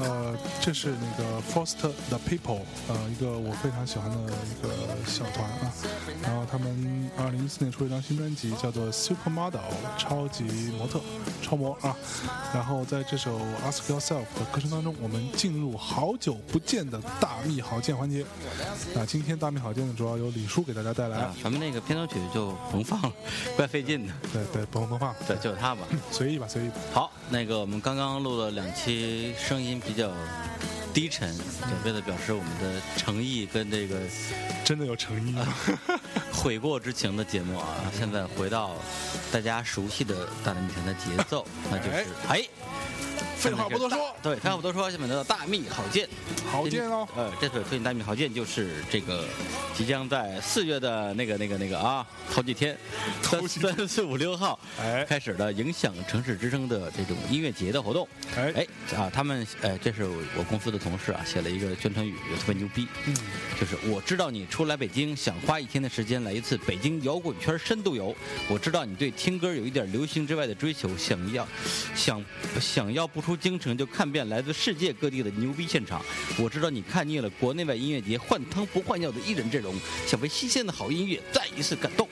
Speaker 1: 呃这是那个 Foster the People，呃，一个我非常喜欢的一个小团啊。然后他们二零一四年出了一张新专辑，叫做 Supermodel 超级模特，超模啊。然后在这首 Ask Yourself 的歌声当中，我们进入好久不见的大密好见环节。那今天大密好见呢，主要由李叔给大家带来
Speaker 2: 啊，。咱们那个片头曲就甭放了，怪费劲的。
Speaker 1: 对对，不不放，
Speaker 2: 对，就是它吧。
Speaker 1: 随意吧，随意吧。
Speaker 2: 好，那个我们刚刚录了两期，声音比较低沉，对，为了表示我们的诚意跟这个
Speaker 1: 真的有诚 意吗？
Speaker 2: 悔过之情的节目啊，现在回到大家熟悉的大内密谈的节奏，那就是哎，
Speaker 1: 废话不多说，
Speaker 2: 对，废话不多说，下面得到大秘好剑，
Speaker 1: 好见哦
Speaker 2: 呃，这次推荐大秘好剑就是这个即将在四月的那个那个那个啊头几天，三
Speaker 1: 几天
Speaker 2: 三四五六号
Speaker 1: 哎
Speaker 2: 开始了影响城市之声的这种音乐节的活动，
Speaker 1: 哎
Speaker 2: 哎啊，他们哎，这是我公司的同事啊，写了一个宣传语，特别牛逼，
Speaker 1: 嗯，
Speaker 2: 就是我知道你初来北京，想花一天的时间来一次北京摇滚圈深度游。我知道你对听歌有一点流行之外的追求，想要想想要不出京城就看遍来自世界各地的牛逼现场。我知道你看腻了国内外音乐节换汤不换药的艺人阵容，想被新鲜的好音乐再一次感动。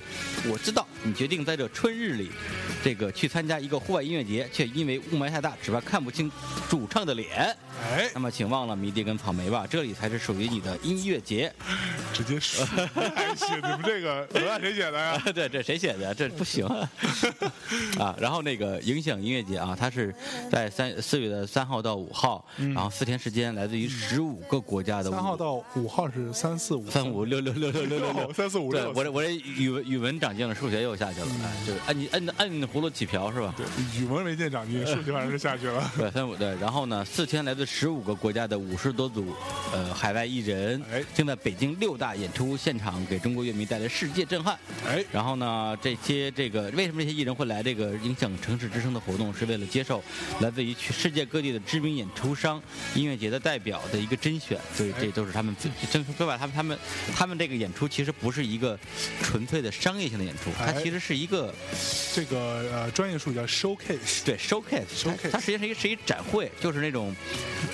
Speaker 2: 我知道你决定在这春日里，这个去参加一个户外音乐节，却因为雾霾太大，只怕看不清主唱的脸。
Speaker 1: 哎，
Speaker 2: 那么请忘了迷弟跟草莓吧，这里才是属于你的音乐节。
Speaker 1: 直接 说，哎写你们这个文案谁写啊的呀？
Speaker 2: 对，这谁写的？这不行啊！ 啊，然后那个影响音乐节啊，它是在三四月的三号到五号，然后四天时间，来自于十五个国家的
Speaker 1: 三号
Speaker 2: 五
Speaker 1: 到五号是三四五
Speaker 2: 三五六六六六六六 六
Speaker 1: 三四五
Speaker 2: 对
Speaker 1: 六
Speaker 2: 我这我这语文语文长进了，数学又下去了，哎就是按你摁摁葫芦起瓢是吧？
Speaker 1: 对，语文没见长 进，数学反正是下去了。
Speaker 2: 对，三五对，然后呢，四天来自十五个国家的五十多组，呃，海外艺人
Speaker 1: 哎，
Speaker 2: 将在北京六大演出现场给中国乐迷带来世界震撼。
Speaker 1: 哎，
Speaker 2: 然后呢，这些这个为什么这些艺人会来这个影响城市之声的活动，是为了接受来自于全世界各地的知名演出商、音乐节的代表的一个甄选，所以
Speaker 1: 哎
Speaker 2: 这都是他们真说白了，他们他们他们这个演出其实不是一个纯粹的商业性的演出，它
Speaker 1: 哎
Speaker 2: 其实是一个
Speaker 1: 这个呃专业术语叫 showcase，
Speaker 2: 对 showcase，它
Speaker 1: showcase
Speaker 2: 它实际上是一个是一展会，就是那种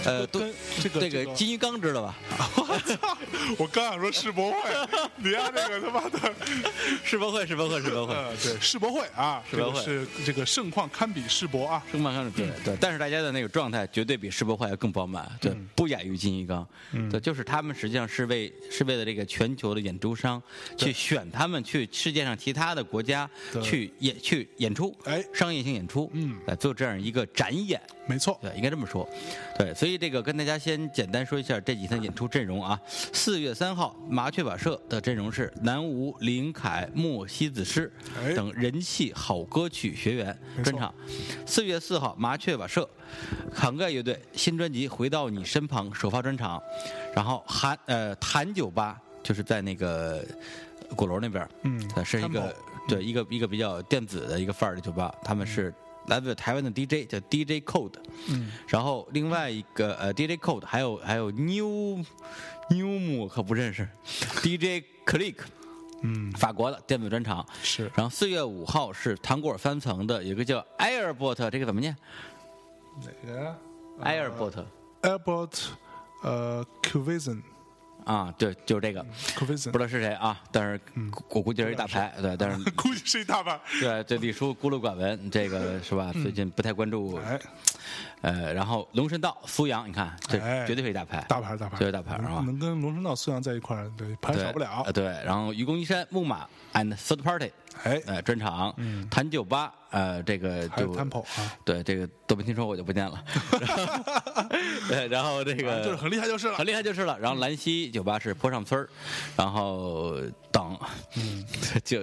Speaker 2: 呃，
Speaker 1: 跟
Speaker 2: 对
Speaker 1: 这个
Speaker 2: 这
Speaker 1: 这
Speaker 2: 个
Speaker 1: 个
Speaker 2: 金鱼缸知道吧？
Speaker 1: 我刚想说世博会，你丫这个他妈 的，
Speaker 2: 世博会，世博会，世博会。
Speaker 1: 呃，对，世博会啊，
Speaker 2: 世博会
Speaker 1: 这个是这个盛况堪比世博啊。
Speaker 2: 更漫长的对对，但是大家的那个状态绝对比世博会要更饱满，
Speaker 1: 嗯
Speaker 2: 对，不亚于金一刚，对，就是他们实际上是为是为了这个全球的演出商去选他们去世界上其他的国家
Speaker 1: 对
Speaker 2: 去演去演出，
Speaker 1: 哎
Speaker 2: 商业性演出，
Speaker 1: 嗯
Speaker 2: 来做这样一个展演，
Speaker 1: 没错，
Speaker 2: 对，应该这么说。对，所以这个跟大家先简单说一下这几天演出阵容啊。四月三号，麻雀瓦舍的阵容是南无、林凯、莫西子诗
Speaker 1: 哎
Speaker 2: 等人气好歌曲学员
Speaker 1: 没错
Speaker 2: 专场。四月四号，麻雀瓦舍涵盖乐队新专辑《回到你身旁》首发专场，然后韩呃谭酒吧就是在那个鼓楼那边儿，
Speaker 1: 嗯
Speaker 2: 呃是一
Speaker 1: Temple
Speaker 2: 个
Speaker 1: 嗯
Speaker 2: 对一个一个比较电子的一个范儿的酒吧，他们是来自台湾的 DJ 叫 DJ Code，
Speaker 1: 嗯，
Speaker 2: 然后另外一个呃 DJ Code 还有还有 New New 木可不认识，DJ Click
Speaker 1: 嗯，
Speaker 2: 法国的电子专场，
Speaker 1: 是
Speaker 2: 然后四月五号是糖果三层的，有一个叫埃尔伯特，这个怎么念？
Speaker 1: 哪个
Speaker 2: 埃
Speaker 1: 呃
Speaker 2: 尔伯特
Speaker 1: ？Albert，呃 q u i s i n
Speaker 2: 啊，对，就是这个，
Speaker 1: q u i s i
Speaker 2: 不知
Speaker 1: n
Speaker 2: 道是谁啊，但是
Speaker 1: 嗯
Speaker 2: 我估计是一大牌，对，但是
Speaker 1: 估计是一大半。
Speaker 2: 对，这李叔孤陋寡闻，这个是吧？最近不太关注，
Speaker 1: 嗯哎，
Speaker 2: 呃，然后龙神道、苏阳，你看这
Speaker 1: 哎
Speaker 2: 绝对是一大牌，
Speaker 1: 大牌大牌，嗯
Speaker 2: 绝对大牌啊
Speaker 1: 能。能跟龙生道、苏阳在一块儿，对，牌
Speaker 2: 对
Speaker 1: 少不了
Speaker 2: 呃。对，然后愚公移山、木马 and third party，
Speaker 1: 哎，嗯
Speaker 2: 呃，专场，谭酒吧，呃，这个
Speaker 1: 还有
Speaker 2: 就
Speaker 1: Temple 啊，
Speaker 2: 对，这个都没听说，我就不 念了。对，然后这
Speaker 1: 反
Speaker 2: 个
Speaker 1: 正啊就是很厉害就是了
Speaker 2: 很。厉害就是了。然后兰溪酒吧是坡上村儿，然后等， 就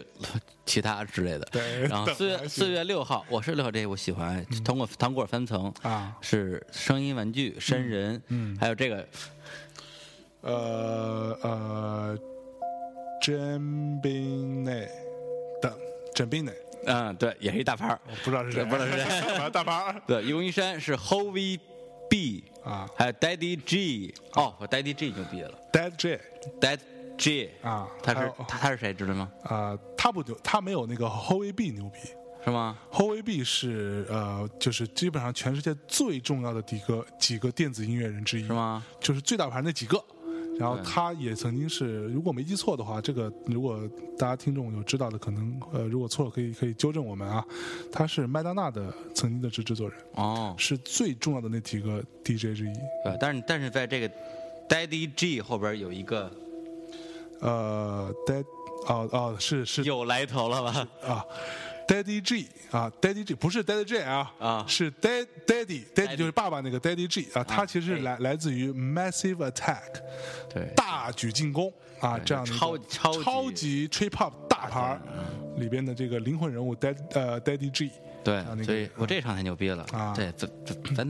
Speaker 2: 其他之类的。
Speaker 1: 嗯对
Speaker 2: 然后
Speaker 1: 等
Speaker 2: 四月
Speaker 1: 还行
Speaker 2: 四月六号，我是六号这个我喜欢，糖果糖果三层
Speaker 1: 啊
Speaker 2: 是声音玩具山人，嗯，还有这个
Speaker 1: 呃呃 j a m b i n e 等 j a m b i n e
Speaker 2: 嗯，对，也是一大牌儿。
Speaker 1: 我哦不知道是谁，
Speaker 2: 不知道是谁
Speaker 1: 反 正大牌儿
Speaker 2: 对，游云山是 Hovi B
Speaker 1: 啊
Speaker 2: 还有 Daddy G，哦，我 Daddy G 牛逼了
Speaker 1: ，Dead J
Speaker 2: ，Daddy G
Speaker 1: 啊
Speaker 2: 他
Speaker 1: 还
Speaker 2: 是
Speaker 1: 有哦
Speaker 2: 他他是谁知道吗？
Speaker 1: 啊，他不牛，他没有那个 h o e B 牛逼，
Speaker 2: 是吗？
Speaker 1: 后卫 B 是呃，就是基本上全世界最重要的几个几个电子音乐人之一，
Speaker 2: 是吗？
Speaker 1: 就是最大牌那几个。然后
Speaker 2: 对
Speaker 1: 他也曾经是，如果没记错的话，这个如果大家听众有知道的，可能呃，如果错了可以可以纠正我们啊。他是麦当娜的曾经的制制作人，
Speaker 2: 哦，
Speaker 1: 是最重要的那几个 DJ 之一。
Speaker 2: 对，但是但是在这个 Daddy G 后边有一 个
Speaker 1: 呃，Dad，哦哦，是是
Speaker 2: 有来头了吧？
Speaker 1: 啊，Daddy G 啊，Daddy G 不是 Daddy J 啊，
Speaker 2: 啊
Speaker 1: 是 Dad Daddy Daddy
Speaker 2: Daddy
Speaker 1: 就是爸爸那个 Daddy G 啊，他其实是
Speaker 2: 哎
Speaker 1: 来来自于 Massive Attack
Speaker 2: 对
Speaker 1: 大举进攻啊这样的一个
Speaker 2: 超超级
Speaker 1: 超级 Trip Hop 大牌儿
Speaker 2: 嗯
Speaker 1: 里边的这个灵魂人物 Dad 呃 Daddy G，
Speaker 2: 对
Speaker 1: 啊那个，
Speaker 2: 所以我这场太牛逼了
Speaker 1: 啊
Speaker 2: 对，咱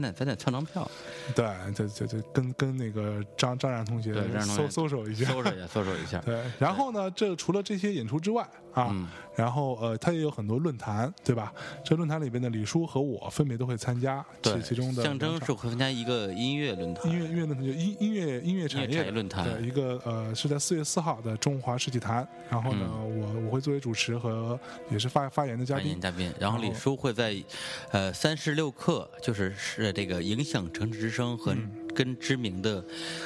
Speaker 2: 咱咱得咱得蹭张票，
Speaker 1: 对，这这这跟跟那个张张冉同学
Speaker 2: 对张冉同
Speaker 1: 搜
Speaker 2: 学
Speaker 1: 搜索一下。
Speaker 2: 搜索一下，搜索一下。
Speaker 1: 对，然后呢，这除了这些演出之外啊，
Speaker 2: 嗯
Speaker 1: 然后呃，他也有很多论坛，对吧？这论坛里边的李叔和我分别都会参加其
Speaker 2: 对，
Speaker 1: 其中的
Speaker 2: 象
Speaker 1: 两
Speaker 2: 征
Speaker 1: 场
Speaker 2: 是会参加一个音乐论坛，
Speaker 1: 音乐音乐论坛，就音音乐音乐产
Speaker 2: 音乐
Speaker 1: 业
Speaker 2: 产业论坛
Speaker 1: 的一个呃是在四月四号的中华世纪坛，然后呢，
Speaker 2: 嗯
Speaker 1: 我我会作为主持和也是发发言的嘉
Speaker 2: 欢迎
Speaker 1: 宾，
Speaker 2: 嘉宾。然后李
Speaker 1: 然后
Speaker 2: 叔会在，呃，三十六课，就是是这个影响城市之声和
Speaker 1: 嗯
Speaker 2: 跟知名的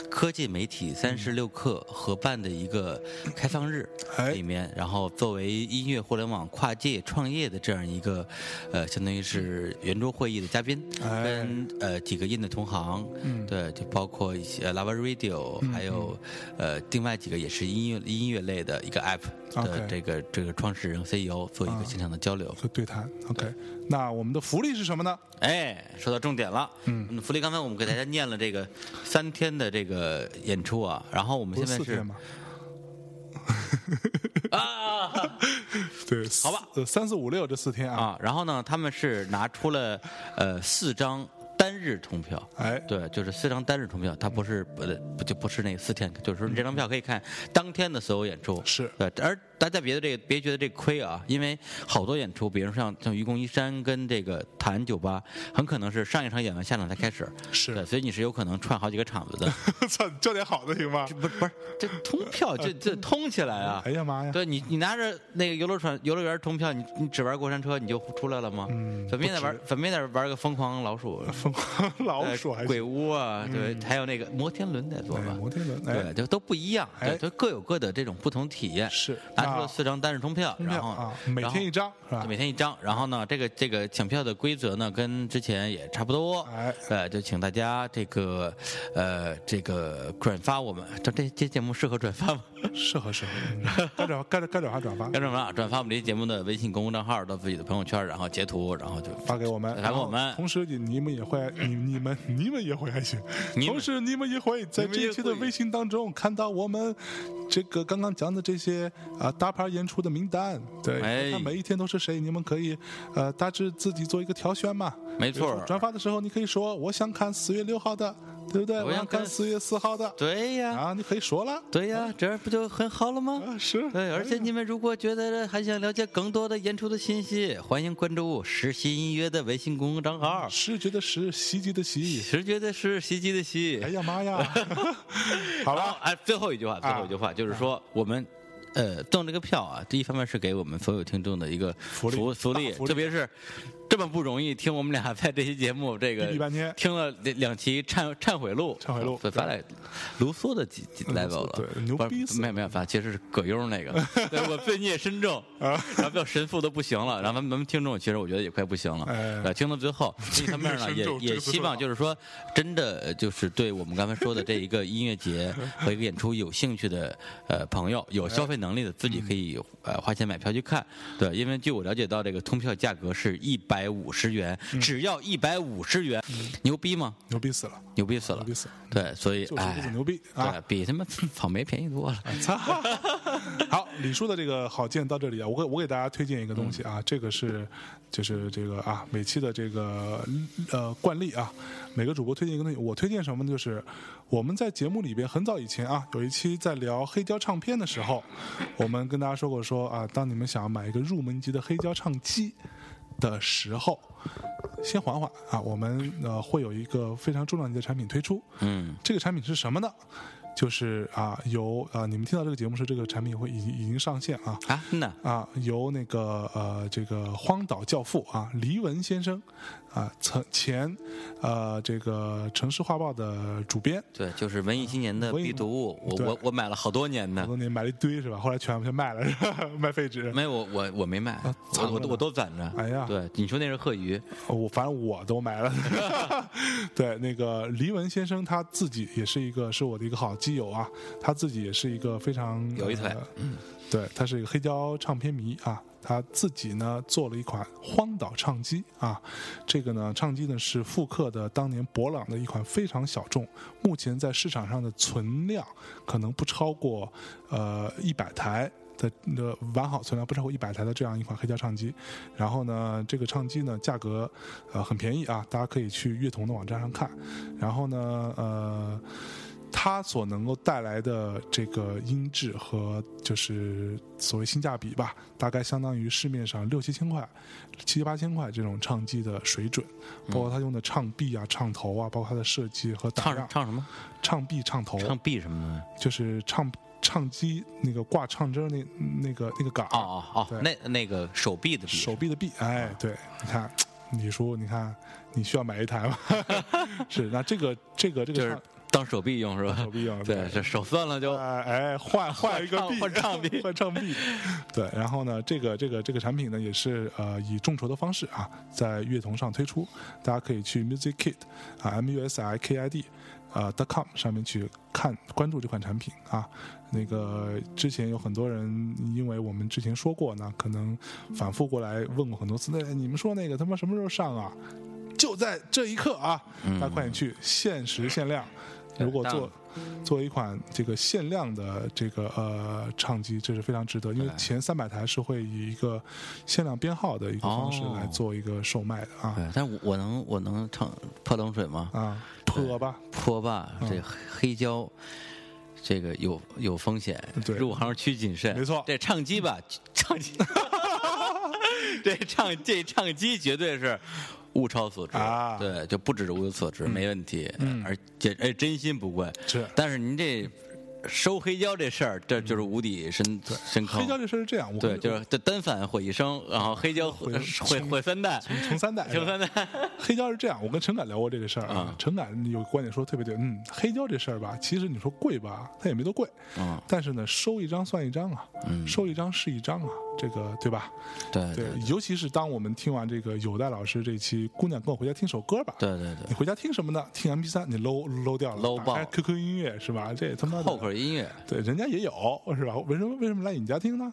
Speaker 2: 科技媒体三十六课合办的一个开放日
Speaker 1: 哎
Speaker 2: 里面，然后作为音乐互联网跨界创业的这样一个，呃，相当于是圆桌会议的嘉宾，
Speaker 1: 哎
Speaker 2: 跟呃几个印的同行，
Speaker 1: 嗯
Speaker 2: 对，就包括一些 Lava Radio，还有呃另外几个也是音乐音乐类的一个 app 的
Speaker 1: 嗯 OK
Speaker 2: 这个这个创始人和 CEO 做
Speaker 1: 啊
Speaker 2: 一个现场的交流。
Speaker 1: 和对谈。OK，那我们的福利是什么呢？
Speaker 2: 哎，说到重点了。嗯，福利，刚才我们给大家念了这个三天的这个演出啊，然后我们
Speaker 1: 不
Speaker 2: 现
Speaker 1: 是
Speaker 2: 在
Speaker 1: 四
Speaker 2: 是
Speaker 1: 天吗？
Speaker 2: 啊
Speaker 1: 对，
Speaker 2: 好吧
Speaker 1: 四，呃三四五六这四天啊，
Speaker 2: 啊，然后呢，他们是拿出了呃四张单日通票。
Speaker 1: 哎，
Speaker 2: 对，就是四张单日通票，它不
Speaker 1: 嗯
Speaker 2: 是不不就不是那四天，就是说你这张票可以看当天的所有演出。
Speaker 1: 是
Speaker 2: 对，而大家别的这个别觉得这亏啊，因为好多演出，比如像像愚公移山跟这个坛酒吧，很可能是上一场演完下场才开始。
Speaker 1: 是
Speaker 2: 对，所以你是有可能串好几个场 子的。
Speaker 1: 操，叫点好的行吗？
Speaker 2: 不是不是，这通 票这这通起来啊！
Speaker 1: 哎呀妈呀！
Speaker 2: 对你，你拿着那个游乐船、游乐园通票，你你只玩过山车，你就出来了吗？
Speaker 1: 嗯
Speaker 2: 怎么也得玩，怎么也得玩个疯狂老鼠、
Speaker 1: 疯狂老
Speaker 2: 呃
Speaker 1: 鼠还
Speaker 2: 鬼
Speaker 1: 行，
Speaker 2: 屋啊，对，还有那个摩天轮得坐
Speaker 1: 哎
Speaker 2: 吧？
Speaker 1: 摩天轮哎
Speaker 2: 对，就都不一样，
Speaker 1: 哎
Speaker 2: 对，都各有各的这种不同体验。
Speaker 1: 是
Speaker 2: 拿出
Speaker 1: 那
Speaker 2: 了四张单日通票，
Speaker 1: 票
Speaker 2: 然后
Speaker 1: 啊每
Speaker 2: 然
Speaker 1: 天
Speaker 2: 后
Speaker 1: 一张是吧
Speaker 2: 对每天一张。然后呢，这个这个抢票的规则呢，跟之前也差不多。
Speaker 1: 哎
Speaker 2: 对，就请大家这个呃这个转发我们，这这这节目适合转发 吗？
Speaker 1: 适合适合，嗯该转该该转发转发，
Speaker 2: 要转发，转发我们这期节目的微信公众账号到自己的朋友圈，然后截图，然后就
Speaker 1: 发给我们，
Speaker 2: 发给我们
Speaker 1: 然后同时你你们也会，你你们你们也会还行。
Speaker 2: 你们
Speaker 1: 同时你们也会在这一期的微信当中看到我们这个刚刚讲的这些啊大牌演出的名单，对，
Speaker 2: 哎
Speaker 1: 看每一天都是谁，你们可以呃大致自己做一个挑选嘛。
Speaker 2: 没错
Speaker 1: 比如说转发的时候你可以说我想看四月六号的，对不对？
Speaker 2: 我
Speaker 1: 我
Speaker 2: 想
Speaker 1: 想看
Speaker 2: 看
Speaker 1: 四月四号的，
Speaker 2: 对呀、
Speaker 1: 啊，你可以说了，
Speaker 2: 对呀、这样不就很好了吗？
Speaker 1: 啊是，
Speaker 2: 对，而且你们如果觉得还想了解更多的演出的信息，欢迎关注实习音乐的微信公众账号。
Speaker 1: 视觉的视，袭击的袭，
Speaker 2: 实觉得是袭击的袭
Speaker 1: 哎。呀妈呀， 好
Speaker 2: 然后
Speaker 1: 吧，啊
Speaker 2: 哎，最后一句话，最后一句话、就是说我们。呃，赠这个票啊，第一方面是给我们所有听众的一个福
Speaker 1: 利
Speaker 2: 福福利，
Speaker 1: 大福利
Speaker 2: 特别是这么不容易听我们俩在这期节目这个
Speaker 1: 逼逼半天
Speaker 2: 听了两两期忏忏悔录，
Speaker 1: 忏悔录呃
Speaker 2: 对咱俩卢梭的几几 level 了，
Speaker 1: 对牛逼
Speaker 2: 不
Speaker 1: 死
Speaker 2: 是
Speaker 1: 了
Speaker 2: 没有没有，反正其实是葛优 那个，对我罪孽深重，
Speaker 1: 啊
Speaker 2: 然后被我神父都不行了，然后咱们咱们听众其实我觉得也快不行了，
Speaker 1: 哎
Speaker 2: 呃，听到 最后，另一方面呢，
Speaker 1: 深
Speaker 2: 也
Speaker 1: 重这
Speaker 2: 也
Speaker 1: 个词
Speaker 2: 希
Speaker 1: 特
Speaker 2: 望
Speaker 1: 好
Speaker 2: 就是说，真的呃就是对我们刚才说的这一个音乐 节和一个演出有兴趣的呃朋友，有消费能力的自己可以呃花钱买票去看。对，因为据我了解到，这个通票价格是一百五十元，
Speaker 1: 嗯
Speaker 2: 只要一百五十元，牛逼吗？
Speaker 1: 牛逼死了。
Speaker 2: 牛逼死了
Speaker 1: 嗯牛逼死了！
Speaker 2: 对，所以
Speaker 1: 就是
Speaker 2: 哎
Speaker 1: 这，么牛逼啊哎
Speaker 2: 对，比他妈草莓便宜多了。
Speaker 1: 操！ 好，李叔的这个好见到这里啊，我给我给大家推荐一个东西啊，这个是就是这个啊，每期的这个呃惯例啊，每个主播推荐一个东西，我推荐什么呢？就是我们在节目里边很早以前啊，有一期在聊黑胶唱片的时候，我们跟大家说过说啊，当你们想要买一个入门级的黑胶唱机。的时候，先缓缓啊！我们呃会有一个非常重量级的产品推出，
Speaker 2: 嗯，
Speaker 1: 这个产品是什么呢？就是啊，由啊，你们听到这个节目是这个产品会已已经上线啊，
Speaker 2: 啊，真的
Speaker 1: 啊，由那个呃这个荒岛教父啊黎文先生啊，曾前呃这个城市画报的主编，
Speaker 2: 对，就是文艺青年的
Speaker 1: 文艺
Speaker 2: 必读物，我
Speaker 1: 对
Speaker 2: 我我买了好多年
Speaker 1: 好
Speaker 2: 呢
Speaker 1: 多。年买了一堆是吧？后来全部全卖了是吧？卖废纸。
Speaker 2: 没有，我我我没卖，
Speaker 1: 啊藏
Speaker 2: 我
Speaker 1: 着呢
Speaker 2: 我都我都攒着。
Speaker 1: 哎呀
Speaker 2: 对，你说那是贺鱼，
Speaker 1: 哦我反正我都买了。 对，那个黎文先生他自己也是一个，是我的一个好基友啊，他自己也是一个非常
Speaker 2: 有一腿嗯
Speaker 1: 呃对，他是一个黑胶唱片迷啊。他自己呢做了一款荒岛唱机啊，这个呢唱机呢是复刻的当年博朗的一款非常小众，目前在市场上的存量可能不超过呃一百台的呃完好存量不超过一百台的这样一款黑胶唱机。然后呢，这个唱机呢价格呃很便宜啊，大家可以去乐童的网站上看。然后呢，呃。它所能够带来的这个音质和就是所谓性价比吧，大概相当于市面上六七千块、七八千块这种唱机的水准，
Speaker 2: 嗯
Speaker 1: 包括它用的唱臂啊、唱头啊，包括它的设计和打
Speaker 2: 唱
Speaker 1: 样、
Speaker 2: 唱什么？
Speaker 1: 唱臂、唱头，
Speaker 2: 唱 B 什么的？
Speaker 1: 就是唱唱机那个挂唱针儿那那个那个杆儿
Speaker 2: 哦哦哦
Speaker 1: 对，
Speaker 2: 那那个手臂的臂。
Speaker 1: 手臂的臂，
Speaker 2: 啊
Speaker 1: 哎，对，你看，李叔，你看，你需要买一台吗？ 是，那这个这个这
Speaker 2: 就
Speaker 1: 个
Speaker 2: 是
Speaker 1: 唱
Speaker 2: 当手臂用是吧？
Speaker 1: 手臂啊用
Speaker 2: 对，是手酸了就
Speaker 1: 哎哎，换换一个币，
Speaker 2: 换唱币
Speaker 1: 换唱币。对，然后呢，这个这个这个产品呢，也是呃以众筹的方式啊，在乐童上推出，大家可以去 Music Kid 啊 M U S I K I D 啊 dot com 上面去看关注这款产品啊。那个之前有很多人，因为我们之前说过呢，可能反复过来问过很多次，那你们说那个他妈什么时候上啊？就在这一刻啊，大家快点去，限时限量。
Speaker 2: 嗯对
Speaker 1: 如果
Speaker 2: 当
Speaker 1: 做作为一款这个限量的这个呃唱机，这是非常值得，因为
Speaker 2: 对
Speaker 1: 前三百台是会以一个限量编号的一个方式
Speaker 2: 哦
Speaker 1: 来做一个售卖的啊
Speaker 2: 对，但我我能我能唱泼冷水吗？
Speaker 1: 啊，破吧，
Speaker 2: 泼吧，
Speaker 1: 嗯
Speaker 2: 这黑胶，这个有有风险，
Speaker 1: 对
Speaker 2: 入行需谨慎，
Speaker 1: 没错
Speaker 2: 这唱机吧， 唱机，这唱这唱机绝对是。物超所值
Speaker 1: 啊嗯
Speaker 2: 对，就不只是物有所值，没问题，而且哎，真心不贵。
Speaker 1: 是
Speaker 2: 但是您这收黑胶这事儿，这就是无底深深
Speaker 1: 嗯
Speaker 2: 坑。
Speaker 1: 黑胶这事儿是这样，我
Speaker 2: 对，就是这单反毁一生，然后黑胶毁毁毁三代，
Speaker 1: 从三代，
Speaker 2: 穷三代。
Speaker 1: 黑胶是这样，我跟陈敢聊过这个事儿
Speaker 2: 啊
Speaker 1: 陈敢有观点说得特别对，嗯，黑胶这事儿吧，其实你说贵吧，它也没多贵，
Speaker 2: 嗯
Speaker 1: 但是呢，收一张算一张啊，
Speaker 2: 嗯
Speaker 1: 收一张是一张啊，这个对吧？
Speaker 2: 对
Speaker 1: 对
Speaker 2: 对，
Speaker 1: 尤其是当我们听完这个有代老师这期《姑娘跟我回家听首歌吧》，
Speaker 2: 对对对，
Speaker 1: 你回家听什么呢？听 MP 三，你搂搂掉了，
Speaker 2: 搂
Speaker 1: 打开
Speaker 2: 爆
Speaker 1: QQ 音乐是吧？这他妈的
Speaker 2: 后口音乐，
Speaker 1: 对，人家也有是吧？为什么为什么来你家听呢？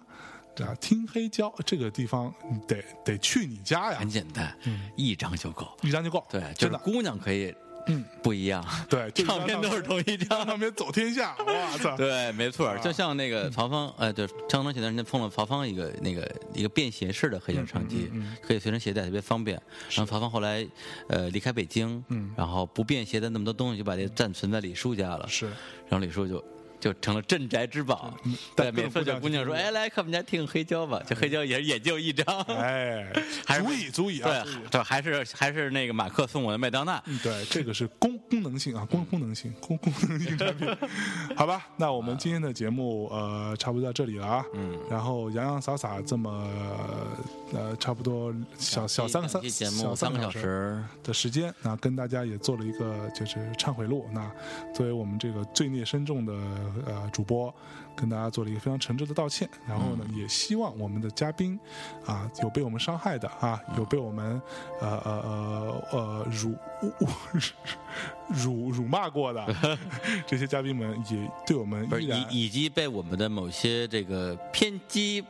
Speaker 1: 啊，听黑胶这个地方你得得去你家呀
Speaker 2: 很，简单，一张就够。
Speaker 1: 一张就够。
Speaker 2: 嗯对，
Speaker 1: 真
Speaker 2: 就是
Speaker 1: 的，
Speaker 2: 姑娘可以，嗯，不一样。
Speaker 1: 对就一张
Speaker 2: 唱片都是同一张。啊
Speaker 1: 上面走天下，哇操！
Speaker 2: 对，没错儿，就像那个曹芳，呃，就是张东前段时间碰了曹芳一个那个一个便携式的黑胶唱机，可以随身携带，特别方便。然后曹芳后来呃离开北京，然后不便携带那么多东西，就把这暂存在李叔家了。
Speaker 1: 是，
Speaker 2: 然后李叔就就成了镇宅之宝。对，
Speaker 1: 但各
Speaker 2: 每
Speaker 1: 种
Speaker 2: 次就
Speaker 1: 姑
Speaker 2: 姑
Speaker 1: 娘
Speaker 2: 娘
Speaker 1: 就
Speaker 2: 说：“哎，来看我们家听黑胶吧。”这黑胶也也就一张，
Speaker 1: 哎，
Speaker 2: 还是
Speaker 1: 足以足以啊，足以
Speaker 2: 对对，还是还是那个马克送我的麦当娜。
Speaker 1: 嗯对，这个是 功功能性啊，功功能性，功功能性产品，好吧？那我
Speaker 2: 啊
Speaker 1: 们今天的节目呃，差不多到这里了啊。嗯。然后洋洋洒洒这么呃，差不多小小三个
Speaker 2: 两
Speaker 1: 三
Speaker 2: 期节
Speaker 1: 小
Speaker 2: 目三
Speaker 1: 个
Speaker 2: 个小
Speaker 1: 时
Speaker 2: 时，
Speaker 1: 的时间，那跟大家也做了一个就是忏悔录。那作为我们这个罪孽深重的呃主播，跟大家做了一个非常诚挚的道歉。然后呢，
Speaker 2: 嗯
Speaker 1: 也希望我们的嘉宾啊有被我们伤害的啊，有被我们呃呃呃呃辱辱辱骂过的这些嘉宾们，也对我们
Speaker 2: 不是
Speaker 1: 依然
Speaker 2: 以以及被我们的某些这个偏激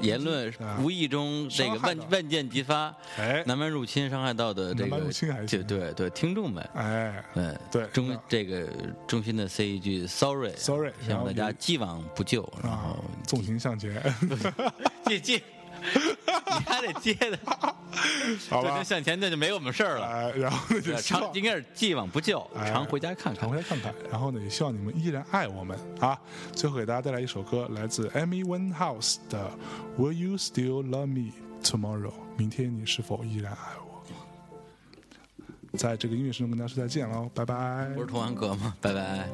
Speaker 2: 言论
Speaker 1: 啊
Speaker 2: 无意中这个
Speaker 1: 伤害
Speaker 2: 万
Speaker 1: 到
Speaker 2: 万箭齐发，
Speaker 1: 哎
Speaker 2: 南蛮入侵伤害到的这
Speaker 1: 南蛮入
Speaker 2: 个
Speaker 1: 侵还
Speaker 2: 对
Speaker 1: 行
Speaker 2: 对对听众们，
Speaker 1: 哎
Speaker 2: 嗯，
Speaker 1: 对
Speaker 2: 衷
Speaker 1: 那
Speaker 2: 这个衷心的 say 一句 sorry
Speaker 1: Sorry，然
Speaker 2: 向
Speaker 1: 后
Speaker 2: 大
Speaker 1: 也
Speaker 2: 家既往不咎，然
Speaker 1: 啊
Speaker 2: 后，
Speaker 1: 纵情向前，
Speaker 2: 接接， 你还得接的，
Speaker 1: 好
Speaker 2: 对，
Speaker 1: 吧
Speaker 2: 那？向前那就没我们事儿了。
Speaker 1: 哎，然 后就
Speaker 2: 对
Speaker 1: 希望
Speaker 2: 常应该是既往不咎，
Speaker 1: 哎
Speaker 2: 常回家
Speaker 1: 常
Speaker 2: 看看
Speaker 1: 回。来看看。然后呢，也希望你们依然爱我们啊！最后给大家带来一首歌，来自 Amy Winehouse 的《Will You Still Love Me Tomorrow》，明天你是否依然爱我？在这个音乐声中跟大家说再见喽，拜拜。
Speaker 2: 不是童安格吗？拜拜。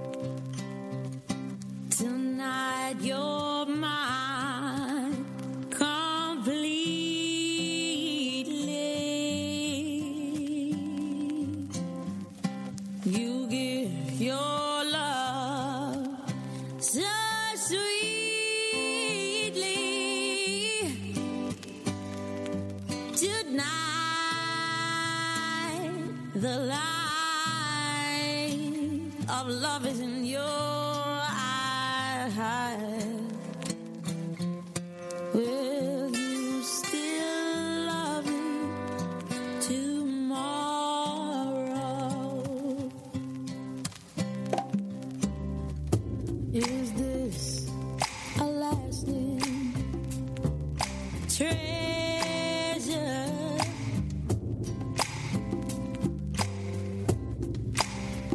Speaker 3: The light of love is in your eyes. Will you still love me tomorrow? Is this a lasting treasure?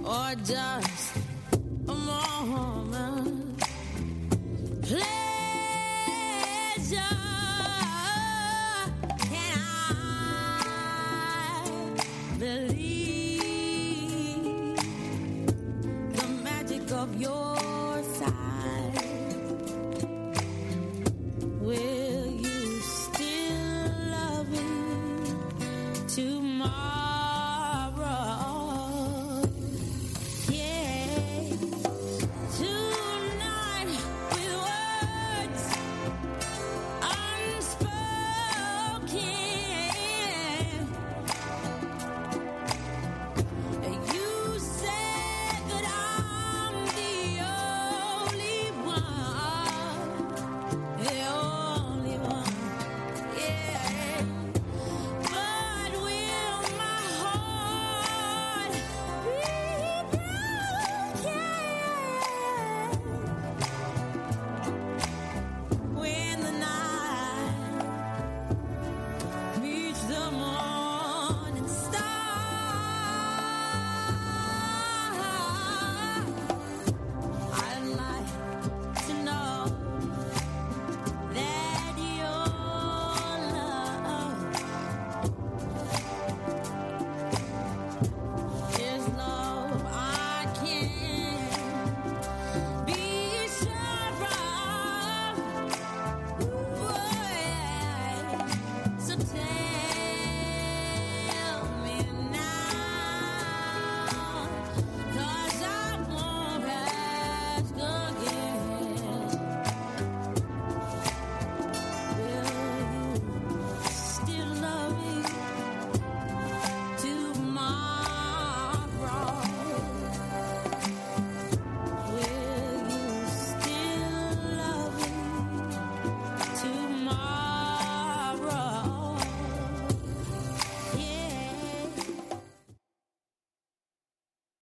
Speaker 3: Or just a moment pleasure?